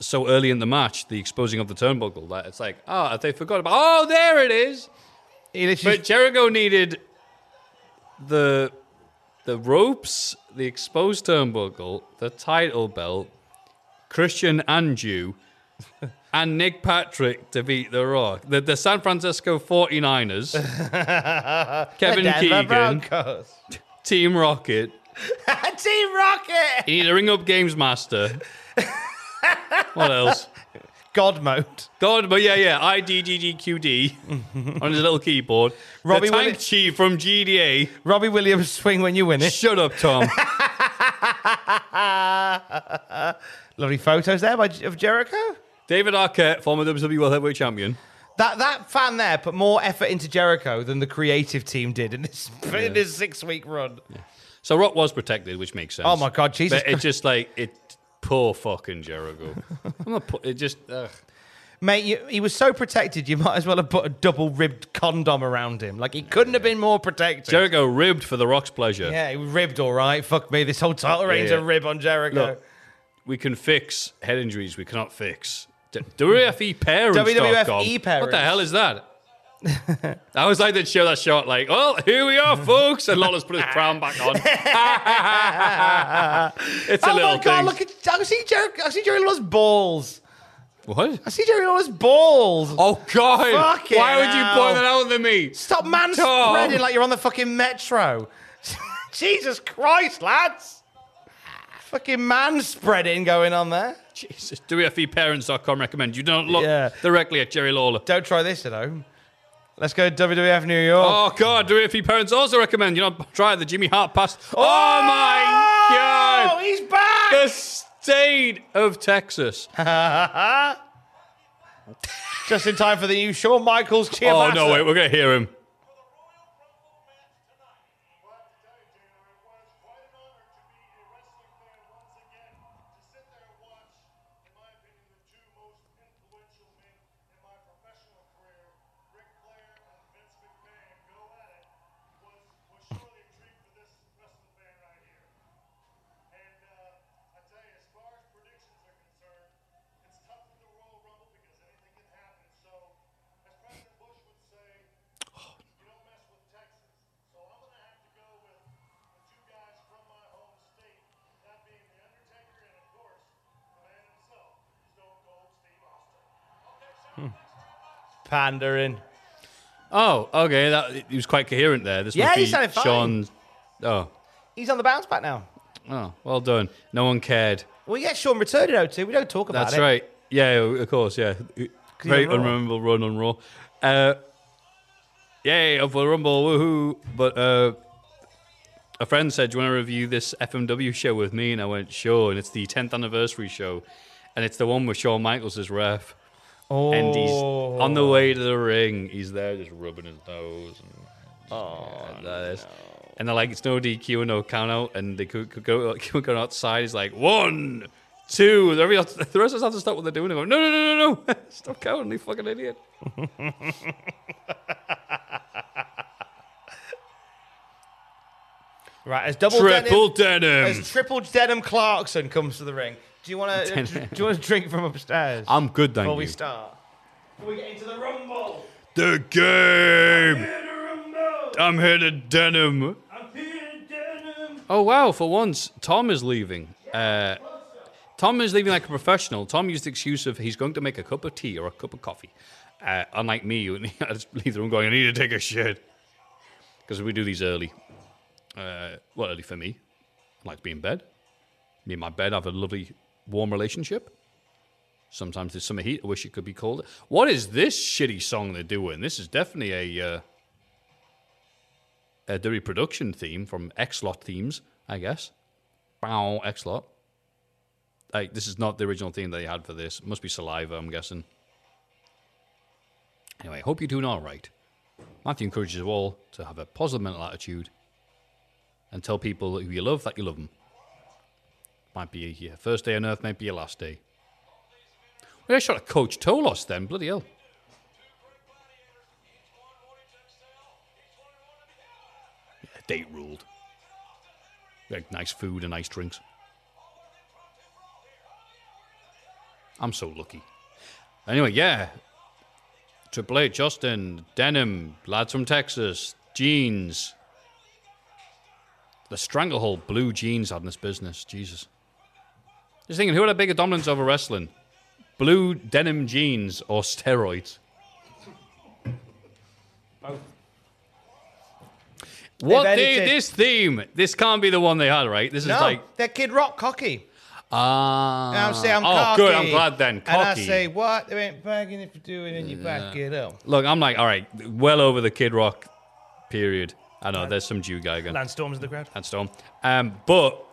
Speaker 7: so early in the match, the exposing of the turnbuckle. That it's like, oh, they forgot about. Oh, there it is.
Speaker 8: He literally
Speaker 7: But Jericho needed the the ropes, the exposed turnbuckle, the title belt, Christian and Jew, and Nick Patrick to beat The Rock. The, the San Francisco 49ers, Kevin
Speaker 8: The Denver
Speaker 7: Keegan.
Speaker 8: Broncos.
Speaker 7: Team Rocket.
Speaker 8: Team Rocket.
Speaker 7: You need to ring up Games Master. what else?
Speaker 8: God mode.
Speaker 7: God, but yeah, yeah, I D G G Q D on his little keyboard.
Speaker 8: Robbie
Speaker 7: the time
Speaker 8: Willi-
Speaker 7: chief from GDA.
Speaker 8: Robbie Williams, swing when you win it.
Speaker 7: Shut up, Tom.
Speaker 8: Lovely photos there by, of Jericho.
Speaker 7: David Arquette, former WWE World Heavyweight Champion.
Speaker 8: That that fan there put more effort into Jericho than the creative team did in this in this six week run.
Speaker 7: So Rock was protected, which makes sense.
Speaker 8: Oh my God, Jesus
Speaker 7: But it's just like it. Poor fucking Jericho. I'm not. Pu- it just. Ugh.
Speaker 8: Mate, you, he was so protected, you might as well have put a double ribbed condom around him. Like, he couldn't have been more protected.
Speaker 7: Jericho ribbed for the Rock's pleasure.
Speaker 8: Yeah, he was ribbed, all right. Fuck me. This whole title
Speaker 7: Yeah,
Speaker 8: reign's
Speaker 7: yeah.
Speaker 8: a rib on Jericho.
Speaker 7: Look, we can fix head injuries. We cannot fix D- WFE parents.
Speaker 8: WWFE
Speaker 7: What the
Speaker 8: E parents.
Speaker 7: hell is that? I was like that show that shot like, well, here we are, folks, and Lawler's put his crown back on. it's a
Speaker 8: oh
Speaker 7: little
Speaker 8: my god,
Speaker 7: thing.
Speaker 8: look at I see Jericho I see Jerry Lawler's balls.
Speaker 7: what?
Speaker 8: I see Jerry Lawler's balls.
Speaker 7: Oh god!
Speaker 8: Fucking
Speaker 7: Why would you
Speaker 8: hell.
Speaker 7: point that out to me?
Speaker 8: Stop man
Speaker 7: Tom.
Speaker 8: spreading like you're on the fucking metro. Jesus Christ, lads. Fucking man spreading going on there.
Speaker 7: Jesus. E WFEparents.com recommend you don't look directly at Jerry Lawler.
Speaker 8: Don't try this at home. Let's go to WWF New York.
Speaker 7: Oh god, WFE parents also recommend you not try the Jimmy Hart pass. Oh, my god!
Speaker 8: Oh, he's back!
Speaker 7: The state of Texas.
Speaker 8: Just in time for the new Shawn Michaels cheer.
Speaker 7: oh no, wait, we're gonna hear him.
Speaker 8: Pandering.
Speaker 7: Oh, okay, that he was quite coherent there. This
Speaker 8: Yeah,
Speaker 7: must
Speaker 8: he
Speaker 7: be
Speaker 8: sounded fine.
Speaker 7: Sean's Oh.
Speaker 8: He's on the bounce back now.
Speaker 7: Oh, well done. No one cared.
Speaker 8: We get Sean returned out too. We don't talk about
Speaker 7: That's
Speaker 8: it.
Speaker 7: right. Yeah, of course. Yeah,
Speaker 8: he's
Speaker 7: very
Speaker 8: on Raw.
Speaker 7: unrememberable run on Raw. Uh, yay of the Rumble, woohoo! But uh, a friend said, "Do you want to review this FMW show with me?" And I went, "Sure." And it's the 10th anniversary show, and it's the one with Shawn Michaels as ref.
Speaker 8: Oh.
Speaker 7: And he's on the way to the ring. He's there, just rubbing his nose. And, oh, and they're like, it's no DQ and no count out. And they could, could go could go outside. He's like, one, two. The rest the rest of us have to stop what they're doing. They go, no, no, no, no, no. stop counting, you fucking idiot.
Speaker 8: Right, as double
Speaker 7: Triple
Speaker 8: denim,
Speaker 7: denim.
Speaker 8: as triple denim Clarkson comes to the ring. Do you want to? do you want to drink from upstairs?
Speaker 7: I'm good, thank
Speaker 8: Before we
Speaker 7: you.
Speaker 8: start, before we get into the rumble.
Speaker 7: The game. I'm here to denim. Oh wow! For once, Tom is leaving. Uh, Tom is leaving like a professional. Tom used the excuse of he's going to make a cup of tea or a cup of coffee. Uh, unlike me, you- I just leave the room going, I need to take a shit because we do these early. Uh, well, early for me. I like to be in bed. Me and my bed have a lovely, warm relationship. Sometimes there's summer heat. I wish it could be colder. What is this shitty song they're doing? This is definitely a. Uh, a dirty production theme from X-Lot themes, I guess. Bow, X-Lot. Like, this is not the original theme they had for this. must be saliva, I'm guessing. Anyway, hope you're doing all right. Matthew encourages all to have a positive mental attitude and tell people who you love that you love them. Might be your first day on earth, might be your last day. We I shot a Coach Tolos then, bloody hell. Yeah, date ruled. Like nice food and nice drinks. I'm so lucky. Anyway, yeah. Triple H, Justin, Denim, lads from Texas, jeans. The stranglehold blue jeans had in this business. Jesus. Just thinking, who had a bigger dominance over wrestling? Blue denim jeans or steroids? What
Speaker 8: They've
Speaker 7: they,
Speaker 8: edited-
Speaker 7: this theme? This can't be the one they had, right? This is
Speaker 8: No,
Speaker 7: like
Speaker 8: they're Kid Rock cocky.
Speaker 7: Ah.
Speaker 8: And I'm saying I'm
Speaker 7: oh,
Speaker 8: cocky.
Speaker 7: good. I'm glad then. Cocky.
Speaker 8: And I say, what? They ain't bagging it for doing and you back it up.
Speaker 7: Look, I'm like, all right, well over the Kid Rock period. I know there's some Jew guy going.
Speaker 8: Landstorms in the crowd.
Speaker 7: Landstorm. Um, but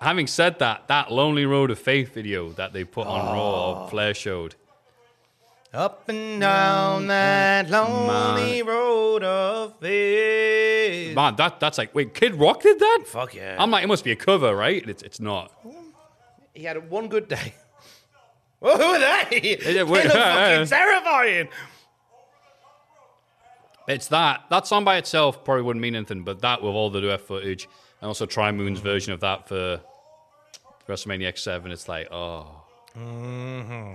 Speaker 7: having said that, that Lonely Road of Faith video that they put on Raw,
Speaker 8: Oh.
Speaker 7: or Flair showed.
Speaker 8: Up and
Speaker 7: Mm,
Speaker 8: down that lonely road of faith.
Speaker 7: Man, that that's like, wait, Kid Rock did that?
Speaker 8: Fuck yeah.
Speaker 7: I'm like, it must be a cover, right? It's it's not.
Speaker 8: He had one good day. Well, who are they?
Speaker 7: Yeah,
Speaker 8: They
Speaker 7: wait,
Speaker 8: look
Speaker 7: yeah, yeah.
Speaker 8: fucking terrifying.
Speaker 7: It's that. That song by itself probably wouldn't mean anything, but that with all the duet footage and also Tri Moon's version of that for WrestleMania X7, it's like, oh.
Speaker 8: hmm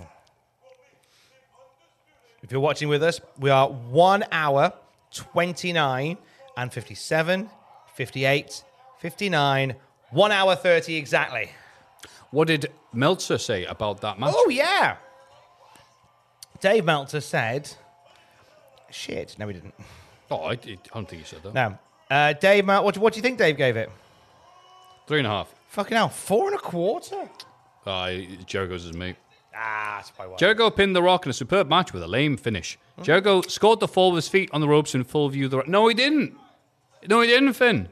Speaker 8: If you're watching with us, we are one hour, 29 and 57, 58, 59, one hour 30 exactly.
Speaker 7: What did Meltzer say about that match?
Speaker 8: Oh, yeah. Dave Meltzer said, shit. No, he didn't.
Speaker 7: Oh, I, I don't think you said that.
Speaker 8: No. Uh, Dave, Mel- what, what do you think Dave gave it?
Speaker 7: Three and a half.
Speaker 8: Fucking hell, four and a quarter?
Speaker 7: Uh, Jericho's his mate.
Speaker 8: Ah, that's probably why.
Speaker 7: Jericho pinned The Rock in a superb match with a lame finish. Jericho scored the fall with his feet on the ropes in full view of the Rock. No, he didn't. No, he didn't, Finn.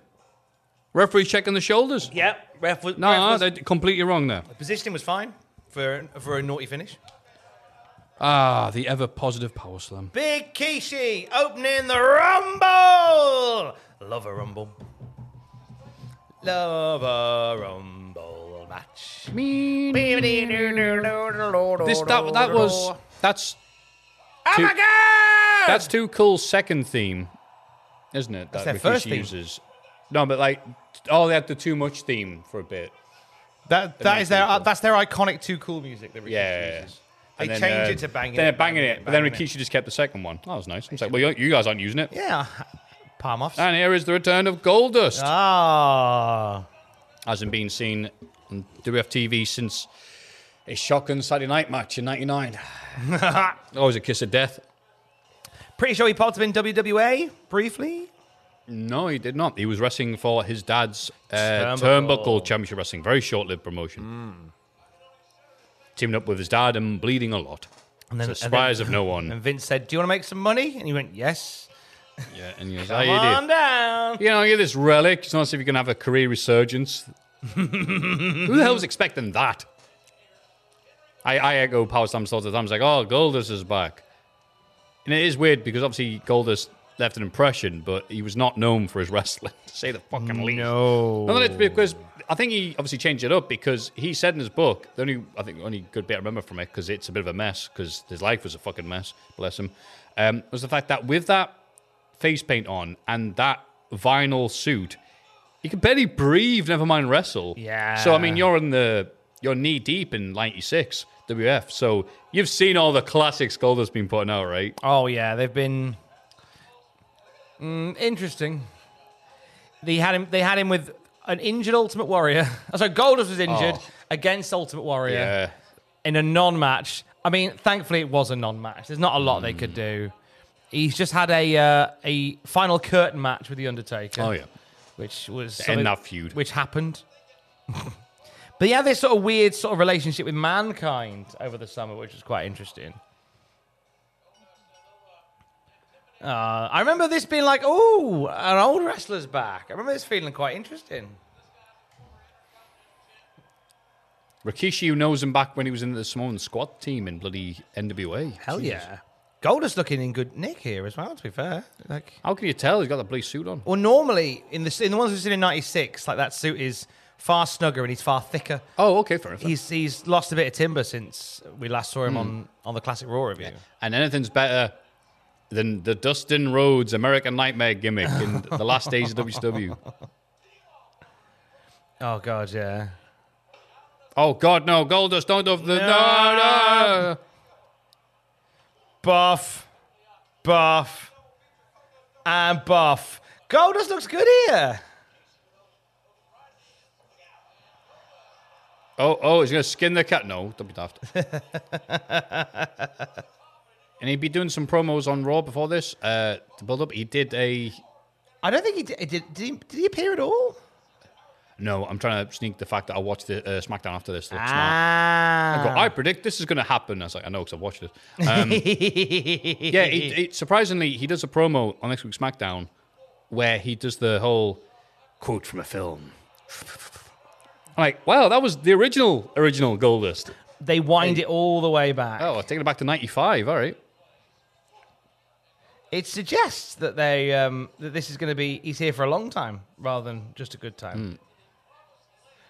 Speaker 7: Referee's checking the shoulders.
Speaker 8: Yep, ref was.
Speaker 7: No,
Speaker 8: ref was-
Speaker 7: they're completely wrong there.
Speaker 8: the positioning was fine for, for a naughty finish.
Speaker 7: Ah, the ever positive power slam.
Speaker 8: Big Kishi opening the Rumble. Love a Rumble. Love a Rumble match.
Speaker 7: Me.
Speaker 8: This
Speaker 7: This that that was that's.
Speaker 8: Oh
Speaker 7: too-
Speaker 8: my god!
Speaker 7: That's too cool's second theme, isn't it?
Speaker 8: That's
Speaker 7: that
Speaker 8: their first
Speaker 7: Rikishi
Speaker 8: theme.
Speaker 7: uses. No, but like, oh, they had the too much theme for a bit.
Speaker 8: That
Speaker 7: Amazing
Speaker 8: that is their that's their iconic too cool music. That Rikishi
Speaker 7: Yeah.
Speaker 8: uses. They
Speaker 7: And then,
Speaker 8: changed
Speaker 7: uh,
Speaker 8: it to banging.
Speaker 7: They're
Speaker 8: it,
Speaker 7: banging it, but then
Speaker 8: banging
Speaker 7: Rikishi just kept the second one. That was nice. I was like, well, you, you guys aren't using it.
Speaker 8: Yeah, palm offs.
Speaker 7: And here is the return of Goldust.
Speaker 8: Ah.
Speaker 7: Hasn't been seen on WFTV since a shocking Saturday night match in 99. Always a kiss of death.
Speaker 8: Pretty sure he popped up in WWA briefly.
Speaker 7: No, he did not. He was wrestling for his dad's uh,
Speaker 8: Turnbuckle.
Speaker 7: turnbuckle. Championship Wrestling. Very short lived promotion. Teaming up with his dad and bleeding a lot. And then, surprise of no one.
Speaker 8: And Vince said, "Do you want to make some money?" And he went, "Yes."
Speaker 7: Oh, yeah, and he goes,
Speaker 8: Come
Speaker 7: "How you
Speaker 8: on
Speaker 7: doing?"
Speaker 8: down.
Speaker 7: You know, you're this relic. It's not as if you can have a career resurgence. Who the hell's expecting that? I, I echo Power Slam's thoughts at times like, oh, Goldust is back. And it is weird because obviously Goldust left an impression, but he was not known for his wrestling, to say the fucking least.
Speaker 8: No.
Speaker 7: No, it's because I think he obviously changed it up because he said in his book the only I think the only good bit I remember from it because it's a bit of a mess because his life was a fucking mess, bless him. Um, was the fact that with that face paint on and that vinyl suit, he could barely breathe. Never mind wrestle.
Speaker 8: Yeah.
Speaker 7: So I mean, you're in the you're knee deep in '96 WF, so you've seen all the classics Goldust been putting out, right?
Speaker 8: Oh yeah, they've been mm, interesting. They had him. They had him with an injured Ultimate Warrior. So Goldust was injured
Speaker 7: Oh.
Speaker 8: against Ultimate Warrior
Speaker 7: Yeah.
Speaker 8: in a non-match. I mean, thankfully it was a non-match. There's not a lot
Speaker 7: Hmm.
Speaker 8: they could do. He's just had a uh, a final curtain match with the Undertaker.
Speaker 7: Oh, yeah.
Speaker 8: which was
Speaker 7: To end
Speaker 8: something-
Speaker 7: that feud.
Speaker 8: which happened. but he had this sort of weird sort of relationship with mankind over the summer, which was quite interesting. Uh, I remember this being like, oh, an old wrestler's back. I remember this feeling quite interesting.
Speaker 7: Rikishi who knows him back when he was in the Samoan squad team in bloody NWA.
Speaker 8: Hell yeah. Goldust looking in good nick here as well. To be fair, like
Speaker 7: how can you tell he's got that blue suit on?
Speaker 8: Well, normally in the in the ones we've seen in '96, like that suit is far snugger and he's far thicker.
Speaker 7: Oh, okay, fair enough.
Speaker 8: He's he's lost a bit of timber since we last saw him on
Speaker 7: Hmm.
Speaker 8: on the classic Raw review.
Speaker 7: And anything's better than the Dustin Rhodes American Nightmare gimmick in the last days of WCW.
Speaker 8: Oh god, yeah.
Speaker 7: Oh God, no, Goldust, don't do the no, no.
Speaker 8: Buff, buff, and buff. Goldust looks good here.
Speaker 7: Oh, oh, he's gonna skin the cat. No, don't be daft. and he'd be doing some promos on Raw before this uh, to build up. He did a
Speaker 8: I don't think he did. Did, did, he, did he appear at all?
Speaker 7: No, I'm trying to sneak the fact that I watched the uh, SmackDown after this. to look
Speaker 8: Ah.
Speaker 7: smart. I go, I predict this is going to happen. I was like, I know because I've watched it. Um, yeah, it, it, surprisingly, he does a promo on next week's SmackDown where he does the whole quote from a film. I'm like, wow, that was the original original goal list.
Speaker 8: They wind it all the way back.
Speaker 7: Oh, I've taken it back to '95. All right.
Speaker 8: It suggests that they um, that this is going to be he's here for a long time rather than just a good time.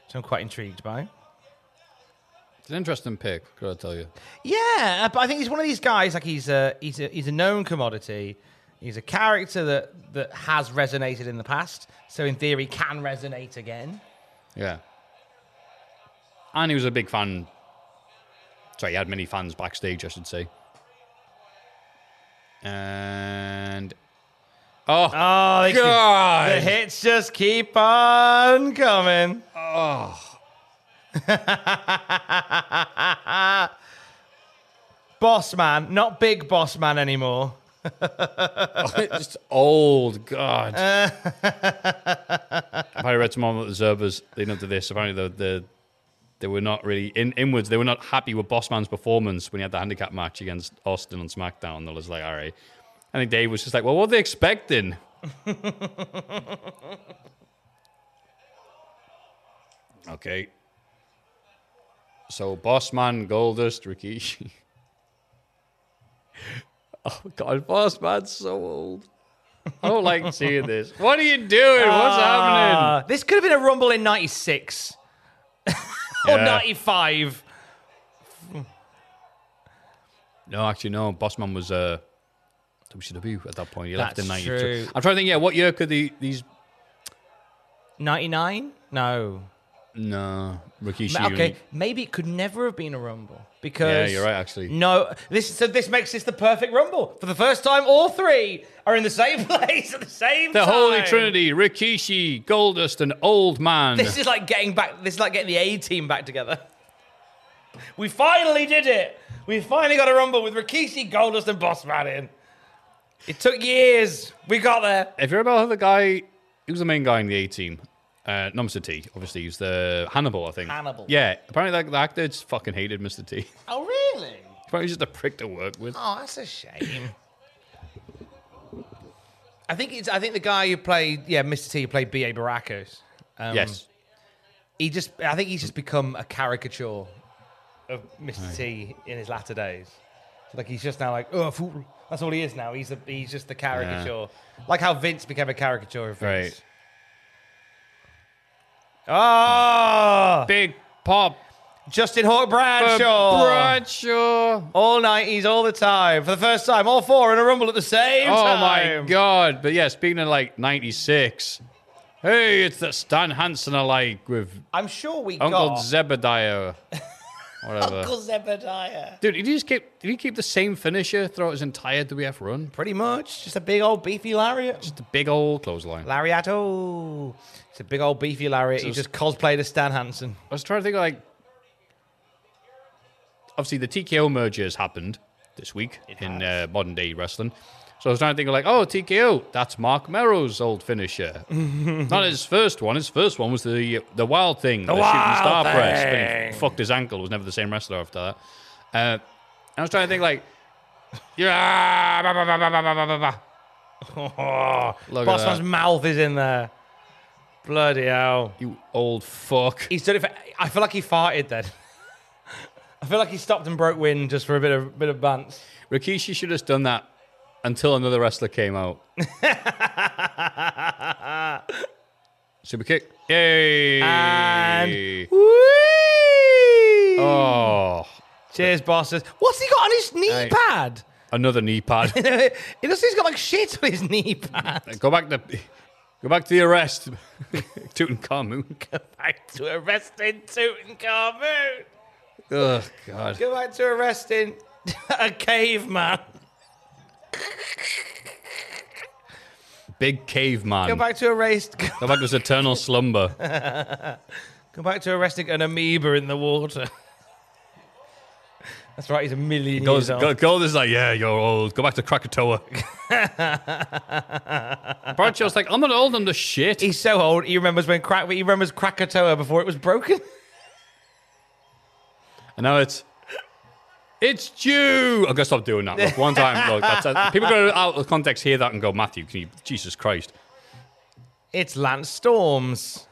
Speaker 8: So I'm quite intrigued by.
Speaker 7: It's an interesting pick, gotta tell you.
Speaker 8: Yeah, uh, but I think he's one of these guys. Like he's a he's a he's a known commodity. He's a character that that has resonated in the past, so in theory can resonate again.
Speaker 7: Yeah. And he was a big fan. Sorry, he had many fans backstage, I should say. And oh,
Speaker 8: Oh, it's-
Speaker 7: God.
Speaker 8: the hits just keep on coming.
Speaker 7: Oh.
Speaker 8: boss man, not big boss man anymore.
Speaker 7: just old God. I read some on the observers leading up to this. Apparently, the, the they were not really in inwards. They were not happy with Bossman's performance when he had the handicap match against Austin on SmackDown. They was like, all right. I think Dave was just like, well, what were they expecting? Okay. So Bossman, Goldust, Rikishi. oh God, Bossman's so old. I don't like seeing this. What are you doing? What's
Speaker 8: Ah,
Speaker 7: happening?
Speaker 8: This could have been a rumble in '96 or
Speaker 7: Yeah.
Speaker 8: '95.
Speaker 7: No, actually, no. Bossman was uh, WCW at that point. He left
Speaker 8: That's
Speaker 7: in '93.
Speaker 8: true.
Speaker 7: I'm trying to think. Yeah, what year could the, these?
Speaker 8: '99? No.
Speaker 7: No, Rikishi.
Speaker 8: Ma- Okay,
Speaker 7: and-
Speaker 8: maybe it could never have been a rumble because
Speaker 7: Yeah, you're right. Actually,
Speaker 8: No, this so this makes this the perfect rumble. For the first time, all three are in the same place at the same
Speaker 7: the
Speaker 8: time.
Speaker 7: Holy Trinity: Rikishi, Goldust, and Old Man.
Speaker 8: This is like getting back. This is like getting the A team back together. We finally did it. We finally got a rumble with Rikishi, Goldust, and Bossman in. It took years. We got there.
Speaker 7: If you remember the guy, he was the main guy in the A team. Uh, not Mr. T, obviously. He's the Hannibal, I think.
Speaker 8: Hannibal.
Speaker 7: Yeah. Apparently, like, the actor just fucking hated Mr. T.
Speaker 8: Oh really?
Speaker 7: Apparently, he's just a prick to work with.
Speaker 8: Oh, that's a shame. I think it's. I think the guy who played, yeah, Mr. T, who played B. A. Baracus. Um,
Speaker 7: Yes.
Speaker 8: He just. I think he's just become a caricature of Mr. T in his latter days. Like he's just now like, oh, fool. that's all he is now. He's a, he's just the caricature. Like how Vince became a caricature of Vince. Ah,
Speaker 7: big pop.
Speaker 8: Justin Hawk Bradshaw.
Speaker 7: Bradshaw.
Speaker 8: All 90s, all the time. For the first time, all four in a rumble at the same
Speaker 7: oh
Speaker 8: time.
Speaker 7: my god! But yeah, speaking of like '96, hey, it's the Stan Hansen alike with
Speaker 8: I'm sure we
Speaker 7: Uncle
Speaker 8: got
Speaker 7: Zebediah, whatever.
Speaker 8: Uncle Zebediah.
Speaker 7: Dude, did he just keep did he keep the same finisher throughout his entire WF run?
Speaker 8: Pretty much, just a big old beefy lariat.
Speaker 7: Just a big old clothesline.
Speaker 8: Lariato. It's a big old beefy lariat. He
Speaker 7: Just-
Speaker 8: just cosplayed as Stan Hansen.
Speaker 7: I was trying to think like obviously the TKO merger has happened this week in uh, modern day wrestling. So I was trying to think of like, oh TKO, that's Mark Merrow's old finisher. Not his first one. His first one was the the Wild Thing, the,
Speaker 8: Wild
Speaker 7: shooting star press. But
Speaker 8: Thing.
Speaker 7: he fucked his ankle. Was never the same wrestler after that. Uh, I was trying to think like, yeah, bah, bah, bah, bah, bah, bah, bah, bah.
Speaker 8: Oh,
Speaker 7: Look at
Speaker 8: Bossman's
Speaker 7: that.
Speaker 8: mouth is in there. Bloody hell.
Speaker 7: you old fuck.
Speaker 8: He's done it for. I feel like he farted then. I feel like he stopped and broke wind just for a bit of bit of bants.
Speaker 7: Rikishi should have done that until another wrestler came out. Super kick. Yay!
Speaker 8: And-
Speaker 7: oh,
Speaker 8: Cheers, bosses. What's he got on his knee
Speaker 7: Hey.
Speaker 8: pad?
Speaker 7: another knee pad.
Speaker 8: it looks like he's got like shit on his knee pad.
Speaker 7: go back to go back to the arrest. Tutankhamun.
Speaker 8: Back to arresting Tutankhamun.
Speaker 7: Oh God.
Speaker 8: Go back to arresting a caveman.
Speaker 7: Big caveman.
Speaker 8: Go back to arrest.
Speaker 7: Go back to his eternal slumber.
Speaker 8: Go back to arresting an amoeba in the water. That's right. He's a million
Speaker 7: Gold,
Speaker 8: years old.
Speaker 7: Gold, Gold is like, yeah, you're old. Go back to Krakatoa. Bradshaw's like, I'm not old. I'm the shit.
Speaker 8: He's so old. He remembers when crack. He remembers Krakatoa before it was broken.
Speaker 7: And now it's, it's due. I'm going to stop doing that. Look, one time, look, that's, that- people go out of context, hear that and go, Matthew, can you, Jesus Christ.
Speaker 8: It's Lance Storms.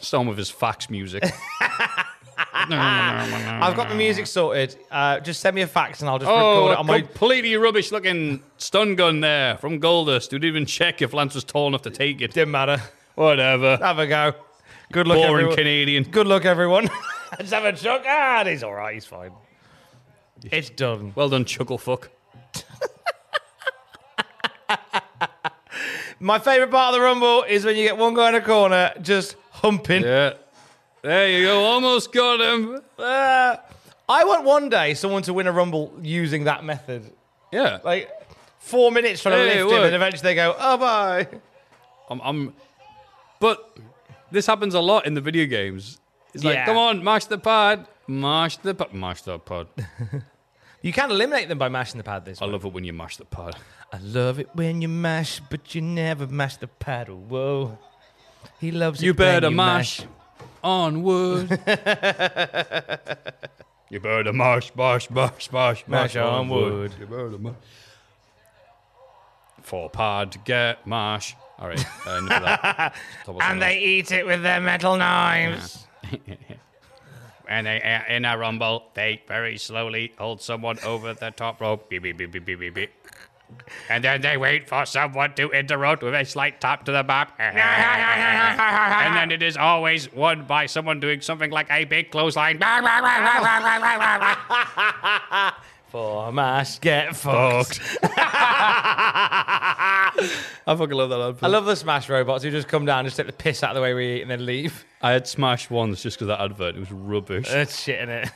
Speaker 7: Storm with his fax music.
Speaker 8: I've got the music sorted. Uh, just send me a fax and I'll just
Speaker 7: Oh,
Speaker 8: record it
Speaker 7: a
Speaker 8: on my.
Speaker 7: completely rubbish looking stun gun there from Goldust. Who didn't even check if Lance was tall enough to take it.
Speaker 8: Didn't matter.
Speaker 7: Whatever.
Speaker 8: Have a go. Good luck,
Speaker 7: Boring
Speaker 8: everyone.
Speaker 7: Canadian.
Speaker 8: Good luck, everyone. Let's have a chuck. Ah, he's all right. He's fine. It's done.
Speaker 7: Well done, Chucklefuck.
Speaker 8: My favourite part of the rumble is when you get one guy in a corner just humping.
Speaker 7: Yeah. There you go. Almost got him.
Speaker 8: Uh, I want one day someone to win a rumble using that method.
Speaker 7: Yeah.
Speaker 8: Like four minutes trying
Speaker 7: Hey, it
Speaker 8: to lift him,
Speaker 7: worked.
Speaker 8: and eventually they go, "Oh bye."
Speaker 7: I'm, I'm, but this happens a lot in the video games. It's like,
Speaker 8: Yeah.
Speaker 7: come on, mash the pad, mash the pad, mash the pad.
Speaker 8: You can eliminate them by mashing the pad. This
Speaker 7: I love it when you mash the pad.
Speaker 8: I love it when you mash, but you never mash the paddle. Whoa. He loves
Speaker 7: You
Speaker 8: it when
Speaker 7: better
Speaker 8: you
Speaker 7: mash onward. you better mash, mash, mash, mash,
Speaker 8: Mash onward.
Speaker 7: You better mash. Four pad, get mash. All right, uh, enough of that. Stop us
Speaker 8: And
Speaker 7: now.
Speaker 8: they eat it with their metal knives.
Speaker 7: and they, uh, in a rumble, they very slowly hold someone over the top rope. Beep, beep, beep, beep, beep, beep, beep. And then they wait for someone to interrupt with a slight tap to the map. and then it is always won by someone doing something like a big clothesline.
Speaker 8: Four mash, get fucked.
Speaker 7: I fucking love that. Advert.
Speaker 8: I love the smash robots who just come down, just take the piss out of the way we eat, and then leave.
Speaker 7: I had smashed once just because that advert. It was rubbish.
Speaker 8: That's shit in it.
Speaker 7: Uh,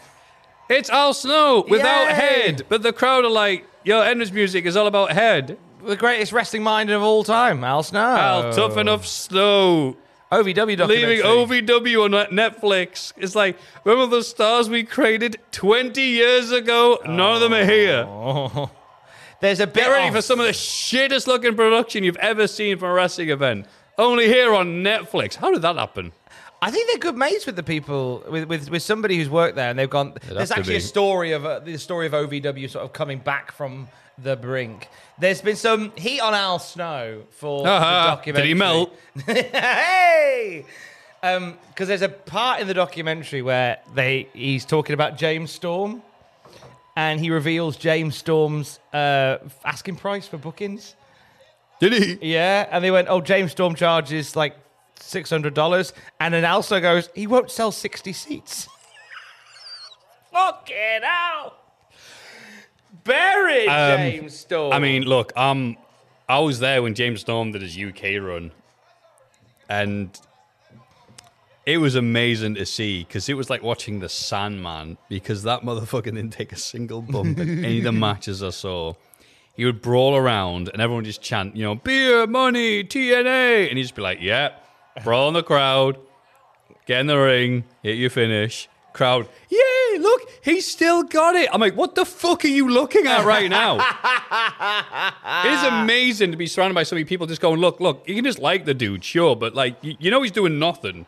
Speaker 7: It's Al Snow without
Speaker 8: Yay!
Speaker 7: head, but the crowd are like, "Yo, Ender's music is all about head."
Speaker 8: The greatest wrestling mind of all time, Al Snow.
Speaker 7: Al, tough enough snow.
Speaker 8: OVW documentary.
Speaker 7: Leaving OVW on Netflix. It's like, remember the stars we created 20 years ago? None of them are here.
Speaker 8: There's a bit
Speaker 7: Get ready
Speaker 8: of-
Speaker 7: for some of the shittest looking production you've ever seen from a wrestling event. Only here on Netflix. How did that happen?
Speaker 8: I think they're good mates with the people, with with, with somebody who's worked there, and they've gone.
Speaker 7: have
Speaker 8: There's
Speaker 7: to
Speaker 8: actually a
Speaker 7: be.
Speaker 8: story of uh, the story of OVW sort of coming back from the brink. There's been some heat on Al Snow for
Speaker 7: Uh-huh.
Speaker 8: the
Speaker 7: Did
Speaker 8: documentary.
Speaker 7: he melt?
Speaker 8: hey, because there's a part in the documentary where they he's talking about James Storm, and he reveals James Storm's uh, asking price for bookings.
Speaker 7: Did he?
Speaker 8: Yeah, and they went, "Oh, James Storm charges like six hundred dollars," and then also goes, "He won't sell sixty seats." Fucking hell! Buried
Speaker 7: Um,
Speaker 8: James Storm.
Speaker 7: I mean, look, um, I was there when James Storm did his UK run, and it was amazing to see because it was like watching the Sandman because that motherfucker didn't take a single bump in any of the matches I saw. He would brawl around and everyone would just chant, you know, beer, money, TNA, and he'd just be like, yeah, brawl in the crowd, get in the ring, hit your finish. Crowd, yay, look, he's still got it. I'm like, what the fuck are you looking at right now? It is amazing to be surrounded by so many people just going, look, look, you can just like the dude, sure, but like, you, you know he's doing nothing.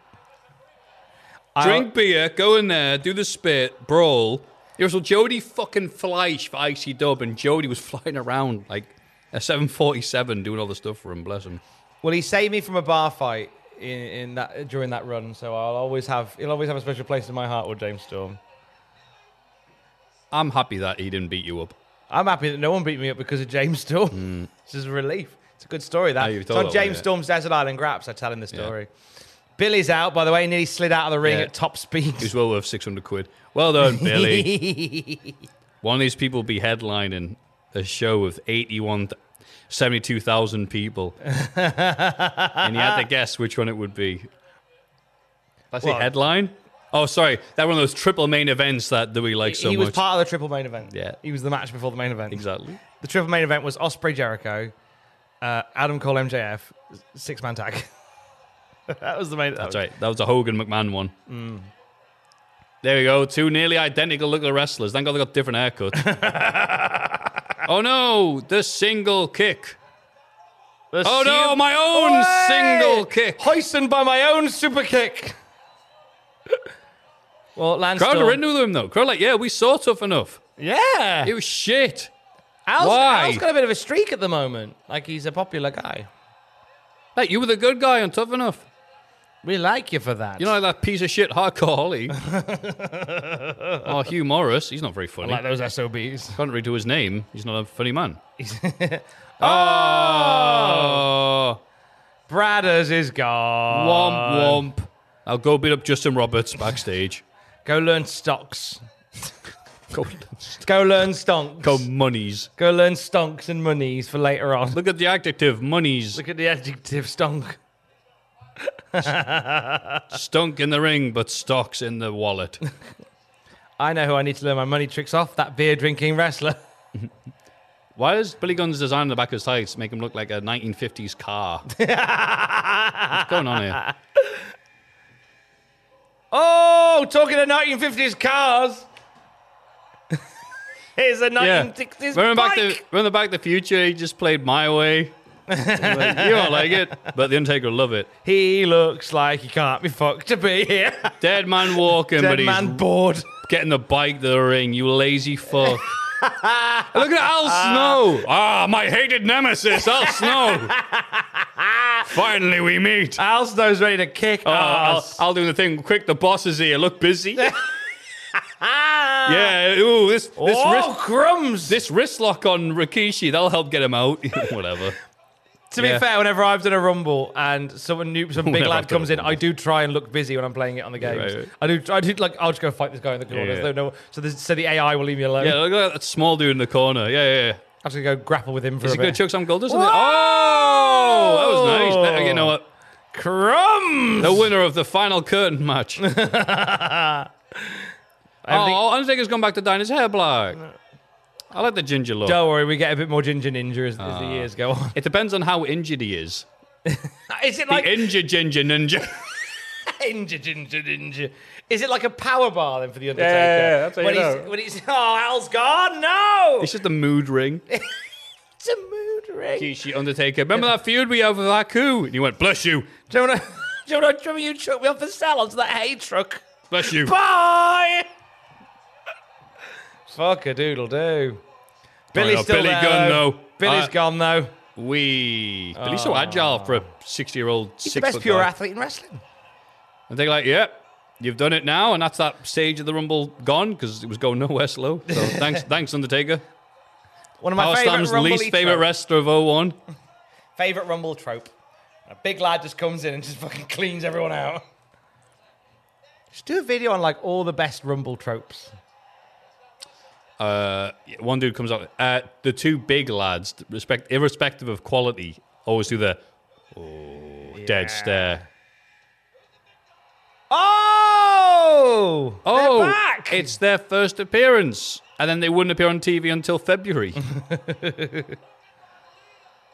Speaker 7: Drink beer, go in there, do the spit, brawl. There was Jody fucking Fleisch for Icy Dub, and Jody was flying around like a 747 doing all the stuff for him, bless him.
Speaker 8: well, he saved me from a bar fight in, in that during that run, so I'll always have he'll always have a special place in my heart with James Storm.
Speaker 7: I'm happy that he didn't beat you up.
Speaker 8: I'm happy that no one beat me up because of James Storm. This is a relief. It's a good story. That
Speaker 7: Oh, Mm. you've
Speaker 8: it's
Speaker 7: told
Speaker 8: on
Speaker 7: that one,
Speaker 8: James
Speaker 7: yeah.
Speaker 8: Storm's Desert Island Graps. I tell him the story. Billy's out, by the way. Nearly slid out of the ring
Speaker 7: Yeah.
Speaker 8: at top speed.
Speaker 7: He was well worth 600 quid. Well done, Billy. One of these people be headlining a show with 81, 72,000 people. and you had to guess which one it would be. Did I say
Speaker 8: Well-
Speaker 7: headline? Oh, sorry. That one of those triple main events that, that we like so
Speaker 8: he was
Speaker 7: much.
Speaker 8: part of the triple main event.
Speaker 7: Yeah.
Speaker 8: He was the match before the main event.
Speaker 7: exactly.
Speaker 8: The triple main event was Osprey Jericho, uh, Adam Cole MJF, six man tag. that was Mm. the main.
Speaker 7: That's right. That was a Hogan McMahon one. There we go. Two nearly identical looking wrestlers. Thank God they got different haircuts. oh no, the single kick. oh no, my own single
Speaker 8: kick. Hoisted by my own super kick. well, Lance.
Speaker 7: Crowd
Speaker 8: Storm-
Speaker 7: are into them though. Crowd like, yeah, we saw tough enough.
Speaker 8: Yeah.
Speaker 7: It was shit.
Speaker 8: Al's,
Speaker 7: Why?
Speaker 8: Al's got a bit of a streak at the moment. Like he's a popular guy.
Speaker 7: Like you were the good guy on Tough Enough.
Speaker 8: We like you for that.
Speaker 7: You know, like that piece of shit hardcore Holly. oh, Hugh Morris. He's not very funny.
Speaker 8: I like those SOBs.
Speaker 7: Contrary to his name, he's not a funny man.
Speaker 8: Oh! Bradders is gone.
Speaker 7: Uh, Womp womp. I'll go beat up Justin Roberts backstage.
Speaker 8: Go learn stocks.
Speaker 7: go,
Speaker 8: go learn stonks.
Speaker 7: Go monies.
Speaker 8: Go learn stonks and monies for later on.
Speaker 7: Look at the adjective monies.
Speaker 8: Look at the adjective stonk.
Speaker 7: Stunk in the ring, but stocks in the wallet.
Speaker 8: I know who I need to learn my money tricks off. That beer drinking wrestler.
Speaker 7: Why does Billy Gunn's design on the back of his tights make him look like a 1950s car? What's going on here?
Speaker 8: Oh, talking of 1950s cars. Here's a 1960s
Speaker 7: Remember back,
Speaker 8: bike.
Speaker 7: the, remember back the future, he just played My Way. Like, you don't like it, but The Undertaker will love it.
Speaker 8: He looks like he can't be fucked to be here.
Speaker 7: Dead man walking,
Speaker 8: Dead
Speaker 7: but he's
Speaker 8: man bored.
Speaker 7: Getting the bike to the ring, you lazy fuck. And Look at Al Snow. Ah, my hated nemesis, Al Snow. Finally, we meet.
Speaker 8: Al Snow's ready to kick
Speaker 7: oh, Al,
Speaker 8: ass.
Speaker 7: Al doing the thing. Quick, the boss is here. Look busy. yeah. Ooh, this this
Speaker 8: Oh,
Speaker 7: crumbs. This wrist lock on Rikishi. That'll help get him out. Whatever.
Speaker 8: To be
Speaker 7: Yeah.
Speaker 8: fair, whenever I've done a rumble and someone new, some big
Speaker 7: Whenever
Speaker 8: lad
Speaker 7: I've done
Speaker 8: comes
Speaker 7: a
Speaker 8: in, I do try and look busy when I'm playing it on the games.
Speaker 7: right, right.
Speaker 8: I do, I do like I'll just go fight this guy in the corner.
Speaker 7: Yeah.
Speaker 8: So, no, so, the, so the AI will leave me alone.
Speaker 7: Yeah, look at that small dude in the corner. Yeah, yeah. yeah.
Speaker 8: I'm just gonna go grapple with him for
Speaker 7: Is
Speaker 8: a
Speaker 7: he going
Speaker 8: bit.
Speaker 7: to choke some gold or something? Oh, that was nice. That- you know what?
Speaker 8: Crumbs.
Speaker 7: The winner of the final curtain match. oh, Undertaker's gone back to dyeing his hair black. I like the ginger look.
Speaker 8: Don't worry, we get a bit more ginger ninja as, as the years go on.
Speaker 7: Ah. It depends on how injured he is.
Speaker 8: Is it like
Speaker 7: the injured ginger ninja.
Speaker 8: Ninja, ninja, ninja. Is it like a power bar then for the Undertaker?
Speaker 7: yeah, yeah, that's how
Speaker 8: when
Speaker 7: you
Speaker 8: he's,
Speaker 7: know.
Speaker 8: When he's oh, Al's gone. No,
Speaker 7: it's just a mood ring.
Speaker 8: it's a mood ring.
Speaker 7: Kishi Undertaker. Remember that feud we had with Haku? And he went, bless you,
Speaker 8: Do you know what? I- Do you know what? I- remember you chucked me off the cell onto that hay truck?
Speaker 7: bless you.
Speaker 8: Bye. Fuck a doodle do. Billy's
Speaker 7: no,
Speaker 8: still
Speaker 7: Billy
Speaker 8: there.
Speaker 7: Gunn, though.
Speaker 8: Billy's
Speaker 7: Uh,
Speaker 8: gone though.
Speaker 7: We. But he's so agile for a 60 year old.
Speaker 8: Ah. He's the best pure athlete in wrestling.
Speaker 7: And they're like, yep, you've done it now. And that's that stage of the Rumble gone because it was going nowhere slow. So thanks, thanks Undertaker.
Speaker 8: One of my
Speaker 7: Power Slam's
Speaker 8: favorite Rumble
Speaker 7: least favorite wrestler of 01.
Speaker 8: favorite Rumble trope. A big lad just comes in and just fucking cleans everyone out. Just do a video on like all the best Rumble tropes.
Speaker 7: Uh, one dude comes up. Uh, the two big lads, respect, irrespective of quality, always do the oh, dead stare.
Speaker 8: Oh!
Speaker 7: Oh,
Speaker 8: They're back!
Speaker 7: it's their first appearance. And then they wouldn't appear on TV until February.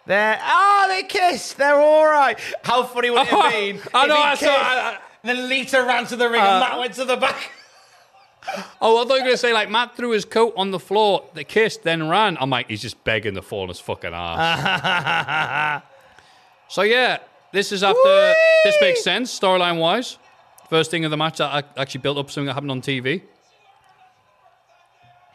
Speaker 8: They're oh, they kissed. They're all right. How funny would it have been?
Speaker 7: I
Speaker 8: if
Speaker 7: know,
Speaker 8: he
Speaker 7: I saw-
Speaker 8: kissed,
Speaker 7: I- I-
Speaker 8: and then Lita ran to the ring
Speaker 7: Uh,
Speaker 8: and Matt went to the back.
Speaker 7: oh, I thought you were going to say, like, Matt threw his coat on the floor, they kissed, then ran. I'm like, he's just begging to fall on his fucking ass. so, yeah, this is after. This makes sense, storyline wise. First thing of the match that ac- actually built up something that happened on TV.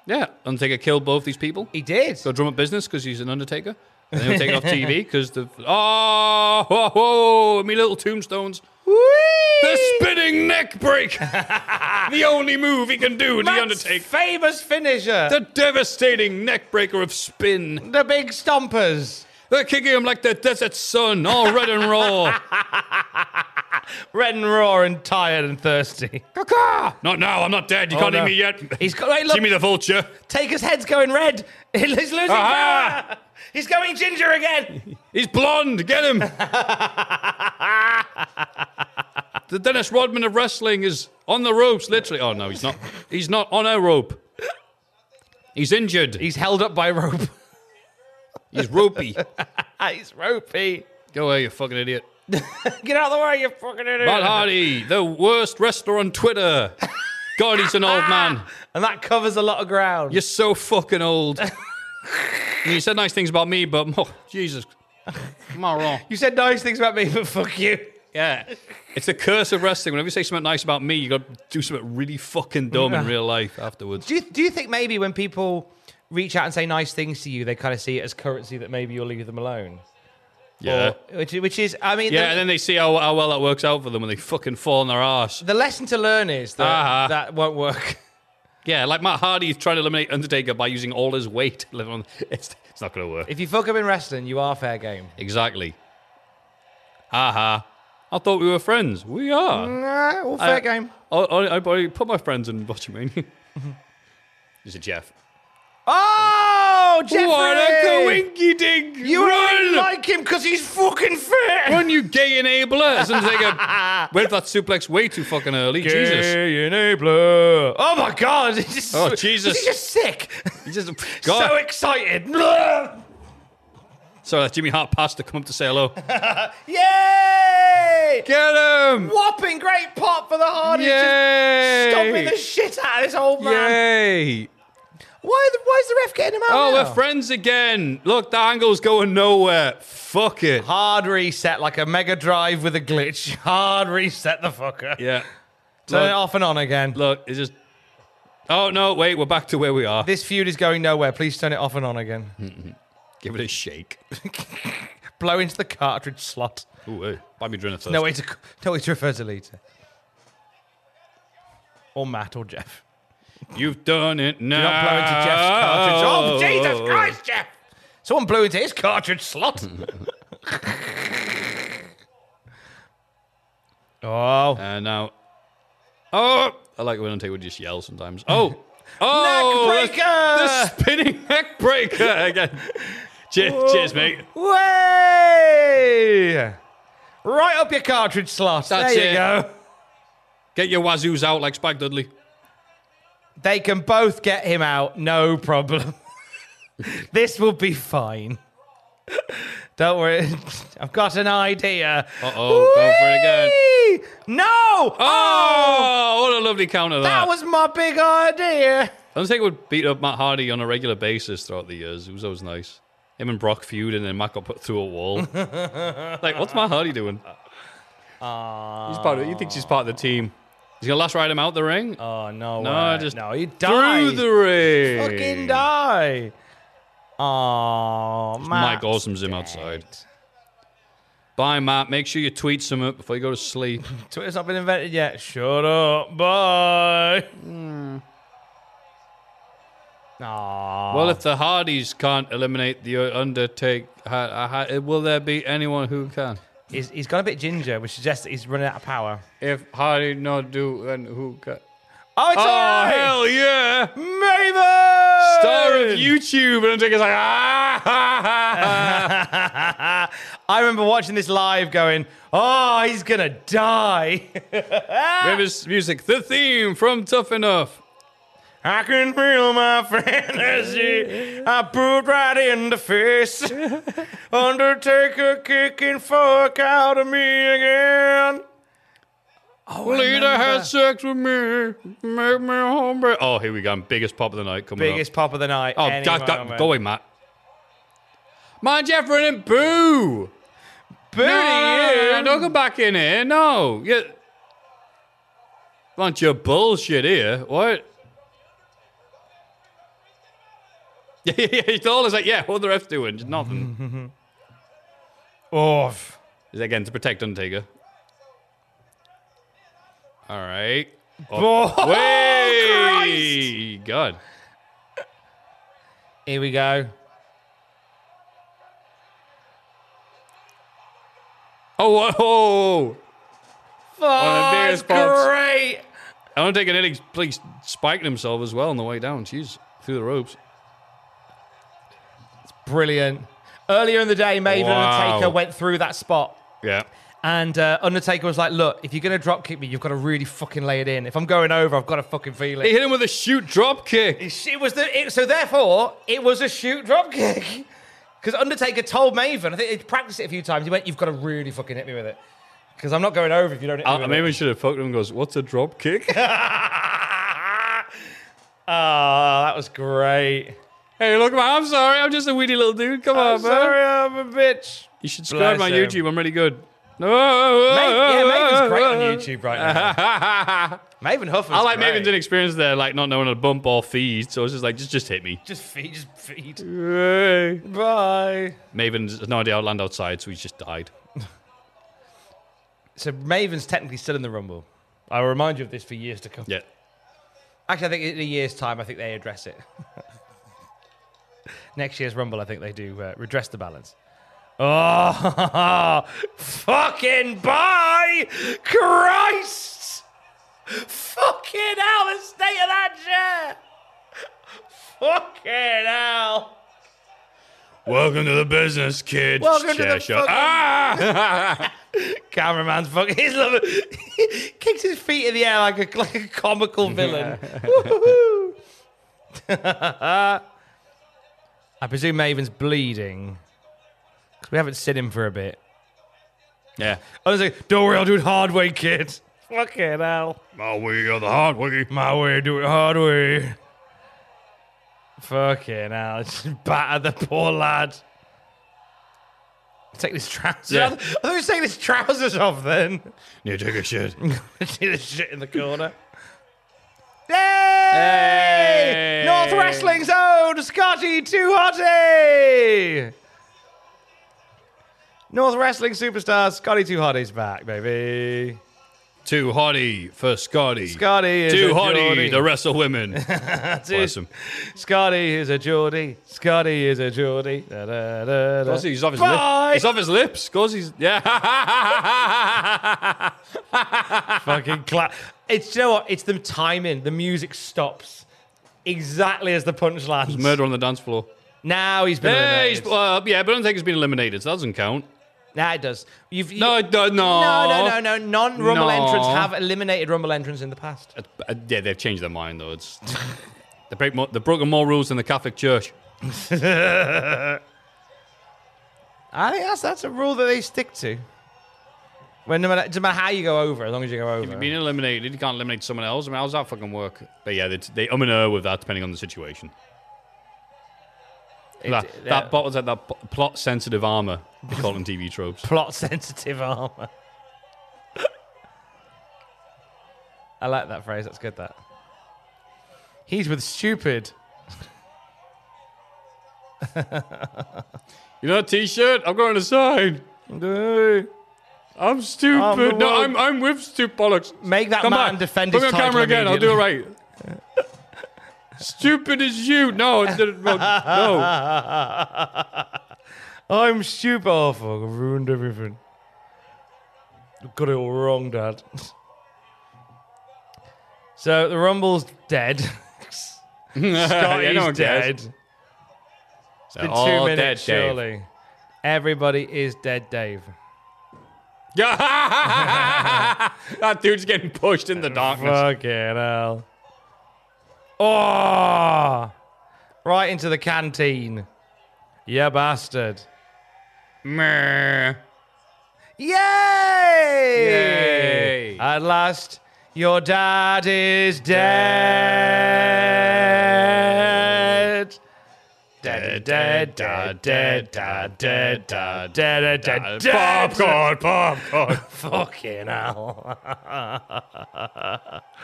Speaker 7: Yeah, Undertaker killed both these people.
Speaker 8: He did.
Speaker 7: Go drum up business because he's an Undertaker. And then he'll take it off TV because the. Oh, whoa, whoa, me little tombstones. The spinning neck break. the only move he can do, The
Speaker 8: Matt's
Speaker 7: Undertaker.
Speaker 8: famous finisher.
Speaker 7: The devastating neck breaker of spin.
Speaker 8: the big stompers.
Speaker 7: They're kicking him like the desert sun, all red and raw.
Speaker 8: Red and raw and tired and thirsty.
Speaker 7: not now, I'm not dead. You
Speaker 8: Oh,
Speaker 7: can't
Speaker 8: no.
Speaker 7: eat me yet.
Speaker 8: He's got- wait, look.
Speaker 7: See me the vulture.
Speaker 8: Taker's head's going red. He's losing
Speaker 7: Aha!
Speaker 8: power. He's going ginger again.
Speaker 7: He's blonde. Get him. the Dennis Rodman of wrestling is on the ropes, literally. Oh no, he's not. He's not on a rope. He's injured.
Speaker 8: He's held up by rope.
Speaker 7: He's ropey.
Speaker 8: Ah, He's ropey.
Speaker 7: Go away, you fucking idiot.
Speaker 8: Get out of the way, you fucking idiot.
Speaker 7: Matt Hardy, the worst wrestler on Twitter. God, he's an old man.
Speaker 8: And that covers a lot of ground.
Speaker 7: You're so fucking old. I mean, you said nice things about me, but oh, Jesus. Am I wrong?
Speaker 8: You said nice things about me, but fuck you.
Speaker 7: Yeah. It's the curse of wrestling. Whenever you say something nice about me, you got to do something really fucking dumb in real life afterwards.
Speaker 8: Do you, do you think maybe when people reach out and say nice things to you, they kind of see it as currency that maybe you'll leave them alone?
Speaker 7: Yeah.
Speaker 8: Or- which, which is, I mean,
Speaker 7: yeah,
Speaker 8: the,
Speaker 7: and then they see how, how well that works out for them and they fucking fall on their ass.
Speaker 8: the lesson to learn is that
Speaker 7: Ah.
Speaker 8: that won't work.
Speaker 7: Yeah, like Matt Hardy trying to eliminate Undertaker by using all his weight. Living on- It's, it's not going to work.
Speaker 8: If you fuck up in wrestling, you are fair game.
Speaker 7: Exactly. Aha. I thought we were friends. We are.
Speaker 8: Nah, well, fair
Speaker 7: Uh,
Speaker 8: game.
Speaker 7: I, I, I- I put my friends in Botchamania. Is it Jeff?
Speaker 8: Oh, Jeffrey!
Speaker 7: What a coinky dink!
Speaker 8: You
Speaker 7: Run!
Speaker 8: really like him because he's fucking fit.
Speaker 7: Run, you gay enabler! As soon as they go, went for that suplex way too fucking early. Jesus.
Speaker 8: enabler. Oh my god! He's just,
Speaker 7: Oh, Jesus.
Speaker 8: He's just sick.
Speaker 7: He's just,
Speaker 8: So
Speaker 7: God.
Speaker 8: excited. Blah.
Speaker 7: Sorry, that Jimmy Hart passed to come up to say hello.
Speaker 8: Yay!
Speaker 7: Get him!
Speaker 8: Whopping great pop for the Hardys.
Speaker 7: Yay!
Speaker 8: Just stomping the shit out of this old man.
Speaker 7: Yay!
Speaker 8: Why? The, why is the ref getting him out?
Speaker 7: Oh,
Speaker 8: now?
Speaker 7: we're friends again. Look, the angle's going nowhere. Fuck it.
Speaker 8: Hard reset like a Mega Drive with a glitch. Hard reset the fucker.
Speaker 7: Yeah.
Speaker 8: Turn
Speaker 7: Look.
Speaker 8: it off and on again.
Speaker 7: Look, it's just. Oh no! Wait, we're back to where we are.
Speaker 8: This feud is going nowhere. Please turn it off and on again.
Speaker 7: Give it a shake.
Speaker 8: Blow into the cartridge slot.
Speaker 7: Ooh, hey, buy me Drenna first.
Speaker 8: No way to no way to refer to later. Or Matt or Jeff.
Speaker 7: You've done it now.
Speaker 8: Do not blow into Jeff's cartridge. Oh, Jesus Christ, Jeff! Someone blew into his cartridge slot. oh.
Speaker 7: And Uh, now, oh, I like when Undertaker would just yell sometimes. Oh,
Speaker 8: Uh,
Speaker 7: oh,
Speaker 8: Neck
Speaker 7: the-
Speaker 8: breaker!
Speaker 7: the spinning neck breaker again. cheers, cheers, mate.
Speaker 8: Way! Right up your cartridge slot.
Speaker 7: That's
Speaker 8: there you
Speaker 7: it.
Speaker 8: go.
Speaker 7: Get your wazoos out like Spike Dudley.
Speaker 8: They can both get him out, no problem. this will be fine. Don't worry, I've got an idea.
Speaker 7: Uh oh, going for it again.
Speaker 8: Whee! No! Oh!
Speaker 7: Oh, what a lovely counter that.
Speaker 8: That was my big idea.
Speaker 7: Undertaker would beat up Matt Hardy on a regular basis throughout the years. It was always nice. Him and Brock feud, and then Matt got put through a wall. like, what's Matt Hardy doing?
Speaker 8: Ah.
Speaker 7: He's part of, he thinks he's part of the team. He's gonna last ride him out the ring.
Speaker 8: Oh no!
Speaker 7: no,
Speaker 8: way.
Speaker 7: just
Speaker 8: no. He
Speaker 7: through
Speaker 8: died.
Speaker 7: the ring.
Speaker 8: Fucking die. Oh,
Speaker 7: Mike Awesome's him outside. Bye, Matt. Make sure you tweet some up before you go to sleep.
Speaker 8: Twitter's not been invented yet. Shut up. Bye. Aw.
Speaker 7: Well, if the Hardys can't eliminate the Undertaker, will there be anyone who can?
Speaker 8: he's, he's got a bit ginger, which suggests that he's running out of power.
Speaker 7: If Hardy not do, and who can?
Speaker 8: Oh, it's
Speaker 7: oh,
Speaker 8: all right.
Speaker 7: hell yeah!
Speaker 8: Maven!
Speaker 7: Star of YouTube, and Undertaker's like, ah, ha, ha, ha.
Speaker 8: ah! I remember watching this live going, oh, he's going to die.
Speaker 7: With his music, the theme from Tough Enough.
Speaker 8: I can feel my fantasy. I put right in the face. Undertaker kicking fuck out of me again. Oh,
Speaker 7: Leader had sex with me, make me hungry. Oh, here we go. Biggest pop of the night coming
Speaker 8: Biggest
Speaker 7: up.
Speaker 8: pop of the night.
Speaker 7: Oh,
Speaker 8: any
Speaker 7: that, that,
Speaker 8: moment.
Speaker 7: go away, Matt. Man, Jeff running boo.
Speaker 8: Booty
Speaker 7: No, no, no, no,
Speaker 8: in.
Speaker 7: don't go back in here. No, you bunch of bullshit here. What? Yeah, yeah, yeah. It's all is like, yeah. What the ref doing? Just nothing.
Speaker 8: Off.
Speaker 7: Is again to protect Undertaker. All right.
Speaker 8: Oh,
Speaker 7: Wait, God.
Speaker 8: Here we go.
Speaker 7: Oh, whoa. whoa.
Speaker 8: Fuck,
Speaker 7: biggest pops.
Speaker 8: great.
Speaker 7: Undertaker nearly please spiked himself as well on the way down. Jeez, through the ropes.
Speaker 8: Brilliant. Earlier in the day, Maven and
Speaker 7: Wow.
Speaker 8: Undertaker went through that spot.
Speaker 7: Yeah.
Speaker 8: And uh, Undertaker was like, look, if you're going to drop kick me, you've got to really fucking lay it in. If I'm going over, I've got to fucking feel
Speaker 7: He
Speaker 8: it.
Speaker 7: hit him with a shoot drop kick.
Speaker 8: It was the, it, so therefore, it was a shoot drop kick. Because Undertaker told Maven, I think he practiced it a few times. He went, you've got to really fucking hit me with it. Because I'm not going over if you don't hit me
Speaker 7: I,
Speaker 8: with
Speaker 7: I
Speaker 8: it.
Speaker 7: maybe should have fucked him and goes, What's a drop kick?
Speaker 8: Oh, that was great.
Speaker 7: Hey, look, man, I'm sorry. I'm just a weedy little dude. Come
Speaker 8: I'm
Speaker 7: on, man.
Speaker 8: sorry, I'm a bitch.
Speaker 7: You should subscribe
Speaker 8: Bless
Speaker 7: on
Speaker 8: him.
Speaker 7: YouTube. I'm really good. No,
Speaker 8: yeah, Maven's great on YouTube right now. Maven Huff.
Speaker 7: I like
Speaker 8: great.
Speaker 7: Maven's inexperience there, like not knowing how to bump or feed. So I was just like, just just hit me.
Speaker 8: Just feed, just feed. Bye.
Speaker 7: Maven's has no idea how to land outside, so he's just died.
Speaker 8: So Maven's technically still in the Rumble. I will remind you of this for years to come.
Speaker 7: Yeah.
Speaker 8: Actually, I think in a year's time, I think they address it. Next year's Rumble, I think they do uh, redress the balance. Oh, fucking bye, Christ! Fucking hell, the state of that chair! Fucking hell!
Speaker 7: Welcome to the business, kid.
Speaker 8: Welcome to
Speaker 7: Chair
Speaker 8: the
Speaker 7: shot.
Speaker 8: fucking-
Speaker 7: Ah!
Speaker 8: Cameraman's fucking. He's loving. He kicks his feet in the air like a like a comical villain. Woohoo! I presume Maven's bleeding because we haven't seen him for a bit.
Speaker 7: Yeah.
Speaker 8: I was like, don't worry, I'll do it hard way, kid. Fucking hell.
Speaker 10: My way or the hard way.
Speaker 8: My way, do it hard way. Fucking hell. Just batter the poor lad. Take this trousers
Speaker 10: Yeah.
Speaker 8: off. I thought he was taking his trousers off then.
Speaker 10: You take a shit.
Speaker 8: See the shit in the corner. Yay! North Wrestling's own Scotty Too Hotty! North Wrestling superstar Scotty Too Hotty's back, baby.
Speaker 7: Too hottie for Scotty.
Speaker 8: Scotty is
Speaker 7: Too
Speaker 8: a Geordie.
Speaker 7: hottie to wrestle women.
Speaker 8: Dude,
Speaker 7: Bless him.
Speaker 8: Scotty is a Geordie. Scotty is a Geordie. Da, da, da, da.
Speaker 7: Goes, he's off his
Speaker 8: Bye!
Speaker 7: lips. He's off his lips. Goes, he's yeah.
Speaker 8: fucking clap. It's you know what? It's the timing. The music stops exactly as the punch lands.
Speaker 7: Murder on the dance floor.
Speaker 8: Now he's been
Speaker 7: Hey,
Speaker 8: eliminated.
Speaker 7: he's, uh, yeah, but I don't think he's been eliminated. So that doesn't count.
Speaker 8: Nah, it does. You've, you-
Speaker 7: No, it do- no.
Speaker 8: no, no, no, no. Non-rumble
Speaker 7: No.
Speaker 8: entrants have eliminated rumble entrants in the past.
Speaker 7: Uh, yeah, they've changed their mind though. It's they break more, they've broken more rules than the Catholic Church.
Speaker 8: I think that's that's a rule that they stick to. When no matter, doesn't matter how you go over, as long as you go
Speaker 7: If
Speaker 8: over.
Speaker 7: you've been eliminated, you can't eliminate someone else. I mean, how's that fucking work? But yeah, they, they um and uh with that depending on the situation.
Speaker 8: It-
Speaker 7: that,
Speaker 8: yeah.
Speaker 7: that bottle's like that p- plot sensitive armor. They call them TV tropes.
Speaker 8: Plot sensitive armor. I like that phrase. That's good. That he's with stupid.
Speaker 7: You know, that T-shirt. I'm going to sign. I'm stupid.
Speaker 8: I'm the
Speaker 7: no,
Speaker 8: one-
Speaker 7: I'm, I'm with stupid bollocks.
Speaker 8: Make that
Speaker 7: Come
Speaker 8: man
Speaker 7: back.
Speaker 8: defend
Speaker 7: Bring
Speaker 8: his
Speaker 7: on camera
Speaker 8: title
Speaker 7: again. I'll do it right. stupid as you. No, it didn't- no, no.
Speaker 8: I'm stupid. Oh, fuck, I've ruined everything. Got it all wrong, Dad. so the Rumble's dead. Scotty's
Speaker 7: Yeah, no one
Speaker 8: dead.
Speaker 7: cares.
Speaker 8: It's been
Speaker 7: They're
Speaker 8: two
Speaker 7: all
Speaker 8: minutes,
Speaker 7: dead, Dave.
Speaker 8: surely. Everybody is dead, Dave.
Speaker 7: that dude's getting pushed in the darkness.
Speaker 8: Fucking hell. Oh! Right into the canteen. You bastard.
Speaker 7: Meh.
Speaker 8: Yay! At last, your dad is dead. Dead, dead, dead, dead, dead, dead, dead, dead, dead, dead.
Speaker 7: Popcorn, popcorn.
Speaker 8: Fucking hell.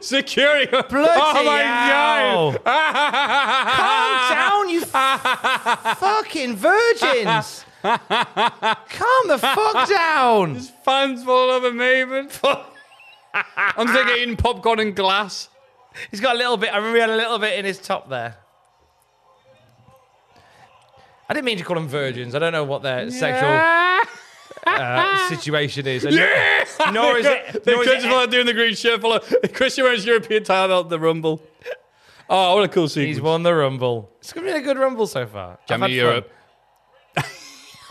Speaker 7: Security. oh my
Speaker 8: hell.
Speaker 7: god. Calm
Speaker 8: down, you Fucking virgins. Calm the fuck down.
Speaker 7: His fans fall over Maven. I'm thinking eating popcorn and glass.
Speaker 8: He's got a little bit. I remember he had a little bit in his top there. I didn't mean to call them virgins. I don't know what their sexual uh, situation is. And- Nor is it.
Speaker 7: The
Speaker 8: Nor is
Speaker 7: Christian
Speaker 8: it
Speaker 7: fella doing the green shirt full of Christian wears European tile belt the rumble. Oh, what a cool sequence.
Speaker 8: he's won the rumble. It's gonna be a good rumble so far. I've
Speaker 7: Jammy
Speaker 8: had fun.
Speaker 7: Europe.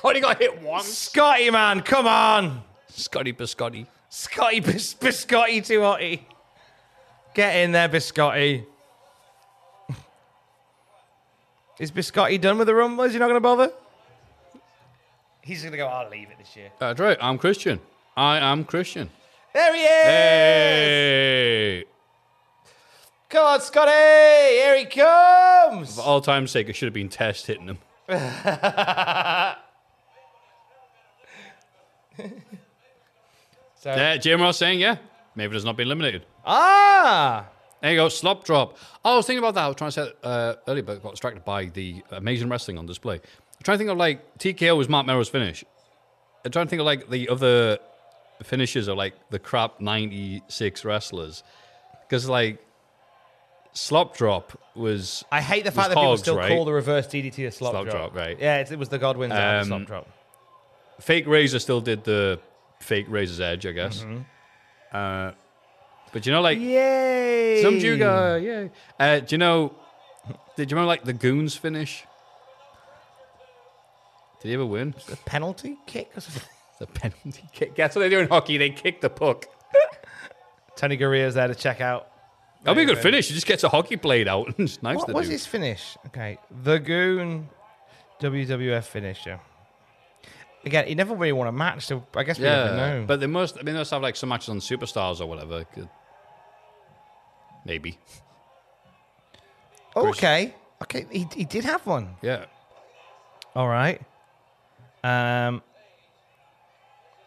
Speaker 7: Only got hit once.
Speaker 8: Scotty man, come on,
Speaker 7: Scotty Biscotti.
Speaker 8: Scotty bis- biscotti too hotty. Get in there, biscotti. is biscotti done with the rumble? Is he not gonna bother? He's gonna go. I'll leave it this year.
Speaker 7: That's right. I'm Christian. I am Christian.
Speaker 8: There he is.
Speaker 7: Hey.
Speaker 8: Come on, Scotty! Here he comes!
Speaker 7: For all time's sake, it should have been Test hitting him.
Speaker 8: So-
Speaker 7: Yeah, Jim Ross saying, yeah, Maven has not been eliminated.
Speaker 8: Ah!
Speaker 7: There you go, slop drop. Oh, I was thinking about that. I was trying to say that, uh, earlier, but got distracted by the amazing wrestling on display. I'm trying to think of like TKO was Mark Merrill's finish. I'm trying to think of like the other finishes of like the crap 96 wrestlers. Because like slop drop was.
Speaker 8: I hate the fact that people still call the reverse DDT a slop,
Speaker 7: Slop drop, right.
Speaker 8: Yeah, it's, it was the Godwin's um, slop drop.
Speaker 7: Fake Razor still did the fake Razor's Edge, I guess.
Speaker 8: Mhm.
Speaker 7: Uh, but you know, like
Speaker 8: Yay!
Speaker 7: some Juga, yeah. Uh, do you know? Did you remember like the Goons finish? Did he ever win?
Speaker 8: The penalty kick or something?
Speaker 7: The penalty kick. That's what they do in hockey. They kick the puck.
Speaker 8: Tony Gurria's there to check out.
Speaker 7: That'd be a good
Speaker 8: Anyway.
Speaker 7: finish. He just gets a hockey blade out and snipes
Speaker 8: What
Speaker 7: the
Speaker 8: was
Speaker 7: dude.
Speaker 8: his finish? Okay, the Goon WWF finisher. Again, he never really won a match, so I guess we never know.
Speaker 7: but they must. I mean, they must have like some matches on superstars or whatever. Could- Maybe.
Speaker 8: Oh, okay, okay, he, he did have one.
Speaker 7: Yeah.
Speaker 8: All right. Um,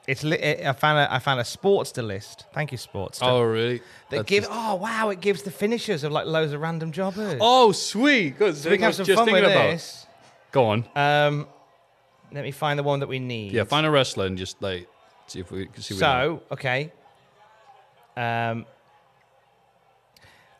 Speaker 8: it's li- it, I found a, I found a Sportster list. Thank you, Sportster.
Speaker 7: Oh really?
Speaker 8: That
Speaker 7: That's
Speaker 8: gives
Speaker 7: just-
Speaker 8: oh wow, it gives the finishers of like loads of random jobbers.
Speaker 7: Oh sweet. Good.
Speaker 8: so we can
Speaker 7: I
Speaker 8: have
Speaker 7: was
Speaker 8: some
Speaker 7: just
Speaker 8: fun
Speaker 7: thinking
Speaker 8: with
Speaker 7: about.
Speaker 8: this.
Speaker 7: Go on.
Speaker 8: Um, let me find the one that we need.
Speaker 7: Yeah, find a wrestler and just like see if we can see. what
Speaker 8: So okay. Um.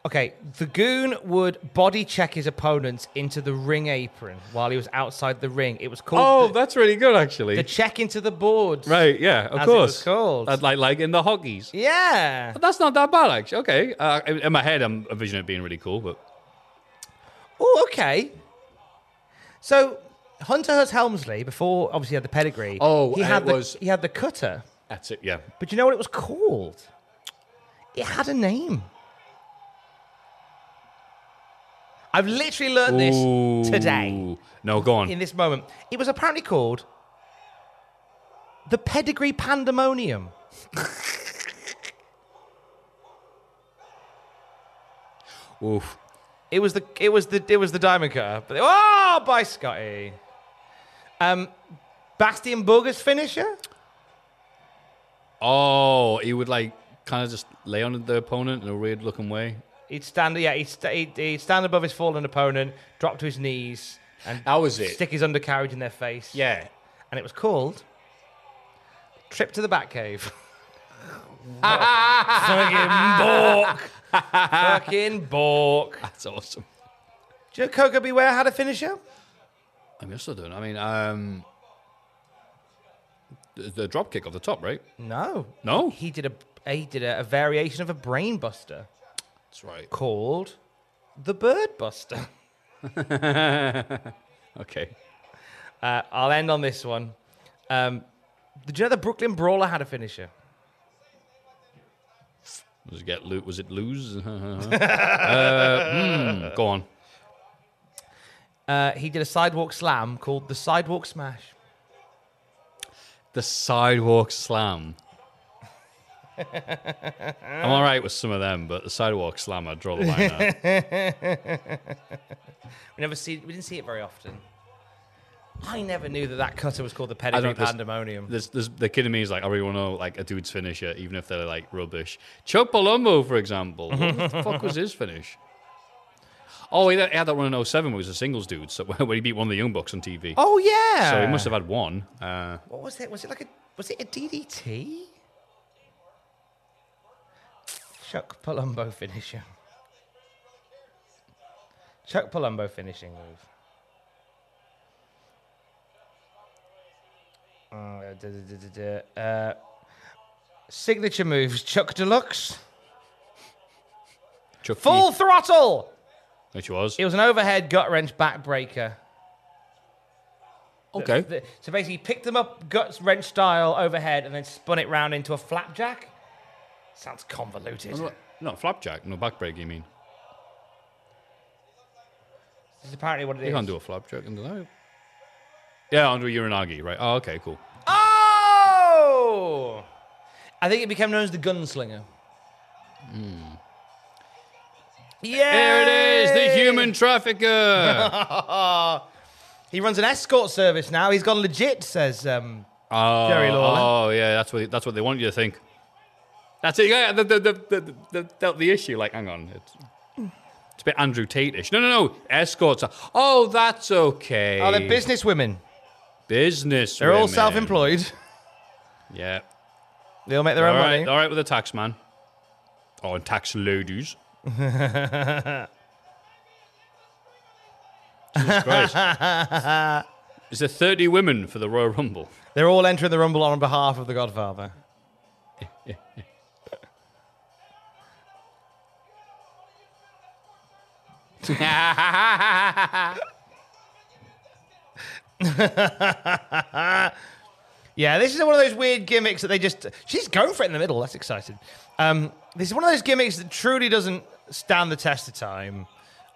Speaker 8: Okay, the goon would body check his opponents into the ring apron while he was outside the ring. It was called
Speaker 7: oh,
Speaker 8: the,
Speaker 7: that's really good actually.
Speaker 8: the check into the boards.
Speaker 7: Right, yeah, of
Speaker 8: as it was
Speaker 7: course.
Speaker 8: called.
Speaker 7: That's like like in the hockeys.
Speaker 8: Yeah.
Speaker 7: But that's not that bad actually. Okay, uh, in in my head, I'm envisioning it being really cool, but
Speaker 8: Oh, okay. So Hunter Hurst Helmsley, before obviously he had the pedigree.
Speaker 7: Oh,
Speaker 8: he
Speaker 7: and
Speaker 8: had
Speaker 7: it
Speaker 8: the
Speaker 7: was-
Speaker 8: he had the cutter.
Speaker 7: that's it. Yeah,
Speaker 8: But you know what it was called? It had a name. I've literally learned this today
Speaker 7: Ooh. No, go on.
Speaker 8: in this moment. It was apparently called the Pedigree Pandemonium.
Speaker 7: Oof.
Speaker 8: It was the it was the it was the diamond cutter. But oh, by Scotty. Um, Bastian Burger's finisher.
Speaker 7: Oh, he would like kind of just lay on the opponent in a weird looking way.
Speaker 8: He'd stand, yeah, he'd, sta he'd, he'd stand above his fallen opponent, drop to his knees, and
Speaker 7: That was it.
Speaker 8: stick his undercarriage in their face.
Speaker 7: Yeah.
Speaker 8: And it was called Trip to the Batcave. Fucking Bork. Fucking Bork.
Speaker 7: That's awesome.
Speaker 8: Do you know Coco Beware had a finisher?
Speaker 7: I mean, I still don't. I mean, um, the, the drop kick off the top, right?
Speaker 8: No.
Speaker 7: No?
Speaker 8: He did a he did a, a variation of a brainbuster
Speaker 7: That's right.
Speaker 8: called the Bird Buster.
Speaker 7: okay.
Speaker 8: Uh, I'll end on this one. Um, did you know the Brooklyn Brawler had a finisher?
Speaker 7: Was it get loot? Was it lose? uh, hmm, go on.
Speaker 8: Uh, he did a sidewalk slam called the Sidewalk Smash.
Speaker 7: The sidewalk slam. I'm all right with some of them, but the sidewalk slam, I draw the line at.
Speaker 8: we never see. We didn't see it very often. I never knew that that cutter was called the
Speaker 7: I
Speaker 8: pedigree
Speaker 7: don't
Speaker 8: pandemonium.
Speaker 7: There's, there's, the kid in me is like, I really want to know like a dude's finisher, even if they're like rubbish. Chuck Palumbo, for example. What the fuck was his finish? Oh, he had he had that one in 07 where he was a singles dude, so where he beat one of the Young Bucks on TV.
Speaker 8: Oh yeah.
Speaker 7: So he must have had one. Uh,
Speaker 8: What was it? Was it like a? Was it a DDT? Chuck Palumbo finisher. Chuck Palumbo finishing move. Uh, duh, duh, duh, duh, duh. Uh, signature moves. Chuck Deluxe.
Speaker 7: Chuck
Speaker 8: Full throttle.
Speaker 7: Which was.
Speaker 8: It was an overhead gut wrench backbreaker.
Speaker 7: Okay.
Speaker 8: The- the- so basically, he picked them up gut wrench style overhead and then spun it round into a flapjack. Sounds convoluted.
Speaker 7: No, no, flapjack. No, backbreak, you mean.
Speaker 8: This is apparently what it is.
Speaker 7: You can't do a flapjack under that. Yeah, under Uranagi, right. Oh, okay, cool.
Speaker 8: Oh! I think it became known as the gunslinger.
Speaker 7: Hmm. Here it is, the human trafficker.
Speaker 8: he runs an escort service now. He's gone legit, says um,
Speaker 7: Oh,
Speaker 8: Jerry Lawler.
Speaker 7: Oh, yeah, that's what that's what they want you to think. That's it. Yeah, the the the the, the, the, the issue. Like, hang on, it's, it's a bit Andrew Tate-ish. No, no, no. Escorts. Are, oh, that's okay.
Speaker 8: Oh, they're business women.
Speaker 7: Business.
Speaker 8: They're all
Speaker 7: women.
Speaker 8: self-employed.
Speaker 7: Yeah.
Speaker 8: They'll make their own
Speaker 7: All right,
Speaker 8: money.
Speaker 7: All right with the tax man. Oh, and tax ladies. Jesus Christ. Is there 30 women for the Royal Rumble?
Speaker 8: They're all entering the Rumble on behalf of the Godfather. yeah, this is one of those weird gimmicks that they just. She's going for it in the middle. That's exciting. Um, this is one of those gimmicks that truly doesn't stand the test of time.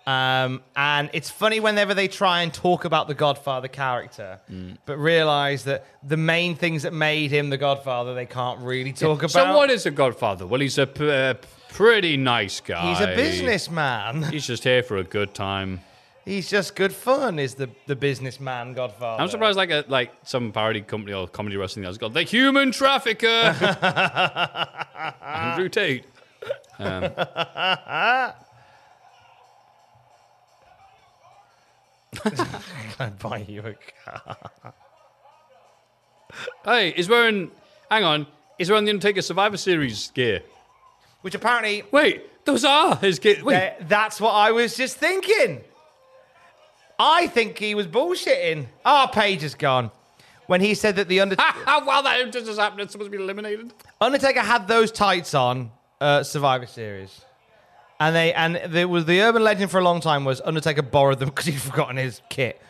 Speaker 8: Um, and it's funny whenever they try and talk about the Godfather character, but realize that the main things that made him the Godfather they can't really talk about.
Speaker 7: So what is a Godfather? Well, he's a p- uh, pretty nice guy.
Speaker 8: He's a businessman.
Speaker 7: He's just here for a good time.
Speaker 8: He's just good fun. Is the the businessman Godfather?
Speaker 7: I'm surprised, like a, like some parody company or comedy wrestling that's got the human trafficker, Andrew Tate. Um,
Speaker 8: I buy you a car.
Speaker 7: hey, he's wearing. Hang on, he's wearing the Undertaker Survivor Series gear.
Speaker 8: Which apparently,
Speaker 7: wait, those are his gear. Wait,
Speaker 8: Th- that's what I was just thinking. I think he was bullshitting. Our page is gone. When he said that the Undertaker.
Speaker 7: wow, that just has happened. It's supposed to be eliminated.
Speaker 8: Undertaker had those tights on uh, Survivor Series, and they and there was the urban legend for a long time was Undertaker borrowed them because he'd forgotten his kit.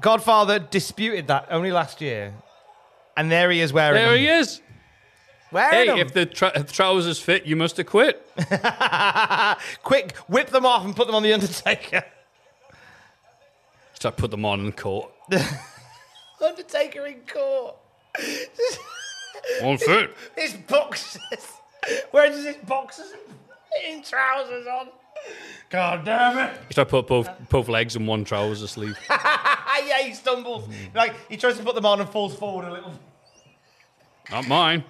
Speaker 8: Godfather disputed that only last year, and there he is wearing.
Speaker 7: There
Speaker 8: them.
Speaker 7: he is.
Speaker 8: Wearing
Speaker 7: hey,
Speaker 8: them.
Speaker 7: if the tra- if the trousers fit, you must have quit.
Speaker 8: Quick, whip them off and put them on the Undertaker.
Speaker 7: So I put them on and caught.
Speaker 8: Undertaker in court.
Speaker 7: On foot.
Speaker 8: His boxers. Where does his boxers in trousers on? God damn it.
Speaker 7: Should I put both both legs in one trouser sleeve?
Speaker 8: yeah, he stumbles. Like he tries to put them on and falls forward a little.
Speaker 7: Not mine.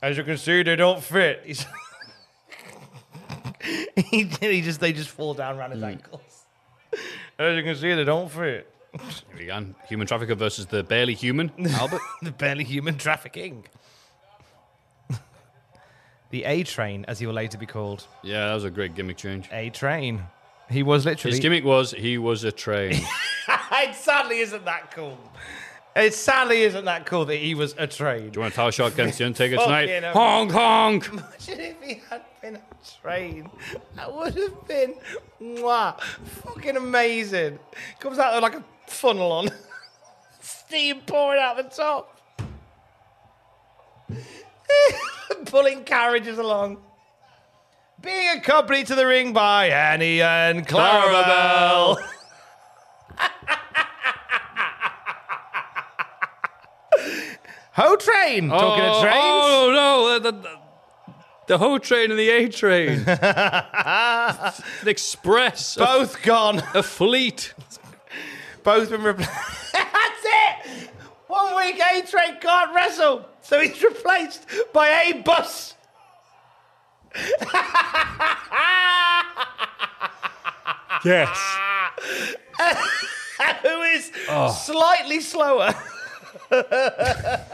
Speaker 8: As you can see, they don't fit. He's he, he just they just fall down around his ankles. As you can see, they don't fit.
Speaker 7: Here we go. Human trafficker versus the barely human Albert.
Speaker 8: the barely human trafficking. The A train, as he will later be called.
Speaker 7: Yeah, that was a great gimmick change.
Speaker 8: A train. He was literally.
Speaker 7: His gimmick was he was a train.
Speaker 8: it sadly isn't that cool. It sadly isn't that cool that he was a train.
Speaker 7: Do you want a tower shot against the Undertaker
Speaker 8: Fucking
Speaker 7: tonight?
Speaker 8: hell.
Speaker 7: Honk honk.
Speaker 8: Imagine if he had been a train. That would have been mwah, fucking amazing. Comes out there like a funnel on. Steam pouring out the top. Pulling carriages along. Being accompanied to the ring by Annie and Clarabelle. Ho train! Talking
Speaker 7: oh,
Speaker 8: of trains.
Speaker 7: Oh no, the, the, the whole train and the A train. An express.
Speaker 8: Both gone.
Speaker 7: A fleet.
Speaker 8: Both been replaced. That's it! One week A train can't wrestle, so he's replaced by A bus.
Speaker 7: Yes.
Speaker 8: Who is
Speaker 7: Oh.
Speaker 8: slightly slower.
Speaker 7: Oh,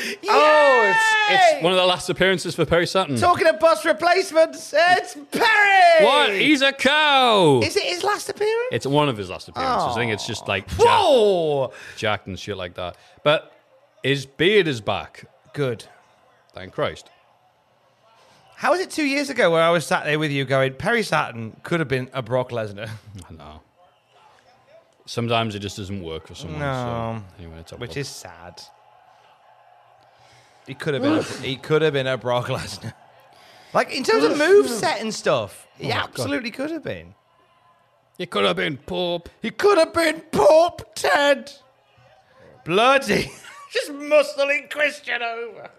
Speaker 7: it's, it's one of the last appearances for Perry Sutton.
Speaker 8: Talking of bus replacements, it's Perry!
Speaker 7: What? He's a cow.
Speaker 8: Is it his last appearance?
Speaker 7: It's one of his last appearances. I think it's just like Jack,
Speaker 8: Whoa!
Speaker 7: Jack and shit like that. But his beard is back.
Speaker 8: Good.
Speaker 7: Thank Christ.
Speaker 8: How was it two years ago where I was sat there with you going, Perry Saturn could have been a Brock Lesnar?
Speaker 7: I know. Sometimes it just doesn't work for someone.
Speaker 8: No.
Speaker 7: So anyway, it's a
Speaker 8: Which
Speaker 7: problem.
Speaker 8: is sad. He could have been. A, he could have been a Brock Lesnar. Like in terms of move set and stuff, he
Speaker 7: Oh, God.
Speaker 8: absolutely could have been.
Speaker 7: It could have been Pope.
Speaker 8: He could have been Pope Ted. Bloody. Just muscling Christian over.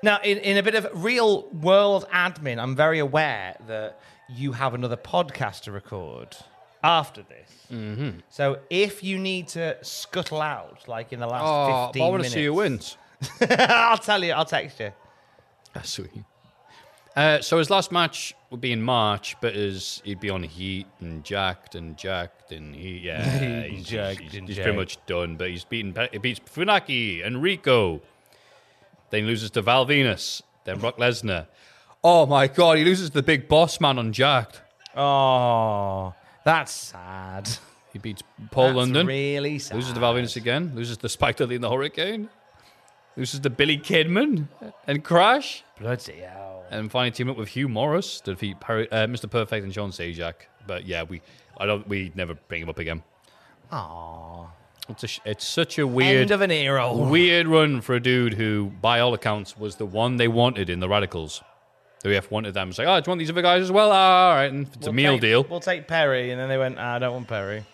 Speaker 8: Now, in, in a bit of real world admin, I'm very aware that you have another podcast to record after this.
Speaker 7: Mm-hmm.
Speaker 8: So if you need to scuttle out, like in the last
Speaker 7: Oh,
Speaker 8: 15
Speaker 7: but I wanna
Speaker 8: minutes.
Speaker 7: see who wins.
Speaker 8: I'll tell you, I'll text you.
Speaker 7: That's sweet. Uh, so his last match would be in March, but his, he'd be on heat and jacked and jacked and he yeah
Speaker 8: Heat and
Speaker 7: he's,
Speaker 8: jacked
Speaker 7: he's,
Speaker 8: and
Speaker 7: he's
Speaker 8: jacked.
Speaker 7: pretty much done. But he's beaten Pe- he beats Funaki and Rico, then he loses to Val Venus, then Brock Lesnar. Oh my god, he loses to the big boss man on Jacked.
Speaker 8: Oh, that's sad.
Speaker 7: He beats Paul
Speaker 8: That's
Speaker 7: London.
Speaker 8: really sad.
Speaker 7: Loses to Val Venus again. Loses to Spike Dudley in the Hurricane. Loses to Billy Kidman and Crash.
Speaker 8: Bloody hell.
Speaker 7: And finally team up with Hugh Morris to defeat Perry, uh, Mr. Perfect and Sean Sajak. But yeah, we I don't we never bring him up again.
Speaker 8: Aww.
Speaker 7: It's, a, sh- it's such a weird
Speaker 8: of an era.
Speaker 7: Weird run for a dude who, by all accounts, was the one they wanted in the Radicals. The WF wanted them. It's like, oh, do you want these other guys as well? Ah, all right, and it's a
Speaker 8: We'll
Speaker 7: meal
Speaker 8: take-
Speaker 7: deal.
Speaker 8: We'll take Perry. And then they went, "Ah, I don't want Perry.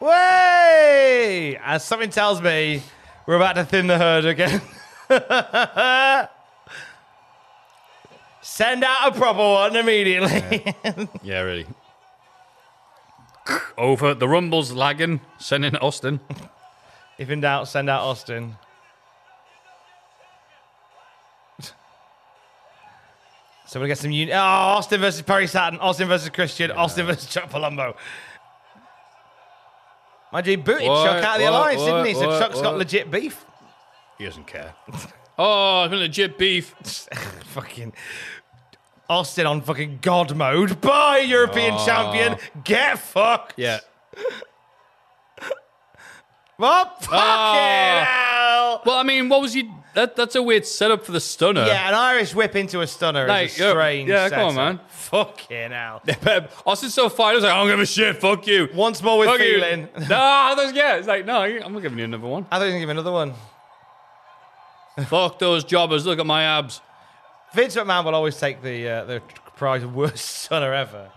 Speaker 8: Way! As something tells me, we're about to thin the herd again. Send out a proper one immediately.
Speaker 7: Yeah, really. Over the Rumbles lagging, sending Austin.
Speaker 8: if in doubt, send out Austin. So we'll get some. Uni- oh, Austin versus Perry Saturn. Austin versus Christian. Austin versus Chuck Palumbo. Mind you, he booted
Speaker 7: What,
Speaker 8: Chuck out of the
Speaker 7: what,
Speaker 8: alliance,
Speaker 7: what,
Speaker 8: didn't he? So
Speaker 7: what,
Speaker 8: Chuck's got
Speaker 7: what?
Speaker 8: legit beef.
Speaker 7: He doesn't care. oh, I'm legit beef.
Speaker 8: fucking Austin on fucking God mode. Bye, European
Speaker 7: Oh.
Speaker 8: champion. Get fucked.
Speaker 7: Yeah.
Speaker 8: Well, fucking
Speaker 7: Ah.
Speaker 8: hell.
Speaker 7: Well, I mean, what was you? That, that's a weird setup for the stunner.
Speaker 8: Yeah, an Irish whip into a stunner
Speaker 7: Like,
Speaker 8: is a
Speaker 7: yeah,
Speaker 8: strange.
Speaker 7: Uh, yeah, come on,
Speaker 8: setup.
Speaker 7: man.
Speaker 8: Fucking hell.
Speaker 7: Austin's so fired. I was like, I don't give a shit. Fuck you.
Speaker 8: Once more with
Speaker 7: Fuck you.
Speaker 8: feeling.
Speaker 7: Nah, that's, yeah. It's like, no, I'm not giving you another one.
Speaker 8: I don't even give another one.
Speaker 7: Fuck those jobbers. Look at my abs.
Speaker 8: Vince McMahon will always take the uh, the prize of worst stunner ever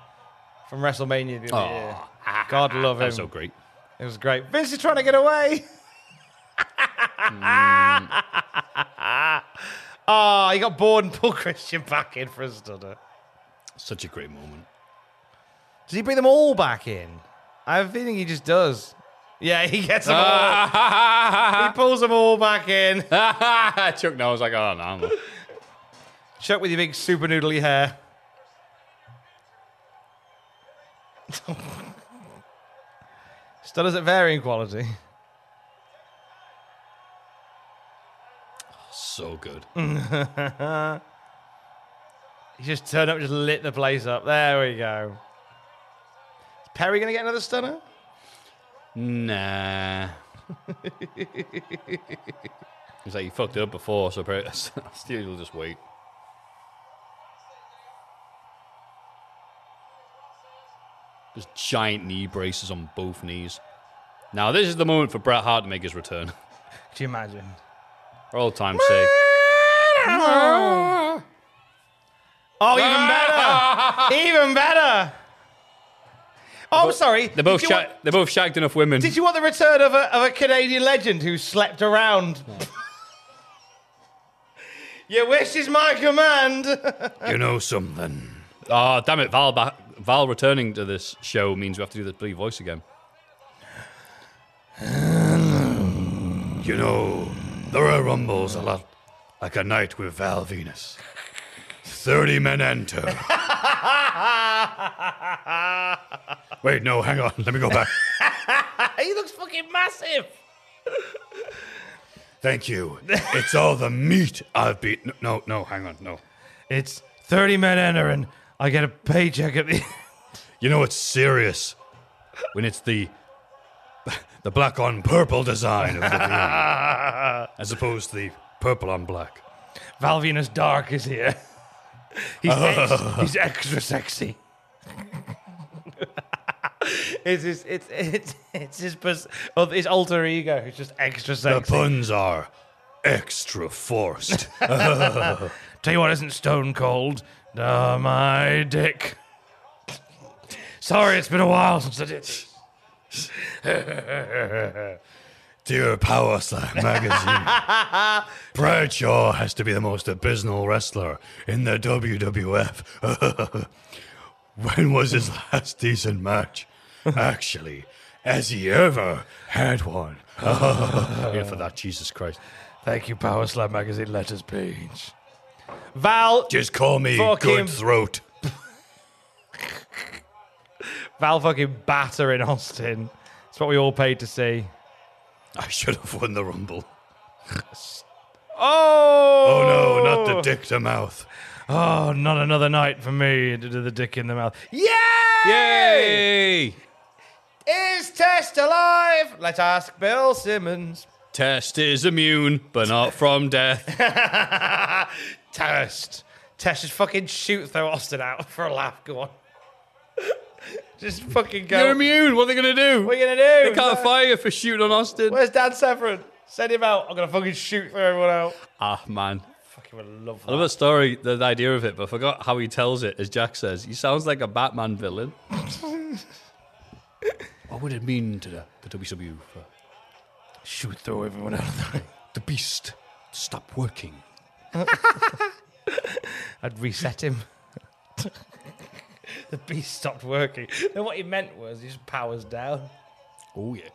Speaker 8: from WrestleMania the other
Speaker 7: Oh.
Speaker 8: year. God love him.
Speaker 7: That's so great.
Speaker 8: It was great. Vince is trying to get away.
Speaker 7: Hmm.
Speaker 8: Ah, he got bored and pulled Christian back in for a stunner.
Speaker 7: Such a great moment.
Speaker 8: Does he bring them all back in? I have a feeling he just does. Yeah, he gets them all. he pulls them all back in.
Speaker 7: Chuck knows. Like, oh no. I'm not.
Speaker 8: Chuck with your big super noodly hair. Stutters at varying quality.
Speaker 7: So good.
Speaker 8: he just turned up, just lit the place up. There we go. Is Perry going to get another stunner?
Speaker 7: Nah. He's like, you fucked it up before, so probably, Steve will just wait. Just giant knee braces on both knees. Now, this is the moment for Bret Hart to make his return.
Speaker 8: Could you imagine?
Speaker 7: For old time's sake.
Speaker 8: Oh, even better! even better! Oh, sorry.
Speaker 7: They're both,
Speaker 8: Did you
Speaker 7: shag-
Speaker 8: want-
Speaker 7: they're both shagged enough women.
Speaker 8: Did you want the return of a, of a Canadian legend who slept around? Your wish is my command.
Speaker 7: You know something. Oh, damn it. Val, ba- Val returning to this show means we have to do the bloody voice again.
Speaker 10: You know, there are rumbles a lot like a night with Val Venus. 30 men enter. Wait, no, hang on. Let me go back.
Speaker 8: he looks fucking massive.
Speaker 10: Thank you. It's all the meat I've beaten. No, no, hang on. No.
Speaker 8: It's 30 men enter and I get a paycheck at the
Speaker 10: You know it's serious when it's the the black on purple design of the thing, as opposed to the purple on black.
Speaker 8: Valvinus Dark is here. He's, ex- he's extra sexy. it's his, it's it's it's his pers- oh, his alter ego who's just extra
Speaker 10: The
Speaker 8: sexy.
Speaker 10: puns are extra forced.
Speaker 8: Tell you what isn't stone cold. Uh, my dick. Sorry, it's been a while since I did. this.
Speaker 10: Dear Power Slam magazine, Bradshaw has to be the most abysmal wrestler in the WWF. when was his last decent match? Actually, has he ever had one? Here for that, Jesus Christ.
Speaker 8: Thank you, Power Slam magazine letters page. Val,
Speaker 10: Just call me
Speaker 8: Fucking-
Speaker 10: Good Throat.
Speaker 8: Val fucking battering Austin. It's what we all paid to see.
Speaker 10: I should have won the Rumble.
Speaker 8: Oh!
Speaker 10: Oh no, not the dick to mouth.
Speaker 8: Oh, not another night for me. D- d- The dick in the mouth. Yay!
Speaker 7: Yay!
Speaker 8: Is Test alive? Let's ask Bill Simmons.
Speaker 7: Test is immune, but not from death.
Speaker 8: Test. Test just fucking shoot throw Austin out for a laugh. Go on. just fucking go.
Speaker 7: You're immune. What are they going to do?
Speaker 8: What are you gonna do?
Speaker 7: They can't fire you for shooting on Austin.
Speaker 8: Where's Dan Severin? Send him out. I'm gonna fucking shoot through everyone out.
Speaker 7: Ah, man.
Speaker 8: Fucking would love
Speaker 7: I love
Speaker 8: that.
Speaker 7: that story, the, the idea of it, but I forgot how he tells it, as Jack says. He sounds like a Batman villain. what would it mean to the, the WW for
Speaker 8: Shoot throw everyone out of the ring.
Speaker 7: the beast to stop working?
Speaker 8: I'd reset him. the beast stopped working. Then what he meant was he just powers down.
Speaker 7: Oh, yeah.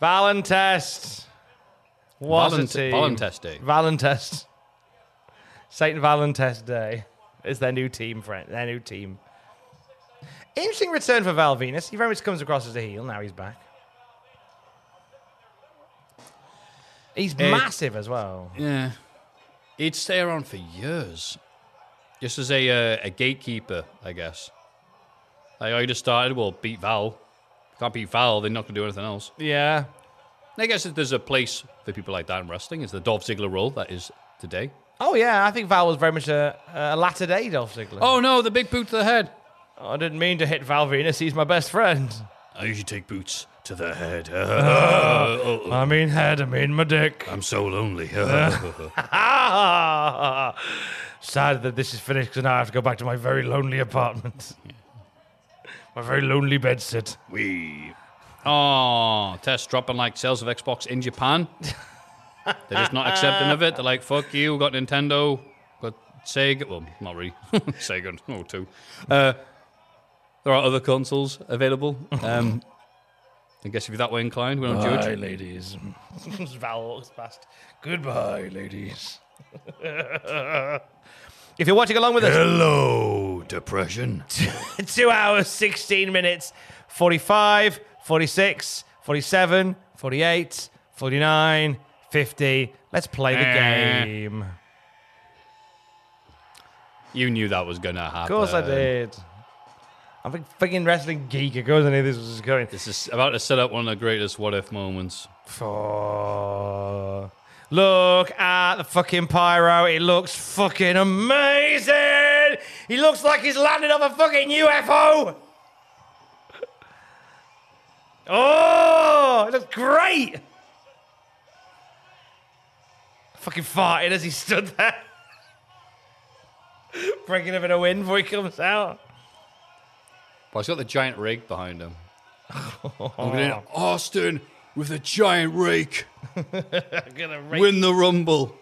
Speaker 8: Valentest. What
Speaker 7: Valent-
Speaker 8: a team.
Speaker 7: Valentest Day.
Speaker 8: Valentest. Saint Valentest Day is their new team friend. Their new team. Interesting return for Val Venus. He very much comes across as a heel. Now he's back. He's
Speaker 7: Eh,
Speaker 8: massive as well.
Speaker 7: Yeah. He'd stay around for years. Just as a uh, a gatekeeper, I guess. Like, oh, you just started, well, beat Val. Can't beat Val, they're not going to do anything else.
Speaker 8: Yeah.
Speaker 7: I guess if there's a place for people like that in wrestling, it's the Dolph Ziggler role that is today.
Speaker 8: Oh yeah, I think Val was very much a, a latter day Dolph Ziggler.
Speaker 7: Oh no, the big boot to the head.
Speaker 8: I didn't mean to hit Val Venus. He's my best friend.
Speaker 10: I usually take boots to the head.
Speaker 8: I mean head. I mean my dick.
Speaker 10: I'm so lonely.
Speaker 8: Sad that this is finished because now I have to go back to my very lonely apartment. my very lonely bedsit.
Speaker 7: We. Oh, test dropping like sales of Xbox in Japan. They're just not accepting of it. They're like, fuck you, got Nintendo, got Sega. Well, not really. Sega, no, two. Uh, there are other consoles available. Um, I guess if you're that way inclined, we don't
Speaker 8: Bye,
Speaker 10: Uh,
Speaker 7: judge.
Speaker 8: ladies. Val walks past. Goodbye, ladies. if you're watching along with us,
Speaker 10: Hello, depression.
Speaker 8: two hours, 16 minutes, 45, 46, 47, 48, 49, 50. Let's play the
Speaker 7: Eh.
Speaker 8: game. Of
Speaker 7: You knew that was going to happen.
Speaker 8: course I did. I'm a fucking wrestling geek. Of course I knew this was going.
Speaker 7: This is about to set up one of the greatest what if moments.
Speaker 8: For... Look at the fucking pyro. It looks fucking amazing. He looks like he's landed on a fucking UFO. Oh, it looks great. Fucking farted as he stood there. Breaking up in a wind before he comes out.
Speaker 7: But he's got the giant rake behind him. I'm going to Austin with a giant rake.
Speaker 8: I'm gonna rake.
Speaker 7: Win the Rumble.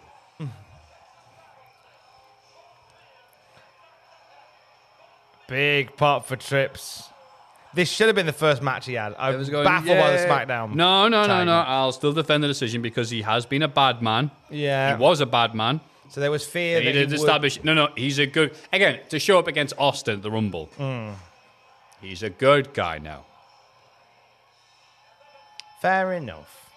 Speaker 8: Big pot for trips. This should have been the first match he had. I was baffled by the SmackDown.
Speaker 7: No, no, no,
Speaker 8: tag
Speaker 7: no.
Speaker 8: match.
Speaker 7: I'll still defend the decision because he has been a bad man.
Speaker 8: Yeah.
Speaker 7: He was a bad man.
Speaker 8: So there was fear
Speaker 7: He
Speaker 8: that
Speaker 7: did
Speaker 8: he
Speaker 7: establish. No, no. He's a good. Again, to show up against Austin at the Rumble.
Speaker 8: Hmm.
Speaker 7: He's a good guy now.
Speaker 8: would. Fair enough.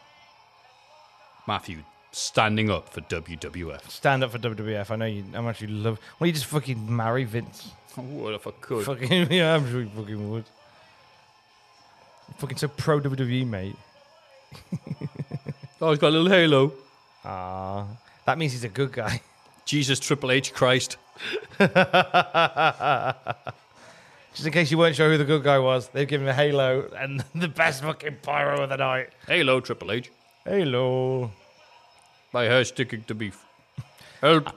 Speaker 7: Matthew standing up for WWF.
Speaker 8: Stand up for WWF. I know you. I'm actually love. Well, you just fucking marry Vince.
Speaker 7: What if I could?
Speaker 8: Fucking yeah, I'm sure you fucking would. You're fucking so pro WWE, mate.
Speaker 7: Oh, he's got a little halo.
Speaker 8: Ah, that means he's a good guy.
Speaker 7: Jesus, Triple H, Christ.
Speaker 8: Just in case you weren't sure who the good guy was, they've given him a halo and the best fucking pyro of the night.
Speaker 7: Halo, Triple H.
Speaker 8: Halo.
Speaker 7: My hair's sticking to beef. Help.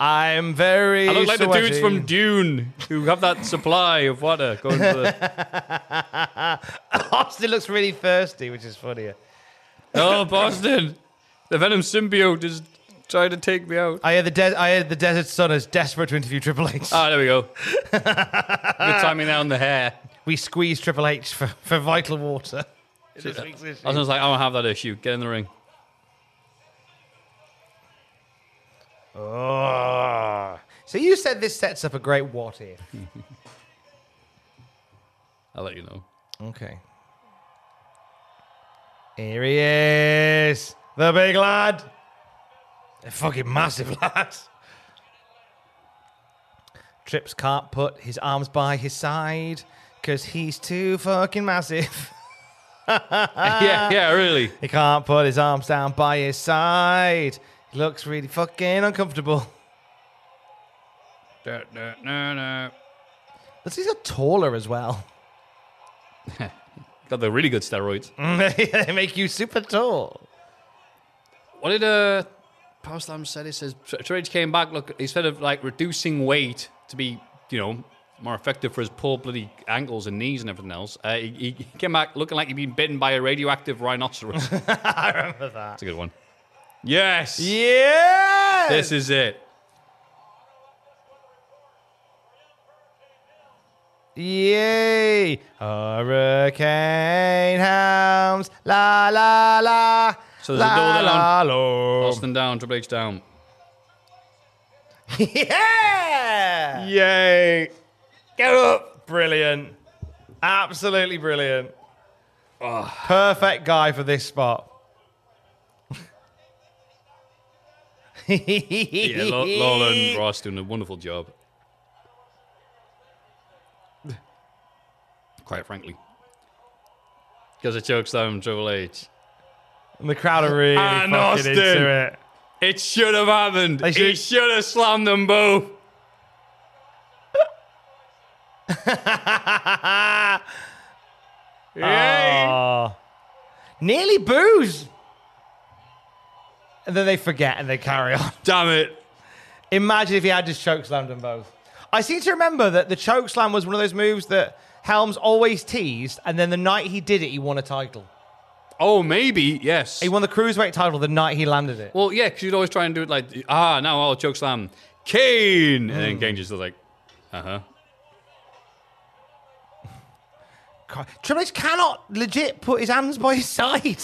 Speaker 8: I'm very.
Speaker 7: I look like the dudes
Speaker 8: sweaty.
Speaker 7: from Dune who have that supply of water going to the.
Speaker 8: Austin looks really thirsty, which is funnier.
Speaker 7: Oh, Boston! The Venom symbiote is trying to take me out.
Speaker 8: I hear the de- I hear the Desert Sun is desperate to interview Triple H.
Speaker 7: Ah, there we go. Good timing there on the hair.
Speaker 8: We squeeze Triple H for, for vital water.
Speaker 7: I was just like, I don't have that issue. Get in the ring.
Speaker 8: Oh. So you said this sets up a great what if.
Speaker 7: I'll let you know.
Speaker 8: Okay. Here he is, the big lad. A fucking massive lad. Trips can't put his arms by his side because he's too fucking massive.
Speaker 7: yeah, yeah, really.
Speaker 8: He can't put his arms down by his side. He looks really fucking uncomfortable.
Speaker 7: Da, da, na, na.
Speaker 8: But he's got taller as well.
Speaker 7: Got the really good steroids.
Speaker 8: they make you super tall.
Speaker 7: What did uh, Power Slam said? He says Triple H came back. Look, instead of like reducing weight to be, you know, more effective for his poor bloody ankles and knees and everything else, uh, he, he came back looking like he'd been bitten by a radioactive rhinoceros.
Speaker 8: I remember that.
Speaker 7: That's a good one. Yes.
Speaker 8: Yeah.
Speaker 7: This is it.
Speaker 8: Yay! Hurricane Hounds, la la la.
Speaker 7: So there's
Speaker 8: la,
Speaker 7: a double
Speaker 8: la,
Speaker 7: down.
Speaker 8: lo.
Speaker 7: Austin down. Triple H down.
Speaker 8: yeah! Yay! Get up! Brilliant. Absolutely brilliant. Perfect guy for this spot.
Speaker 7: Yeah, Law- Lawler and Ross doing a wonderful job. Quite frankly, because it chokes down Triple H.
Speaker 8: And the crowd are really
Speaker 7: And
Speaker 8: fucking
Speaker 7: Austin.
Speaker 8: into it.
Speaker 7: It should have happened.
Speaker 8: They
Speaker 7: He
Speaker 8: should-
Speaker 7: should have slammed them both.
Speaker 8: Aw. Nearly booze. And then they forget and they carry on.
Speaker 7: Damn it.
Speaker 8: Imagine if he had just chokeslammed them both. I seem to remember that the chokeslam was one of those moves that Helms always teased, and then the night he did it, he won a title.
Speaker 7: Oh, maybe yes.
Speaker 8: He won the cruiserweight title the night he landed it.
Speaker 7: Well, yeah, because you'd always try and do it like, ah, now I'll choke slam Kane, and then Kane just was like, uh huh.
Speaker 8: God, Triple H cannot legit put his hands by his side.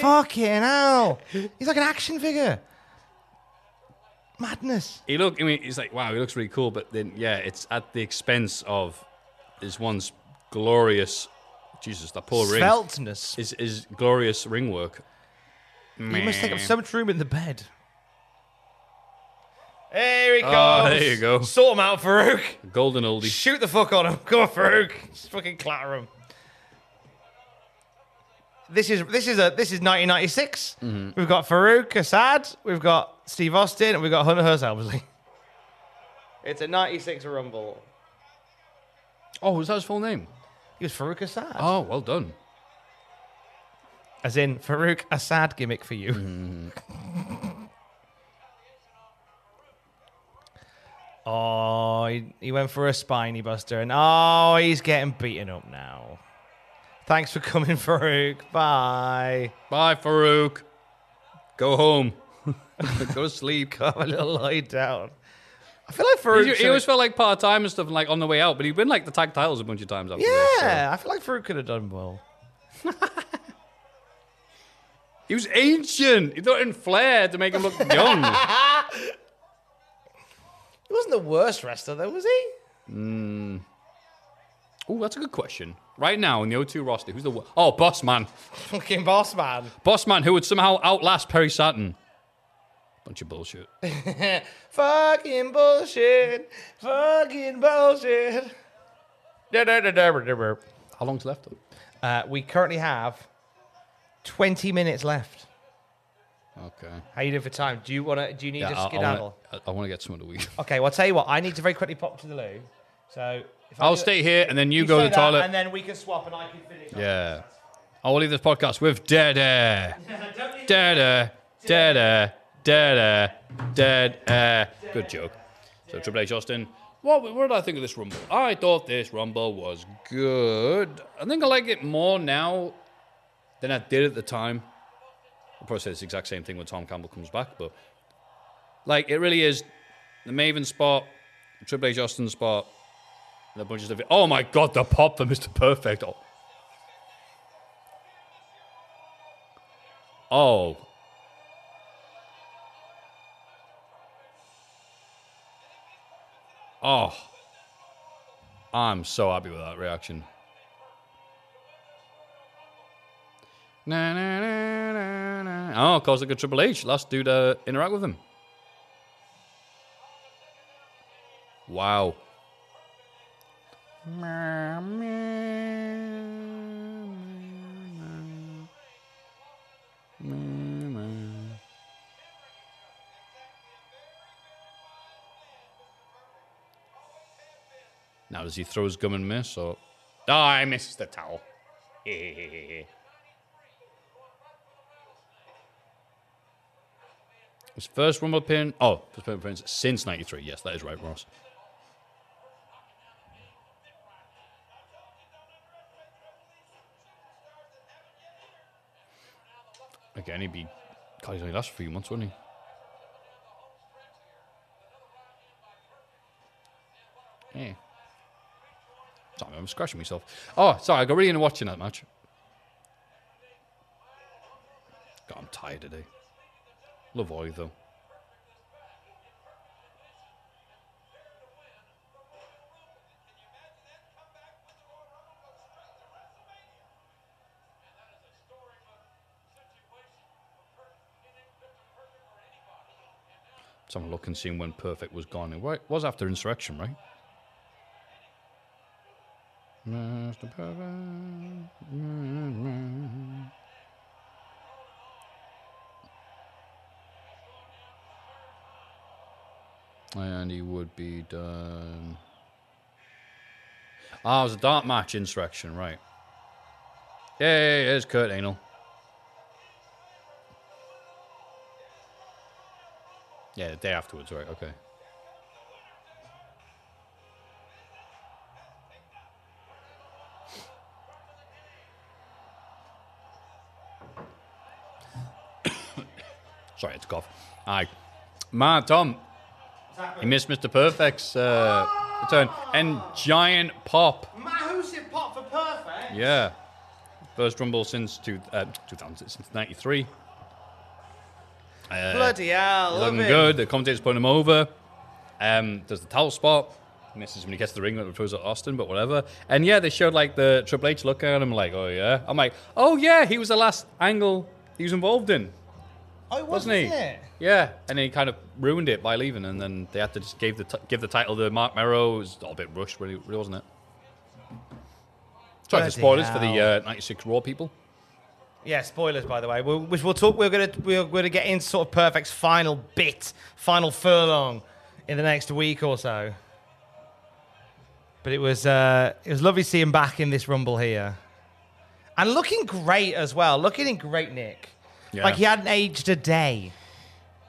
Speaker 8: Fucking hell. He's like an action figure. Madness.
Speaker 7: He look, I mean, it's like, wow, he looks really cool, but then yeah, it's at the expense of his once glorious, Jesus, that poor ring.
Speaker 8: Svelteness.
Speaker 7: Is is glorious ring work.
Speaker 8: You must take up so much room in the bed. There he goes.
Speaker 7: Oh, there you go.
Speaker 8: Sort him out, Farouk.
Speaker 7: Golden oldie.
Speaker 8: Shoot the fuck on him. Come on, Farouk. Just fucking clatter him. This is this is a this is 1996.
Speaker 7: Mhm.
Speaker 8: We've got Farouk Assad, we've got Steve Austin, and we've got Hunter Hearst Helmsley. It's a 96 Rumble.
Speaker 7: Oh, was that his full name?
Speaker 8: He was Farouk Assad.
Speaker 7: Oh, well done.
Speaker 8: As in Farouk Assad gimmick for you. Oh, he, he went for a spiny buster, and oh, he's getting beaten up now. Thanks for coming, Farouk. Bye.
Speaker 7: Bye, Farouk. Go home. Go to sleep.
Speaker 8: Have a little lie down. I feel like Farouk.
Speaker 7: He, he
Speaker 8: should've-
Speaker 7: always felt like part time and stuff, and like on the way out, but he'd win like the tag titles a bunch of times after this, so.
Speaker 8: yeah, I feel like Farouk could have done well.
Speaker 7: He was ancient. He thought in flair to make him look young.
Speaker 8: He wasn't the worst wrestler, though, was he?
Speaker 7: mm. Oh, that's a good question. Right now in the O2 roster, who's the wo- oh boss man?
Speaker 8: Fucking boss man.
Speaker 7: Boss man who would somehow outlast Perry Saturn. Bunch of bullshit.
Speaker 8: Fucking bullshit. Fucking bullshit. How
Speaker 7: long's left? though?
Speaker 8: Uh, we currently have 20 minutes left.
Speaker 7: Okay.
Speaker 8: How you doing for time? Do you want to? Do you need
Speaker 7: Yeah,
Speaker 8: to
Speaker 7: I- I wanna-
Speaker 8: skedaddle?
Speaker 7: I, I want to get someone to eat.
Speaker 8: Okay. Well, I'll tell you what. I need to very quickly pop to the loo. So if I
Speaker 7: I'll
Speaker 8: do-
Speaker 7: stay here and then you go to
Speaker 8: say
Speaker 7: the
Speaker 8: that,
Speaker 7: toilet.
Speaker 8: and then we can swap, and I can finish.
Speaker 7: Yeah. I will leave this podcast with dead air. Dead air. Dead air. Dead air. Dead air. Good joke. So Triple H Austin. What, what did I think of this Rumble? I thought this Rumble was good. I think I like it more now than I did at the time. I'll probably say this exact same thing when Tom Campbell comes back, but like it really is the Maven spot, Triple H Austin spot, and a bunch of stuff. Oh my god, the pop for Mr. Perfect. Oh, oh. Oh. I'm so happy with that reaction. Na, na, na, na, na. Oh, of course, like a Triple H. Last dude to interact with him. Wow. Now, does he throw his gum and miss? Or. Oh, I missed the towel. His first Rumble pin. Oh, first Rumble pin since 93. Yes, that is right, Ross. Again, he'd be. God, he's only lasted a few months, wouldn't he? Yeah. Sorry, I'm scratching myself. Oh, sorry, I got really into watching that match. God, I'm tired today. Love Oi, though. So I'm looking, seeing when Perfect was gone. It wa- was after Insurrection, right? Mr. Perfect. And he would be done. Ah, it was a dark match insurrection, right. Yay, here's Kurt Angle. Yeah, the day afterwards, right, okay. Sorry, it's cough. Aye. Man, Tom. He missed Mr. Perfect's uh, return. And giant pop.
Speaker 8: Mahoosive pot for perfect.
Speaker 7: Yeah. First Rumble since two, uh, 2000, since 93. Uh,
Speaker 8: Bloody hell,
Speaker 7: he's
Speaker 8: love
Speaker 7: Looking
Speaker 8: him.
Speaker 7: good. The commentator's putting him over. Um, does the towel spot. Misses when he gets to the ring when it throws at Austin, but whatever. And yeah, they showed like the Triple H look at him, like, oh yeah. I'm like, oh yeah, he was the last angle he was involved in.
Speaker 8: Oh, it
Speaker 7: Wasn't he? Yeah, and he kind of ruined it by leaving, and then they had to just give the t- give the title to Mark Merrow. It was all a bit rushed, really, really, wasn't it? Sorry for
Speaker 8: Bloody
Speaker 7: spoilers for the uh,
Speaker 8: hell.
Speaker 7: '96 Raw people.
Speaker 8: Yeah, spoilers by the way. We'll, which we'll talk. We're gonna we're gonna get into sort of Perfect's final bit, final furlong, in the next week or so. But it was uh, it was lovely seeing him back in this rumble here, and looking great as well. Looking in great nick.
Speaker 7: Yeah.
Speaker 8: Like he hadn't aged a day.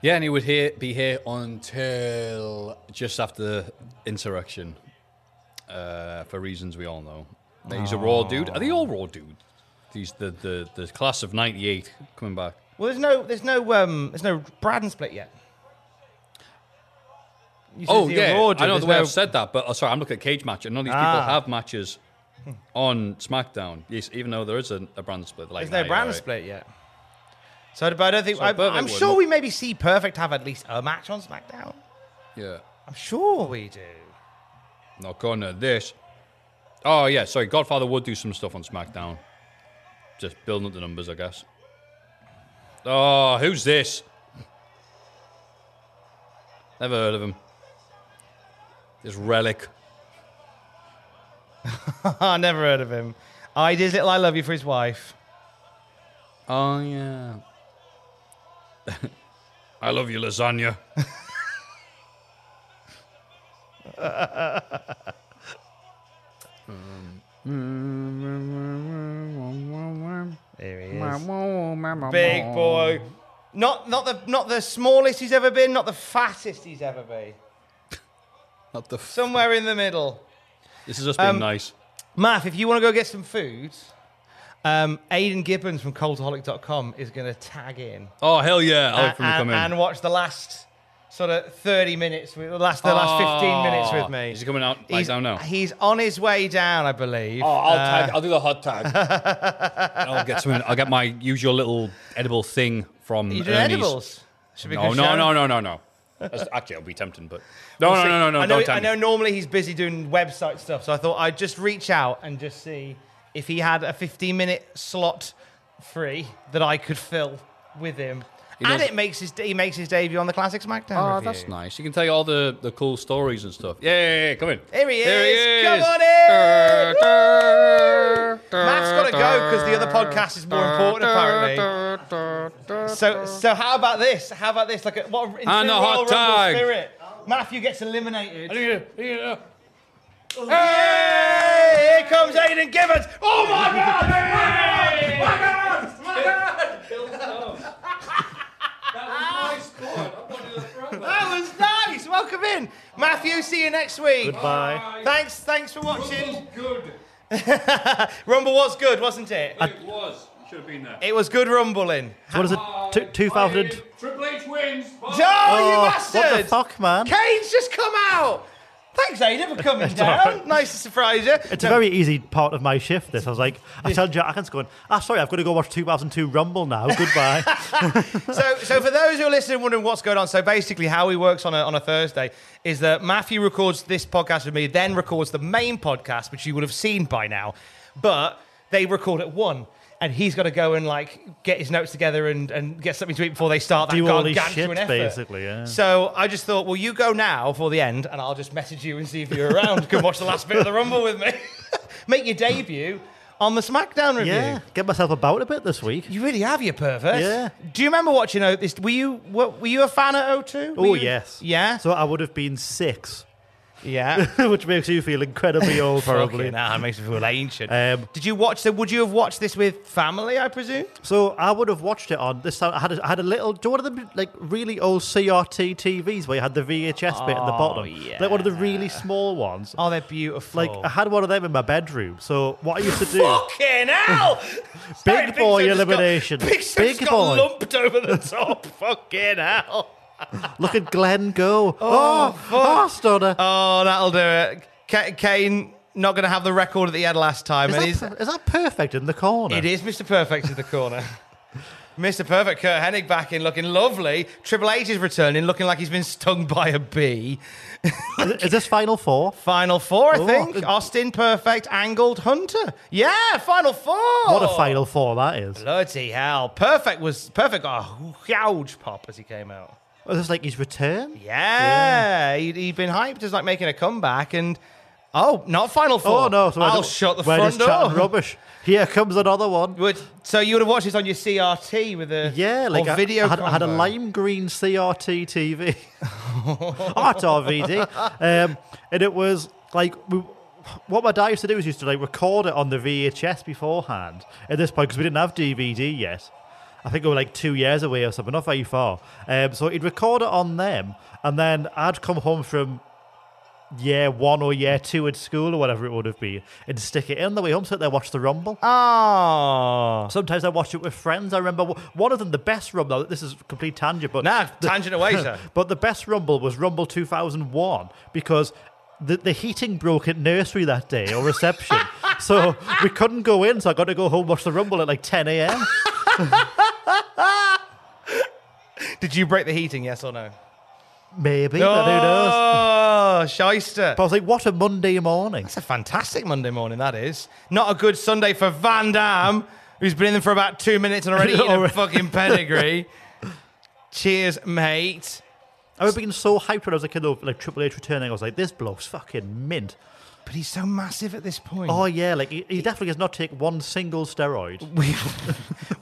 Speaker 7: Yeah, and he would here, be here until just after insurrection, uh, for reasons we all know. He's a raw dude. Are they all raw dudes? He's the, the, the class of '98 coming back.
Speaker 8: Well, there's no there's no um there's no Braden split yet. You said
Speaker 7: oh
Speaker 8: the
Speaker 7: yeah,
Speaker 8: Aurora did,
Speaker 7: I know
Speaker 8: there's
Speaker 7: the way
Speaker 8: no-
Speaker 7: I've said that, but oh, sorry, I'm looking at cage match, and none of these
Speaker 8: Ah.
Speaker 7: people have matches on SmackDown. Yes, even though there is a, a brand split. Like
Speaker 8: There's no
Speaker 7: nah,
Speaker 8: brand
Speaker 7: yeah, right.
Speaker 8: split yet. So, but I don't think
Speaker 7: So
Speaker 8: I,
Speaker 7: Perfect
Speaker 8: I'm
Speaker 7: would,
Speaker 8: sure
Speaker 7: not-
Speaker 8: we maybe see Perfect have at least a match on SmackDown.
Speaker 7: Yeah,
Speaker 8: I'm sure we do.
Speaker 7: not gonna this. Oh yeah, sorry, Godfather would do some stuff on SmackDown, just building up the numbers, I guess. Oh, who's this? Never heard of him. This relic.
Speaker 8: I never heard of him. Oh, he did his little "I love you" for his wife.
Speaker 7: Oh yeah. I love you, lasagna.
Speaker 8: Here he is. Big boy. Not not the not the smallest he's ever been, not the fattest he's ever been.
Speaker 7: not the
Speaker 8: somewhere in the middle.
Speaker 7: This is us being
Speaker 8: Um,
Speaker 7: nice.
Speaker 8: Math, if you want to go get some food, um, Aidan Gibbons from Cultaholic.com is going to tag in.
Speaker 7: Oh hell yeah! I
Speaker 8: A-
Speaker 7: like for him to
Speaker 8: and,
Speaker 7: come in.
Speaker 8: and watch the last sort of 30 minutes, with, the last, the last 15 minutes with me.
Speaker 7: Oh. Is he coming out?
Speaker 8: He's-
Speaker 7: He's, down now.
Speaker 8: He's on his way down, I believe.
Speaker 11: Oh, I'll
Speaker 8: Uh,
Speaker 11: tag. I'll do the hot tag.
Speaker 7: I'll get something. I'll get my usual little edible thing from.
Speaker 8: You do
Speaker 7: Ernie's.
Speaker 8: edibles? Should we
Speaker 7: no,
Speaker 8: go
Speaker 7: no,
Speaker 8: shout?
Speaker 7: no, no, no, no. That's- Actually, it'll be tempting, but no,
Speaker 8: We'll
Speaker 7: no,
Speaker 8: see.
Speaker 7: no, no, no.
Speaker 8: I know,
Speaker 7: don't
Speaker 8: I
Speaker 7: tempt
Speaker 8: know
Speaker 7: me.
Speaker 8: normally he's busy doing website stuff, so I thought I'd just reach out and just see if he had a 15 minute slot free that I could fill with him.
Speaker 7: He
Speaker 8: And
Speaker 7: knows-
Speaker 8: it makes his he makes his debut on the Classic SmackDown.
Speaker 7: Oh,
Speaker 8: review.
Speaker 7: that's nice. You can tell you all the, the cool stories and stuff. Yeah, yeah, yeah, come in.
Speaker 8: Here he is.
Speaker 7: There
Speaker 8: Come
Speaker 7: is.
Speaker 8: on in. Woo! Matt's got to go because the other podcast is more important, apparently. So, so how about this? How about this? Like, a, what a- in
Speaker 7: And the
Speaker 8: Royal
Speaker 7: hot
Speaker 8: Rumble
Speaker 7: tag.
Speaker 8: spirit. Matthew gets eliminated.
Speaker 2: Hey,
Speaker 8: here comes Aiden Gibbons. Oh my God!
Speaker 2: My God! My
Speaker 8: God! Ah! That was nice. Welcome in, Matthew. See you next week.
Speaker 2: Goodbye.
Speaker 8: Thanks. Thanks for watching. Good. Rumble was good, wasn't it?
Speaker 7: It was. You should have been there.
Speaker 8: It was good rumbling.
Speaker 9: So what is it? Two, two thousand.
Speaker 7: Triple H wins.
Speaker 8: Joe,
Speaker 9: Oh,
Speaker 8: you
Speaker 9: what
Speaker 8: bastard!
Speaker 9: the fuck, man?
Speaker 8: Kane's just come out. Thanks, Aiden, for coming
Speaker 9: It's
Speaker 8: down.
Speaker 9: all right.
Speaker 8: Nice to surprise you.
Speaker 9: It's
Speaker 8: No,
Speaker 9: a very easy part of my shift. This I was like, I tell Jack, I can't go. Ah, sorry, I've got to go watch 2002 Rumble now. Goodbye.
Speaker 8: so, so for those who are listening, wondering what's going on, so basically how he works on a, on a Thursday is that Matthew records this podcast with me, then records the main podcast, which you would have seen by now, but they record at one. And he's got to go and like get his notes together and, and get something to eat before they start that
Speaker 9: Do all his
Speaker 8: gargantuan
Speaker 9: shit,
Speaker 8: effort.
Speaker 9: basically, yeah.
Speaker 8: So I just thought, well, you go now for the end, and I'll just message you and see if you're around. Come watch the last bit of the rumble with me. Make your debut on the SmackDown review.
Speaker 9: yeah, get myself about a bit this week.
Speaker 8: You really have, you pervert.
Speaker 9: Yeah.
Speaker 8: Do you remember watching O? This were you were, were you a fan at O2? Were
Speaker 9: Oh
Speaker 8: you-
Speaker 9: yes.
Speaker 8: Yeah.
Speaker 9: So I would have been six.
Speaker 8: Yeah.
Speaker 9: Which makes you feel incredibly old, probably.
Speaker 8: Fucking hell, it makes me feel ancient.
Speaker 9: Um,
Speaker 8: Did you watch? So would you have watched this with family? I presume.
Speaker 9: So I would have watched it on this. time- I had a, I had a little. Do you know one of the like really old CRT TVs where you had the VHS bit at the
Speaker 8: Oh,
Speaker 9: bottom, like one of the really small ones.
Speaker 8: Oh, they're beautiful.
Speaker 9: Like I had one of them in my bedroom. So what I used to do,
Speaker 8: Fucking hell! Sorry,
Speaker 9: big boy
Speaker 8: Sim's got-
Speaker 9: elimination,
Speaker 8: Big, Sim's
Speaker 9: Big
Speaker 8: got
Speaker 9: boy.
Speaker 8: lumped over the top. Fucking hell!
Speaker 9: look at Glenn go. Oh, oh, stunner!
Speaker 8: Oh, that'll do it. K- Kane not going to have the record that he had last time,
Speaker 9: Is
Speaker 8: and
Speaker 9: that
Speaker 8: he's
Speaker 9: per- is that perfect in the corner?
Speaker 8: It is Mr. Perfect in the corner. Mr. Perfect, Kurt Hennig back in looking lovely. Triple H is returning looking like he's been stung by a bee.
Speaker 9: is this Final Four?
Speaker 8: Final Four, I
Speaker 9: Oh.
Speaker 8: think. Austin Perfect, Angled Hunter. Yeah, Final Four.
Speaker 9: What a
Speaker 8: Oh.
Speaker 9: final four that is.
Speaker 8: Bloody hell. Perfect was Perfect got a huge pop as he came out.
Speaker 9: It's just like his return.
Speaker 8: Yeah, He, he'd been hyped as like making a comeback and. Oh, not Final Four.
Speaker 9: Oh no! So I
Speaker 8: I'll
Speaker 9: don't-
Speaker 8: shut the
Speaker 9: we're
Speaker 8: front
Speaker 9: just chatting
Speaker 8: door.
Speaker 9: Rubbish. Here comes another one.
Speaker 8: Would, so you would have watched this on your CRT with a
Speaker 9: Yeah, like
Speaker 8: or
Speaker 9: I-
Speaker 8: video
Speaker 9: I had, I had a
Speaker 8: combo.
Speaker 9: lime green CRT TV. oh, it's RVD, um, and it was like we, what my dad used to do is used to like record it on the VHS beforehand. At this point, because we didn't have DVD yet, I think we were like two years away or something, not very far. Um, so he'd record it on them, and then I'd come home from year one or year two at school or whatever it would have been, and stick it in the way home, sit there, watch the Rumble.
Speaker 8: Oh.
Speaker 9: Sometimes I watch it with friends. I remember w- one of them, the best Rumble. This is complete tangent, but
Speaker 8: Nah, tangent away, sir.
Speaker 9: But the best Rumble was Rumble 2001 because. The, the heating broke at nursery that day or reception, so we couldn't go in. So I got to go home watch the rumble at like 10 a.m.
Speaker 8: Did you break the heating, yes or no?
Speaker 9: Maybe, but who knows?
Speaker 8: Oh, shyster.
Speaker 9: But I was like, what a Monday morning!
Speaker 8: That's a fantastic Monday morning, that is. Not a good Sunday for Van Dam, who's been in there for about two minutes and already eaten a
Speaker 9: Already.
Speaker 8: fucking pedigree. Cheers, mate.
Speaker 9: I was being so hyped when I was a kid, though, like Triple H returning. I was like, this bloke's fucking mint.
Speaker 8: But he's so massive at this point.
Speaker 9: Oh yeah, like he, he definitely has not taken one single steroid.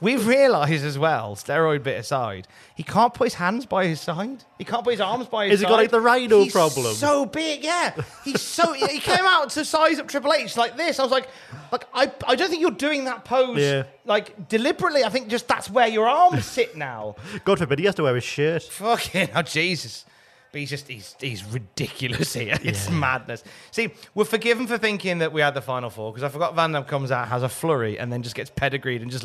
Speaker 8: We've realised as well, steroid bit aside, he can't put his hands by his side. He can't put his arms by his
Speaker 9: Has he
Speaker 8: side.
Speaker 9: got, like, the rhino
Speaker 8: He's
Speaker 9: problem?
Speaker 8: so big, yeah. He's so. he came out to size up Triple H like this. I was like, like I, I don't think you're doing that pose
Speaker 9: Yeah.
Speaker 8: like deliberately. I think just that's where your arms sit now.
Speaker 9: God forbid he has to wear his shirt.
Speaker 8: Fucking oh Jesus. But he's just he's he's ridiculous here. It's
Speaker 9: Yeah.
Speaker 8: madness. See, we're forgiven for thinking that we had the final four because I forgot Van Damme comes out, has a flurry, and then just gets pedigreed and just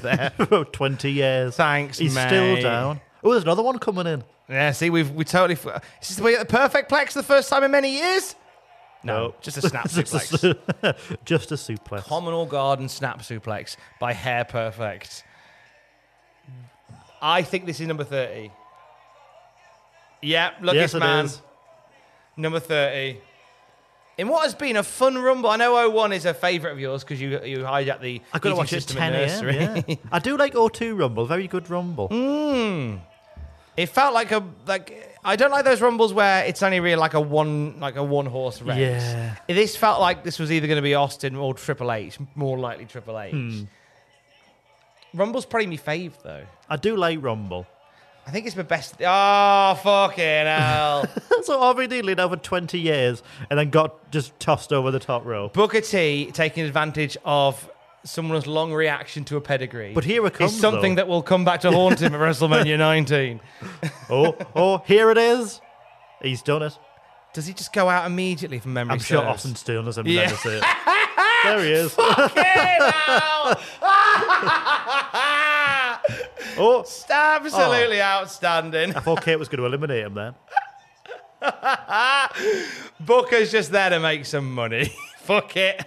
Speaker 8: there.
Speaker 9: for twenty years.
Speaker 8: Thanks,
Speaker 9: He's
Speaker 8: mate.
Speaker 9: still down. Oh, there's another one coming in.
Speaker 8: Yeah, see, we've we totally. f- Is this the way at the perfect plex for the first time in many years? No, Oh, just a snap
Speaker 9: just, a, su- just a suplex.
Speaker 8: Communal Garden Snap Suplex by Hair Perfect. I think this is number 30. Yep,
Speaker 9: Yes,
Speaker 8: luckiest
Speaker 9: it
Speaker 8: man.
Speaker 9: is.
Speaker 8: Number 30. In what has been a fun rumble, I know 01 is a favourite of yours because you you hijacked the
Speaker 9: I gotta
Speaker 8: heating
Speaker 9: watch it at
Speaker 8: system at
Speaker 9: ten a.m.
Speaker 8: nursery.
Speaker 9: Yeah. I do like O2 Rumble. Very good Rumble.
Speaker 8: Mm. It felt like a like I don't like those rumbles where it's only really like a one like a one horse race.
Speaker 9: Yeah.
Speaker 8: This felt like this was either going to be Austin or Triple H, more likely Triple H.
Speaker 9: Hmm.
Speaker 8: Rumble's probably my fave though.
Speaker 9: I do like Rumble.
Speaker 8: I think it's my best. Oh fucking hell!
Speaker 9: so RVD leaned over 20 years and then got just tossed over the top row.
Speaker 8: Booker T taking advantage of someone's long reaction to a pedigree.
Speaker 9: But here it comes,
Speaker 8: is something
Speaker 9: though.
Speaker 8: that will come back to haunt him at WrestleMania 19.
Speaker 9: oh, oh, here it is. He's done it.
Speaker 8: Does he just go out immediately from memory?
Speaker 9: I'm sure
Speaker 8: serves?
Speaker 9: Austin Stern doesn't
Speaker 8: Yeah.
Speaker 9: remember it. There he is. oh,
Speaker 8: Absolutely outstanding.
Speaker 9: I thought Kate was going to eliminate him then.
Speaker 8: Booker's just there to make some money. Fuck it.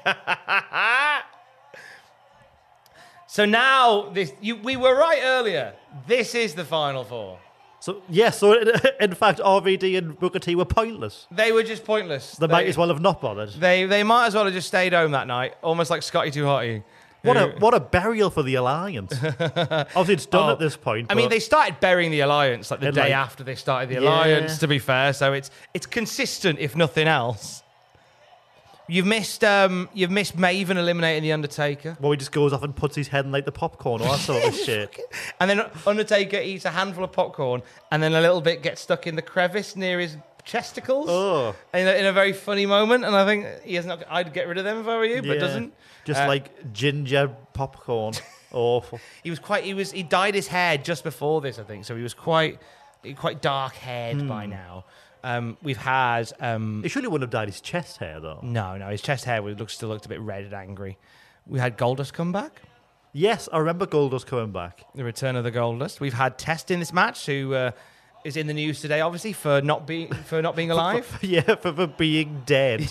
Speaker 8: so now this you, we were right earlier. This is the final four.
Speaker 9: So, yes, so in, in fact, RVD and Booker T were pointless.
Speaker 8: They were just pointless.
Speaker 9: They, might as well have not bothered.
Speaker 8: They they might as well have just stayed home that night, almost like Scotty Too Hotty.
Speaker 9: What a
Speaker 8: who-
Speaker 9: what a burial for the alliance. Obviously, it's done at this point.
Speaker 8: Oh, I mean,
Speaker 9: but-
Speaker 8: they started burying the alliance like the
Speaker 9: And,
Speaker 8: day
Speaker 9: like-
Speaker 8: after they started the
Speaker 9: Yeah.
Speaker 8: alliance. To be fair, so it's it's consistent, if nothing else. You've missed um, you've missed Maven eliminating the Undertaker.
Speaker 9: Well, he just goes off and puts his head in like the popcorn or that sort of shit.
Speaker 8: And then Undertaker eats a handful of popcorn, and then a little bit gets stuck in the crevice near his chesticles.
Speaker 9: Oh.
Speaker 8: In a, in a very funny moment, and I think he has not. I'd get rid of them if I were you, but
Speaker 9: Yeah.
Speaker 8: doesn't.
Speaker 9: Just
Speaker 8: Uh,
Speaker 9: like ginger popcorn. Awful.
Speaker 8: he was quite. He was. He dyed his hair just before this, I think. So he was quite, quite dark haired by
Speaker 9: Hmm.
Speaker 8: now. Um, we've had. Um,
Speaker 9: He surely wouldn't have dyed his chest hair though.
Speaker 8: no, no, his chest hair was, looked, still looked a bit red and angry. We had Goldust come back.
Speaker 9: Yes, I remember Goldust coming back.
Speaker 8: The return of the Goldust. We've had Test in this match, who uh, is in the news today, obviously for not being for not being alive.
Speaker 9: yeah, for, for being dead.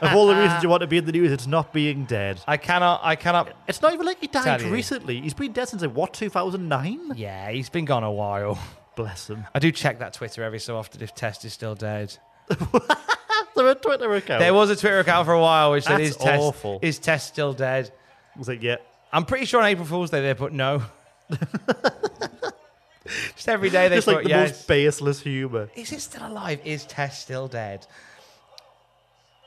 Speaker 9: of all the reasons you want to be in the news, it's not being dead.
Speaker 8: I cannot. I cannot.
Speaker 9: It's not even like he died
Speaker 8: Tell you.
Speaker 9: recently. He's been dead since like, what 2009.
Speaker 8: Yeah, he's been gone a while.
Speaker 9: Bless him.
Speaker 8: I do check that Twitter every so often if Test is still dead.
Speaker 9: There a Twitter account.
Speaker 8: There was a Twitter account for a while which said,
Speaker 9: That's
Speaker 8: "Is Test
Speaker 9: awful.
Speaker 8: is Test still dead?"
Speaker 9: I was like, yeah.
Speaker 8: I'm pretty sure on April Fool's Day they put no. Just every day they
Speaker 9: Just
Speaker 8: put
Speaker 9: like the
Speaker 8: yes.
Speaker 9: most baseless humor.
Speaker 8: is it still alive? Is Tess still dead?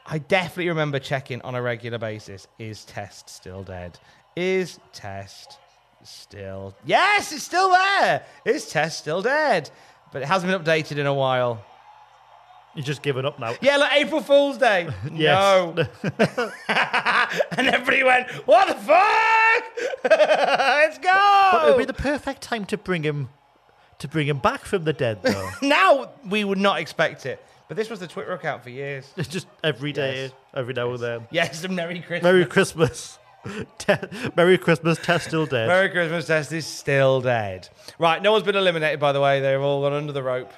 Speaker 8: I definitely remember checking on a regular basis. Is Test still dead? Is Test still? Yes, it's still there. Is Test still dead? But it hasn't been updated in a while.
Speaker 9: You're just giving up now.
Speaker 8: Yeah, like April Fool's Day.
Speaker 9: Yes.
Speaker 8: No. and everybody went, "What the fuck? Let's go!"
Speaker 9: But it would be the perfect time to bring him to bring him back from the dead though.
Speaker 8: now we would not expect it. But this was the Twitter account for years.
Speaker 9: It's just every day,
Speaker 8: Yes.
Speaker 9: every now and then.
Speaker 8: Yes, Merry Christmas.
Speaker 9: Merry Christmas. Te- Merry Christmas, Test still dead.
Speaker 8: Merry Christmas, Test is still dead. Right, no one's been eliminated, by the way. They've all gone under the rope.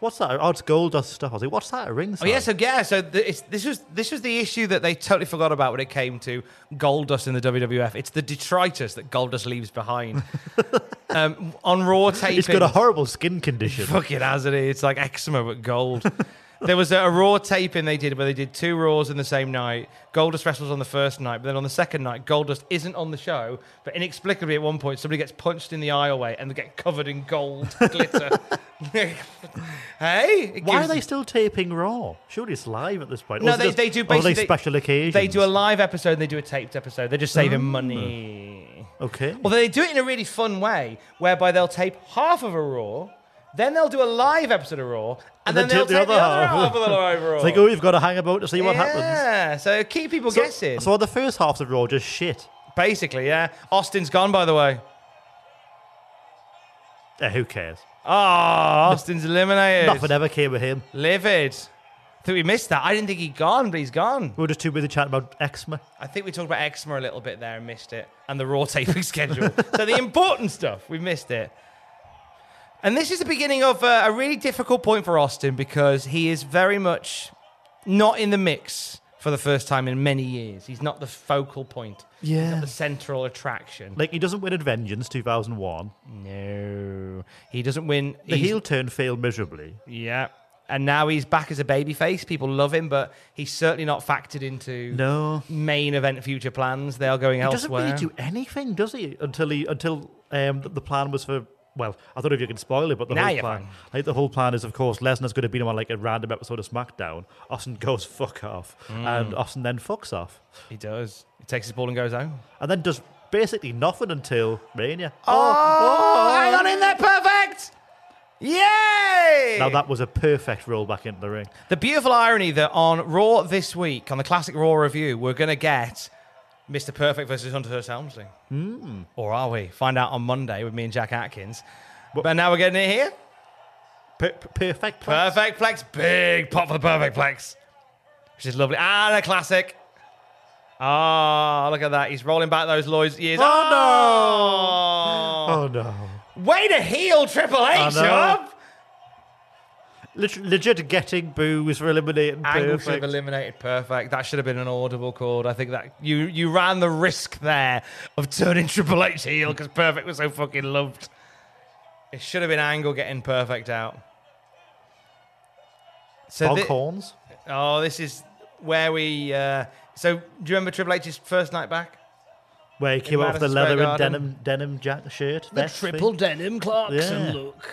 Speaker 9: What's that? Oh, it's Goldust stuff. I was like, what's that? A ring
Speaker 8: Oh yeah, so yeah, so th- it's, this was this was the issue that they totally forgot about when it came to Goldust in the WWF. It's the detritus that Goldust leaves behind. um, on Raw taping,
Speaker 9: He's got a horrible skin condition.
Speaker 8: eh? Fucking has it. It's like eczema but gold. there was a, a Raw taping they did where they did two Raws in the same night. Goldust wrestles on the first night, but then on the second night, Goldust isn't on the show. But inexplicably, at one point, somebody gets punched in the aisleway and they get covered in gold glitter. hey, it
Speaker 9: Why are
Speaker 8: gives-
Speaker 9: they still taping Raw? Surely it's live at this point. Or
Speaker 8: No,
Speaker 9: is it
Speaker 8: they,
Speaker 9: just-
Speaker 8: they do
Speaker 9: or are
Speaker 8: basically
Speaker 9: they special occasions.
Speaker 8: They do a live episode and they do a taped episode. They're just saving
Speaker 9: Oh. Mm.
Speaker 8: money.
Speaker 9: Okay.
Speaker 8: Although they do it in a really fun way, whereby they'll tape half of a Raw, then they'll do a live episode of Raw, and, then, they'll tape the other half of the live Raw.
Speaker 9: It's like, oh, you've got to hang about to see what happens.
Speaker 8: yeah, so keep people
Speaker 9: So-
Speaker 8: guessing.
Speaker 9: So are the first half of Raw just shit?
Speaker 8: Basically, yeah. Austin's gone, by the way.
Speaker 9: Eh, who cares?
Speaker 8: Oh, Austin's eliminated.
Speaker 9: Ah. Nothing ever came of him.
Speaker 8: Livid. I think we missed that. I didn't think he'd gone, but he's gone.
Speaker 9: We were just too busy chatting about eczema.
Speaker 8: I think we talked about eczema a little bit there and missed it, and the raw taping schedule. So the important stuff we missed it. And this is the beginning of uh, a really difficult point for Austin because he is very much not in the mix for the first time in many years. He's not the focal point. He's
Speaker 9: Yeah.
Speaker 8: not the central attraction.
Speaker 9: Like, he doesn't win at Vengeance 2001.
Speaker 8: No. He doesn't win.
Speaker 9: The
Speaker 8: he's-
Speaker 9: heel turn failed miserably.
Speaker 8: Yeah. And now he's back as a babyface. People love him, but he's certainly not factored into
Speaker 9: No.
Speaker 8: main event future plans. They are going
Speaker 9: He doesn't
Speaker 8: elsewhere.
Speaker 9: really do anything, does he? Until he until um, th- the plan was for. Well, I don't know if you can spoil it, but the
Speaker 8: Nah,
Speaker 9: whole
Speaker 8: you're
Speaker 9: plan,
Speaker 8: fine.
Speaker 9: like the whole plan, is of course Lesnar's going to be on like a random episode of SmackDown. Austin goes fuck off, and
Speaker 8: Mm.
Speaker 9: Austin then fucks off.
Speaker 8: He does. He takes his ball and goes home,
Speaker 9: and then does basically nothing until Mania.
Speaker 8: Oh, hang on in there, perfect. Yay!
Speaker 9: Now that was a perfect roll back into the ring.
Speaker 8: The beautiful irony that on Raw this week, on the classic Raw review, we're going to get Mr. Perfect versus Hunter Helmsley.
Speaker 9: Mm.
Speaker 8: Or are we? Find out on Monday with me and Jack Atkins. But now we're getting it here.
Speaker 9: perfect
Speaker 8: Plex. Perfect Plex. Big pop for the Perfect Plex. Which is lovely. And a classic. Ah, look at that. He's rolling back those Lloyd's years. Oh,
Speaker 9: Oh no!
Speaker 8: no. Way to heel Triple
Speaker 9: I
Speaker 8: H
Speaker 9: know.
Speaker 8: up.
Speaker 9: Leg- legit getting boos for eliminating
Speaker 8: Angle should have
Speaker 9: perfect.
Speaker 8: eliminated perfect. That should have been an audible call. I think that you you ran the risk there of turning Triple H heel because perfect was so fucking loved. It should have been Angle getting perfect out.
Speaker 9: Bog
Speaker 8: thi-
Speaker 9: horns.
Speaker 8: Oh, this is where we. Uh, so, do you remember Triple H's first night back?
Speaker 9: Where he came out with the
Speaker 8: Madison Square
Speaker 9: leather and
Speaker 8: Garden.
Speaker 9: denim denim jack shirt.
Speaker 8: The
Speaker 9: vest thing.
Speaker 8: triple denim Clarkson
Speaker 9: Yeah.
Speaker 8: look.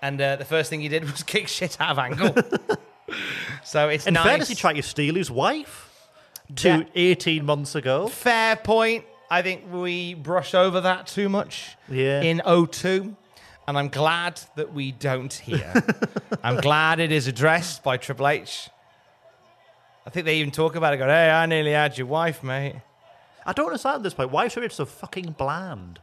Speaker 8: And uh, the first thing he did was kick shit out of Angle. so it's
Speaker 9: In
Speaker 8: nice.
Speaker 9: fairness, he tried to steal his wife to
Speaker 8: Yeah.
Speaker 9: 18 months ago.
Speaker 8: Fair point. I think we brush over that too much
Speaker 9: Yeah.
Speaker 8: in 02. And I'm glad that we don't here. I'm glad it is addressed by Triple H. I think they even talk about it. Go, hey, I nearly had your wife, mate.
Speaker 9: I don't understand at this point. Why should it so fucking bland?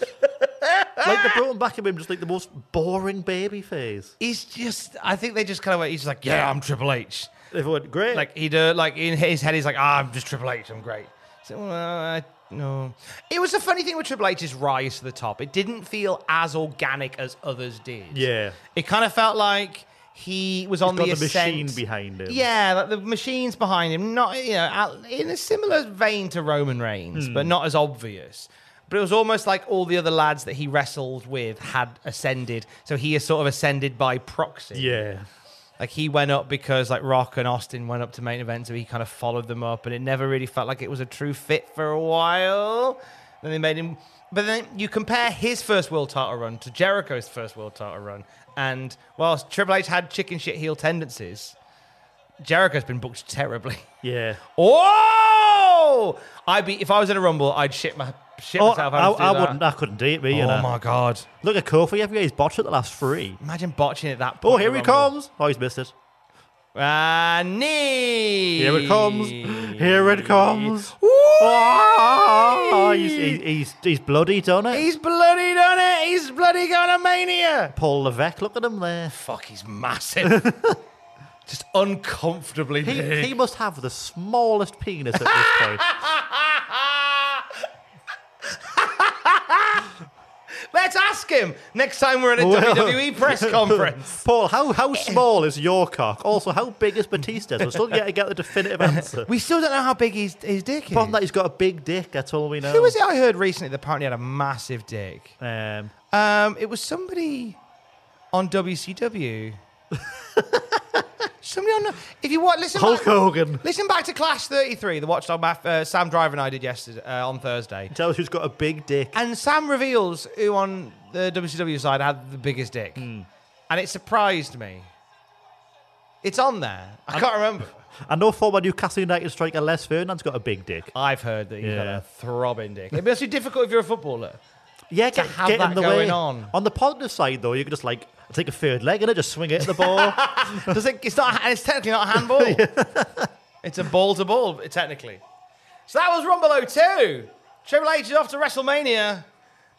Speaker 9: like they brought him back at him just like the most boring baby phase.
Speaker 8: He's just. I think they just kind of went. He's just like, yeah, I'm Triple H.
Speaker 9: Everyone great.
Speaker 8: Like he do, like in his head, he's like, ah, I'm just Triple H. I'm great. So well, I, no, it was a funny thing with Triple H's rise to the top. It didn't feel as organic as others did.
Speaker 9: Yeah.
Speaker 8: It kind of felt like he was
Speaker 9: He's
Speaker 8: on
Speaker 9: got
Speaker 8: the,
Speaker 9: the machine
Speaker 8: ascent.
Speaker 9: behind him.
Speaker 8: Yeah, like the machines behind him. Not you know, out- in a similar vein to Roman Reigns,
Speaker 9: Hmm.
Speaker 8: but not as obvious. But it was almost like all the other lads that he wrestled with had ascended, so he is sort of ascended by proxy.
Speaker 9: Yeah.
Speaker 8: Like he went up because like Rock and Austin went up to main event, so he kind of followed them up, and it never really felt like it was a true fit for a while. Then they made him, but then you compare his first world title run to Jericho's first world title run, and whilst Triple H had chicken shit heel tendencies, Jericho's been booked terribly.
Speaker 9: Yeah.
Speaker 8: Oh, I'd be if I was in a rumble, I'd shit my shit
Speaker 9: Oh,
Speaker 8: myself.
Speaker 9: I,
Speaker 8: having to do
Speaker 9: I
Speaker 8: that.
Speaker 9: wouldn't. I couldn't do it, me. you
Speaker 8: Oh
Speaker 9: know.
Speaker 8: my god!
Speaker 9: Look at Kofi. Every he's botched at the last three.
Speaker 8: Imagine botching it that. Point
Speaker 9: Oh,
Speaker 8: in
Speaker 9: here
Speaker 8: the
Speaker 9: he
Speaker 8: Rumble.
Speaker 9: comes. Oh, he's missed it.
Speaker 8: Ah, knee.
Speaker 9: Here it comes. Here it comes. Oh, he's, he's, he's, he's bloody done it.
Speaker 8: He's bloody done it. He's bloody gone to mania.
Speaker 9: Paul Levesque, look at him there.
Speaker 8: Fuck, he's massive. Just uncomfortably
Speaker 9: He,
Speaker 8: big.
Speaker 9: he must have the smallest penis at this point.
Speaker 8: Let's ask him next time we're at a
Speaker 9: Well-
Speaker 8: WWE press conference.
Speaker 9: Paul, how, how small is your cock? Also, how big is Batista's? We're still yet to get the definitive answer.
Speaker 8: We still don't know how big his, his dick is.
Speaker 9: Problem that he's got a big dick, that's all we know.
Speaker 8: Who was it I heard recently that apparently had a massive dick?
Speaker 9: Um,
Speaker 8: Um, it was somebody on WCW. Somebody on. the- If you want, listen.
Speaker 9: Hulk
Speaker 8: back,
Speaker 9: Hogan.
Speaker 8: Listen back to Clash 33, the Watchdog Math uh, Sam Driver and I did yesterday uh, on Thursday.
Speaker 9: Tell us who's got a big dick.
Speaker 8: And Sam reveals who on the WCW side had the biggest dick, and it surprised me. It's on there. I can't remember.
Speaker 9: I know former Newcastle United striker Les Ferdinand's got a big dick.
Speaker 8: I've heard that he's got
Speaker 9: Yeah.
Speaker 8: a throbbing dick. It must be difficult if you're a footballer.
Speaker 9: Yeah,
Speaker 8: to
Speaker 9: get,
Speaker 8: have
Speaker 9: get
Speaker 8: that
Speaker 9: in the
Speaker 8: going
Speaker 9: way.
Speaker 8: on.
Speaker 9: the positive side, though, you could just like take a third leg and it just swing it at the ball.
Speaker 8: Does it, it's not. It's technically not a handball. It's a ball to ball, technically. So that was Rumble 02. Triple H is off to WrestleMania.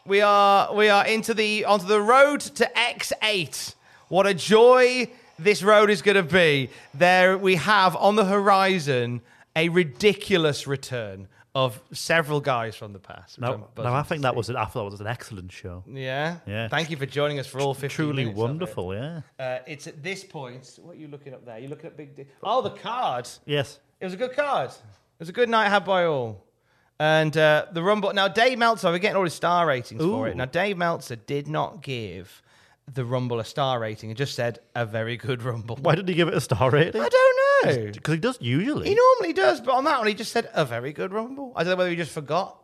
Speaker 8: We are we are into the onto the road to X8. What a joy this road is going to be. There we have on the horizon a ridiculous return of several guys from the past. which I'm
Speaker 9: no,
Speaker 8: buzzing
Speaker 9: no, I
Speaker 8: to
Speaker 9: think
Speaker 8: see.
Speaker 9: that was an, I thought that was an excellent show.
Speaker 8: Yeah.
Speaker 9: Yeah.
Speaker 8: Thank you for joining us for all 15
Speaker 9: Truly
Speaker 8: minutes of it.
Speaker 9: wonderful, yeah.
Speaker 8: Uh, it's at this point. What are you looking up there? You're looking at big. Di- oh, the card.
Speaker 9: Yes.
Speaker 8: It was a good card. It was a good night had by all. And uh, the Rumble. Now, Dave Meltzer, we're getting all his star ratings for it.
Speaker 9: Ooh.
Speaker 8: Now, Dave Meltzer did not give the Rumble a star rating. It just said a very good Rumble.
Speaker 9: Why did he give it a star rating?
Speaker 8: I don't know.
Speaker 9: Because he does usually.
Speaker 8: He normally does, but on that one, he just said a very good Rumble. I don't know whether he just forgot.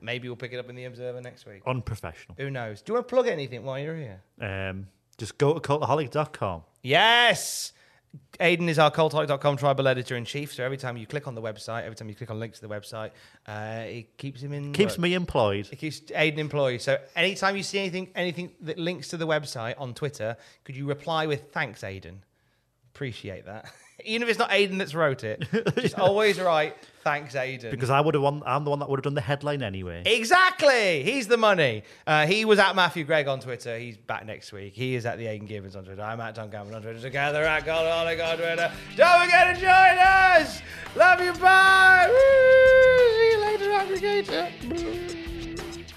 Speaker 8: Maybe we'll pick it up in the Observer next week.
Speaker 9: Oh. Unprofessional.
Speaker 8: Who knows? Do you want to plug anything while you're here?
Speaker 9: Um, just go to cultaholic.com.
Speaker 8: Yes. Aiden is our cultaholic.com tribal editor in chief. So every time you click on the website, every time you click on links to the website, uh, it keeps him in.
Speaker 9: Keeps
Speaker 8: work.
Speaker 9: me employed.
Speaker 8: It keeps Aiden employed. So anytime you see anything, anything that links to the website on Twitter, could you reply with "Thanks, Aiden"? Appreciate that. Even if it's not Aiden that's wrote it, just always write "Thanks, Aiden."
Speaker 9: Because I would have won, I'm the one that would have done the headline anyway.
Speaker 8: Exactly. He's the money. Uh, he was at Matthew Gregg on Twitter. He's back next week. He is at the Aiden Givens on Twitter. I'm at Tom Cameron on Twitter. Together at Gold Olic on Twitter. Don't forget to join us. Love you. Bye. Woo. See you later, aggregator.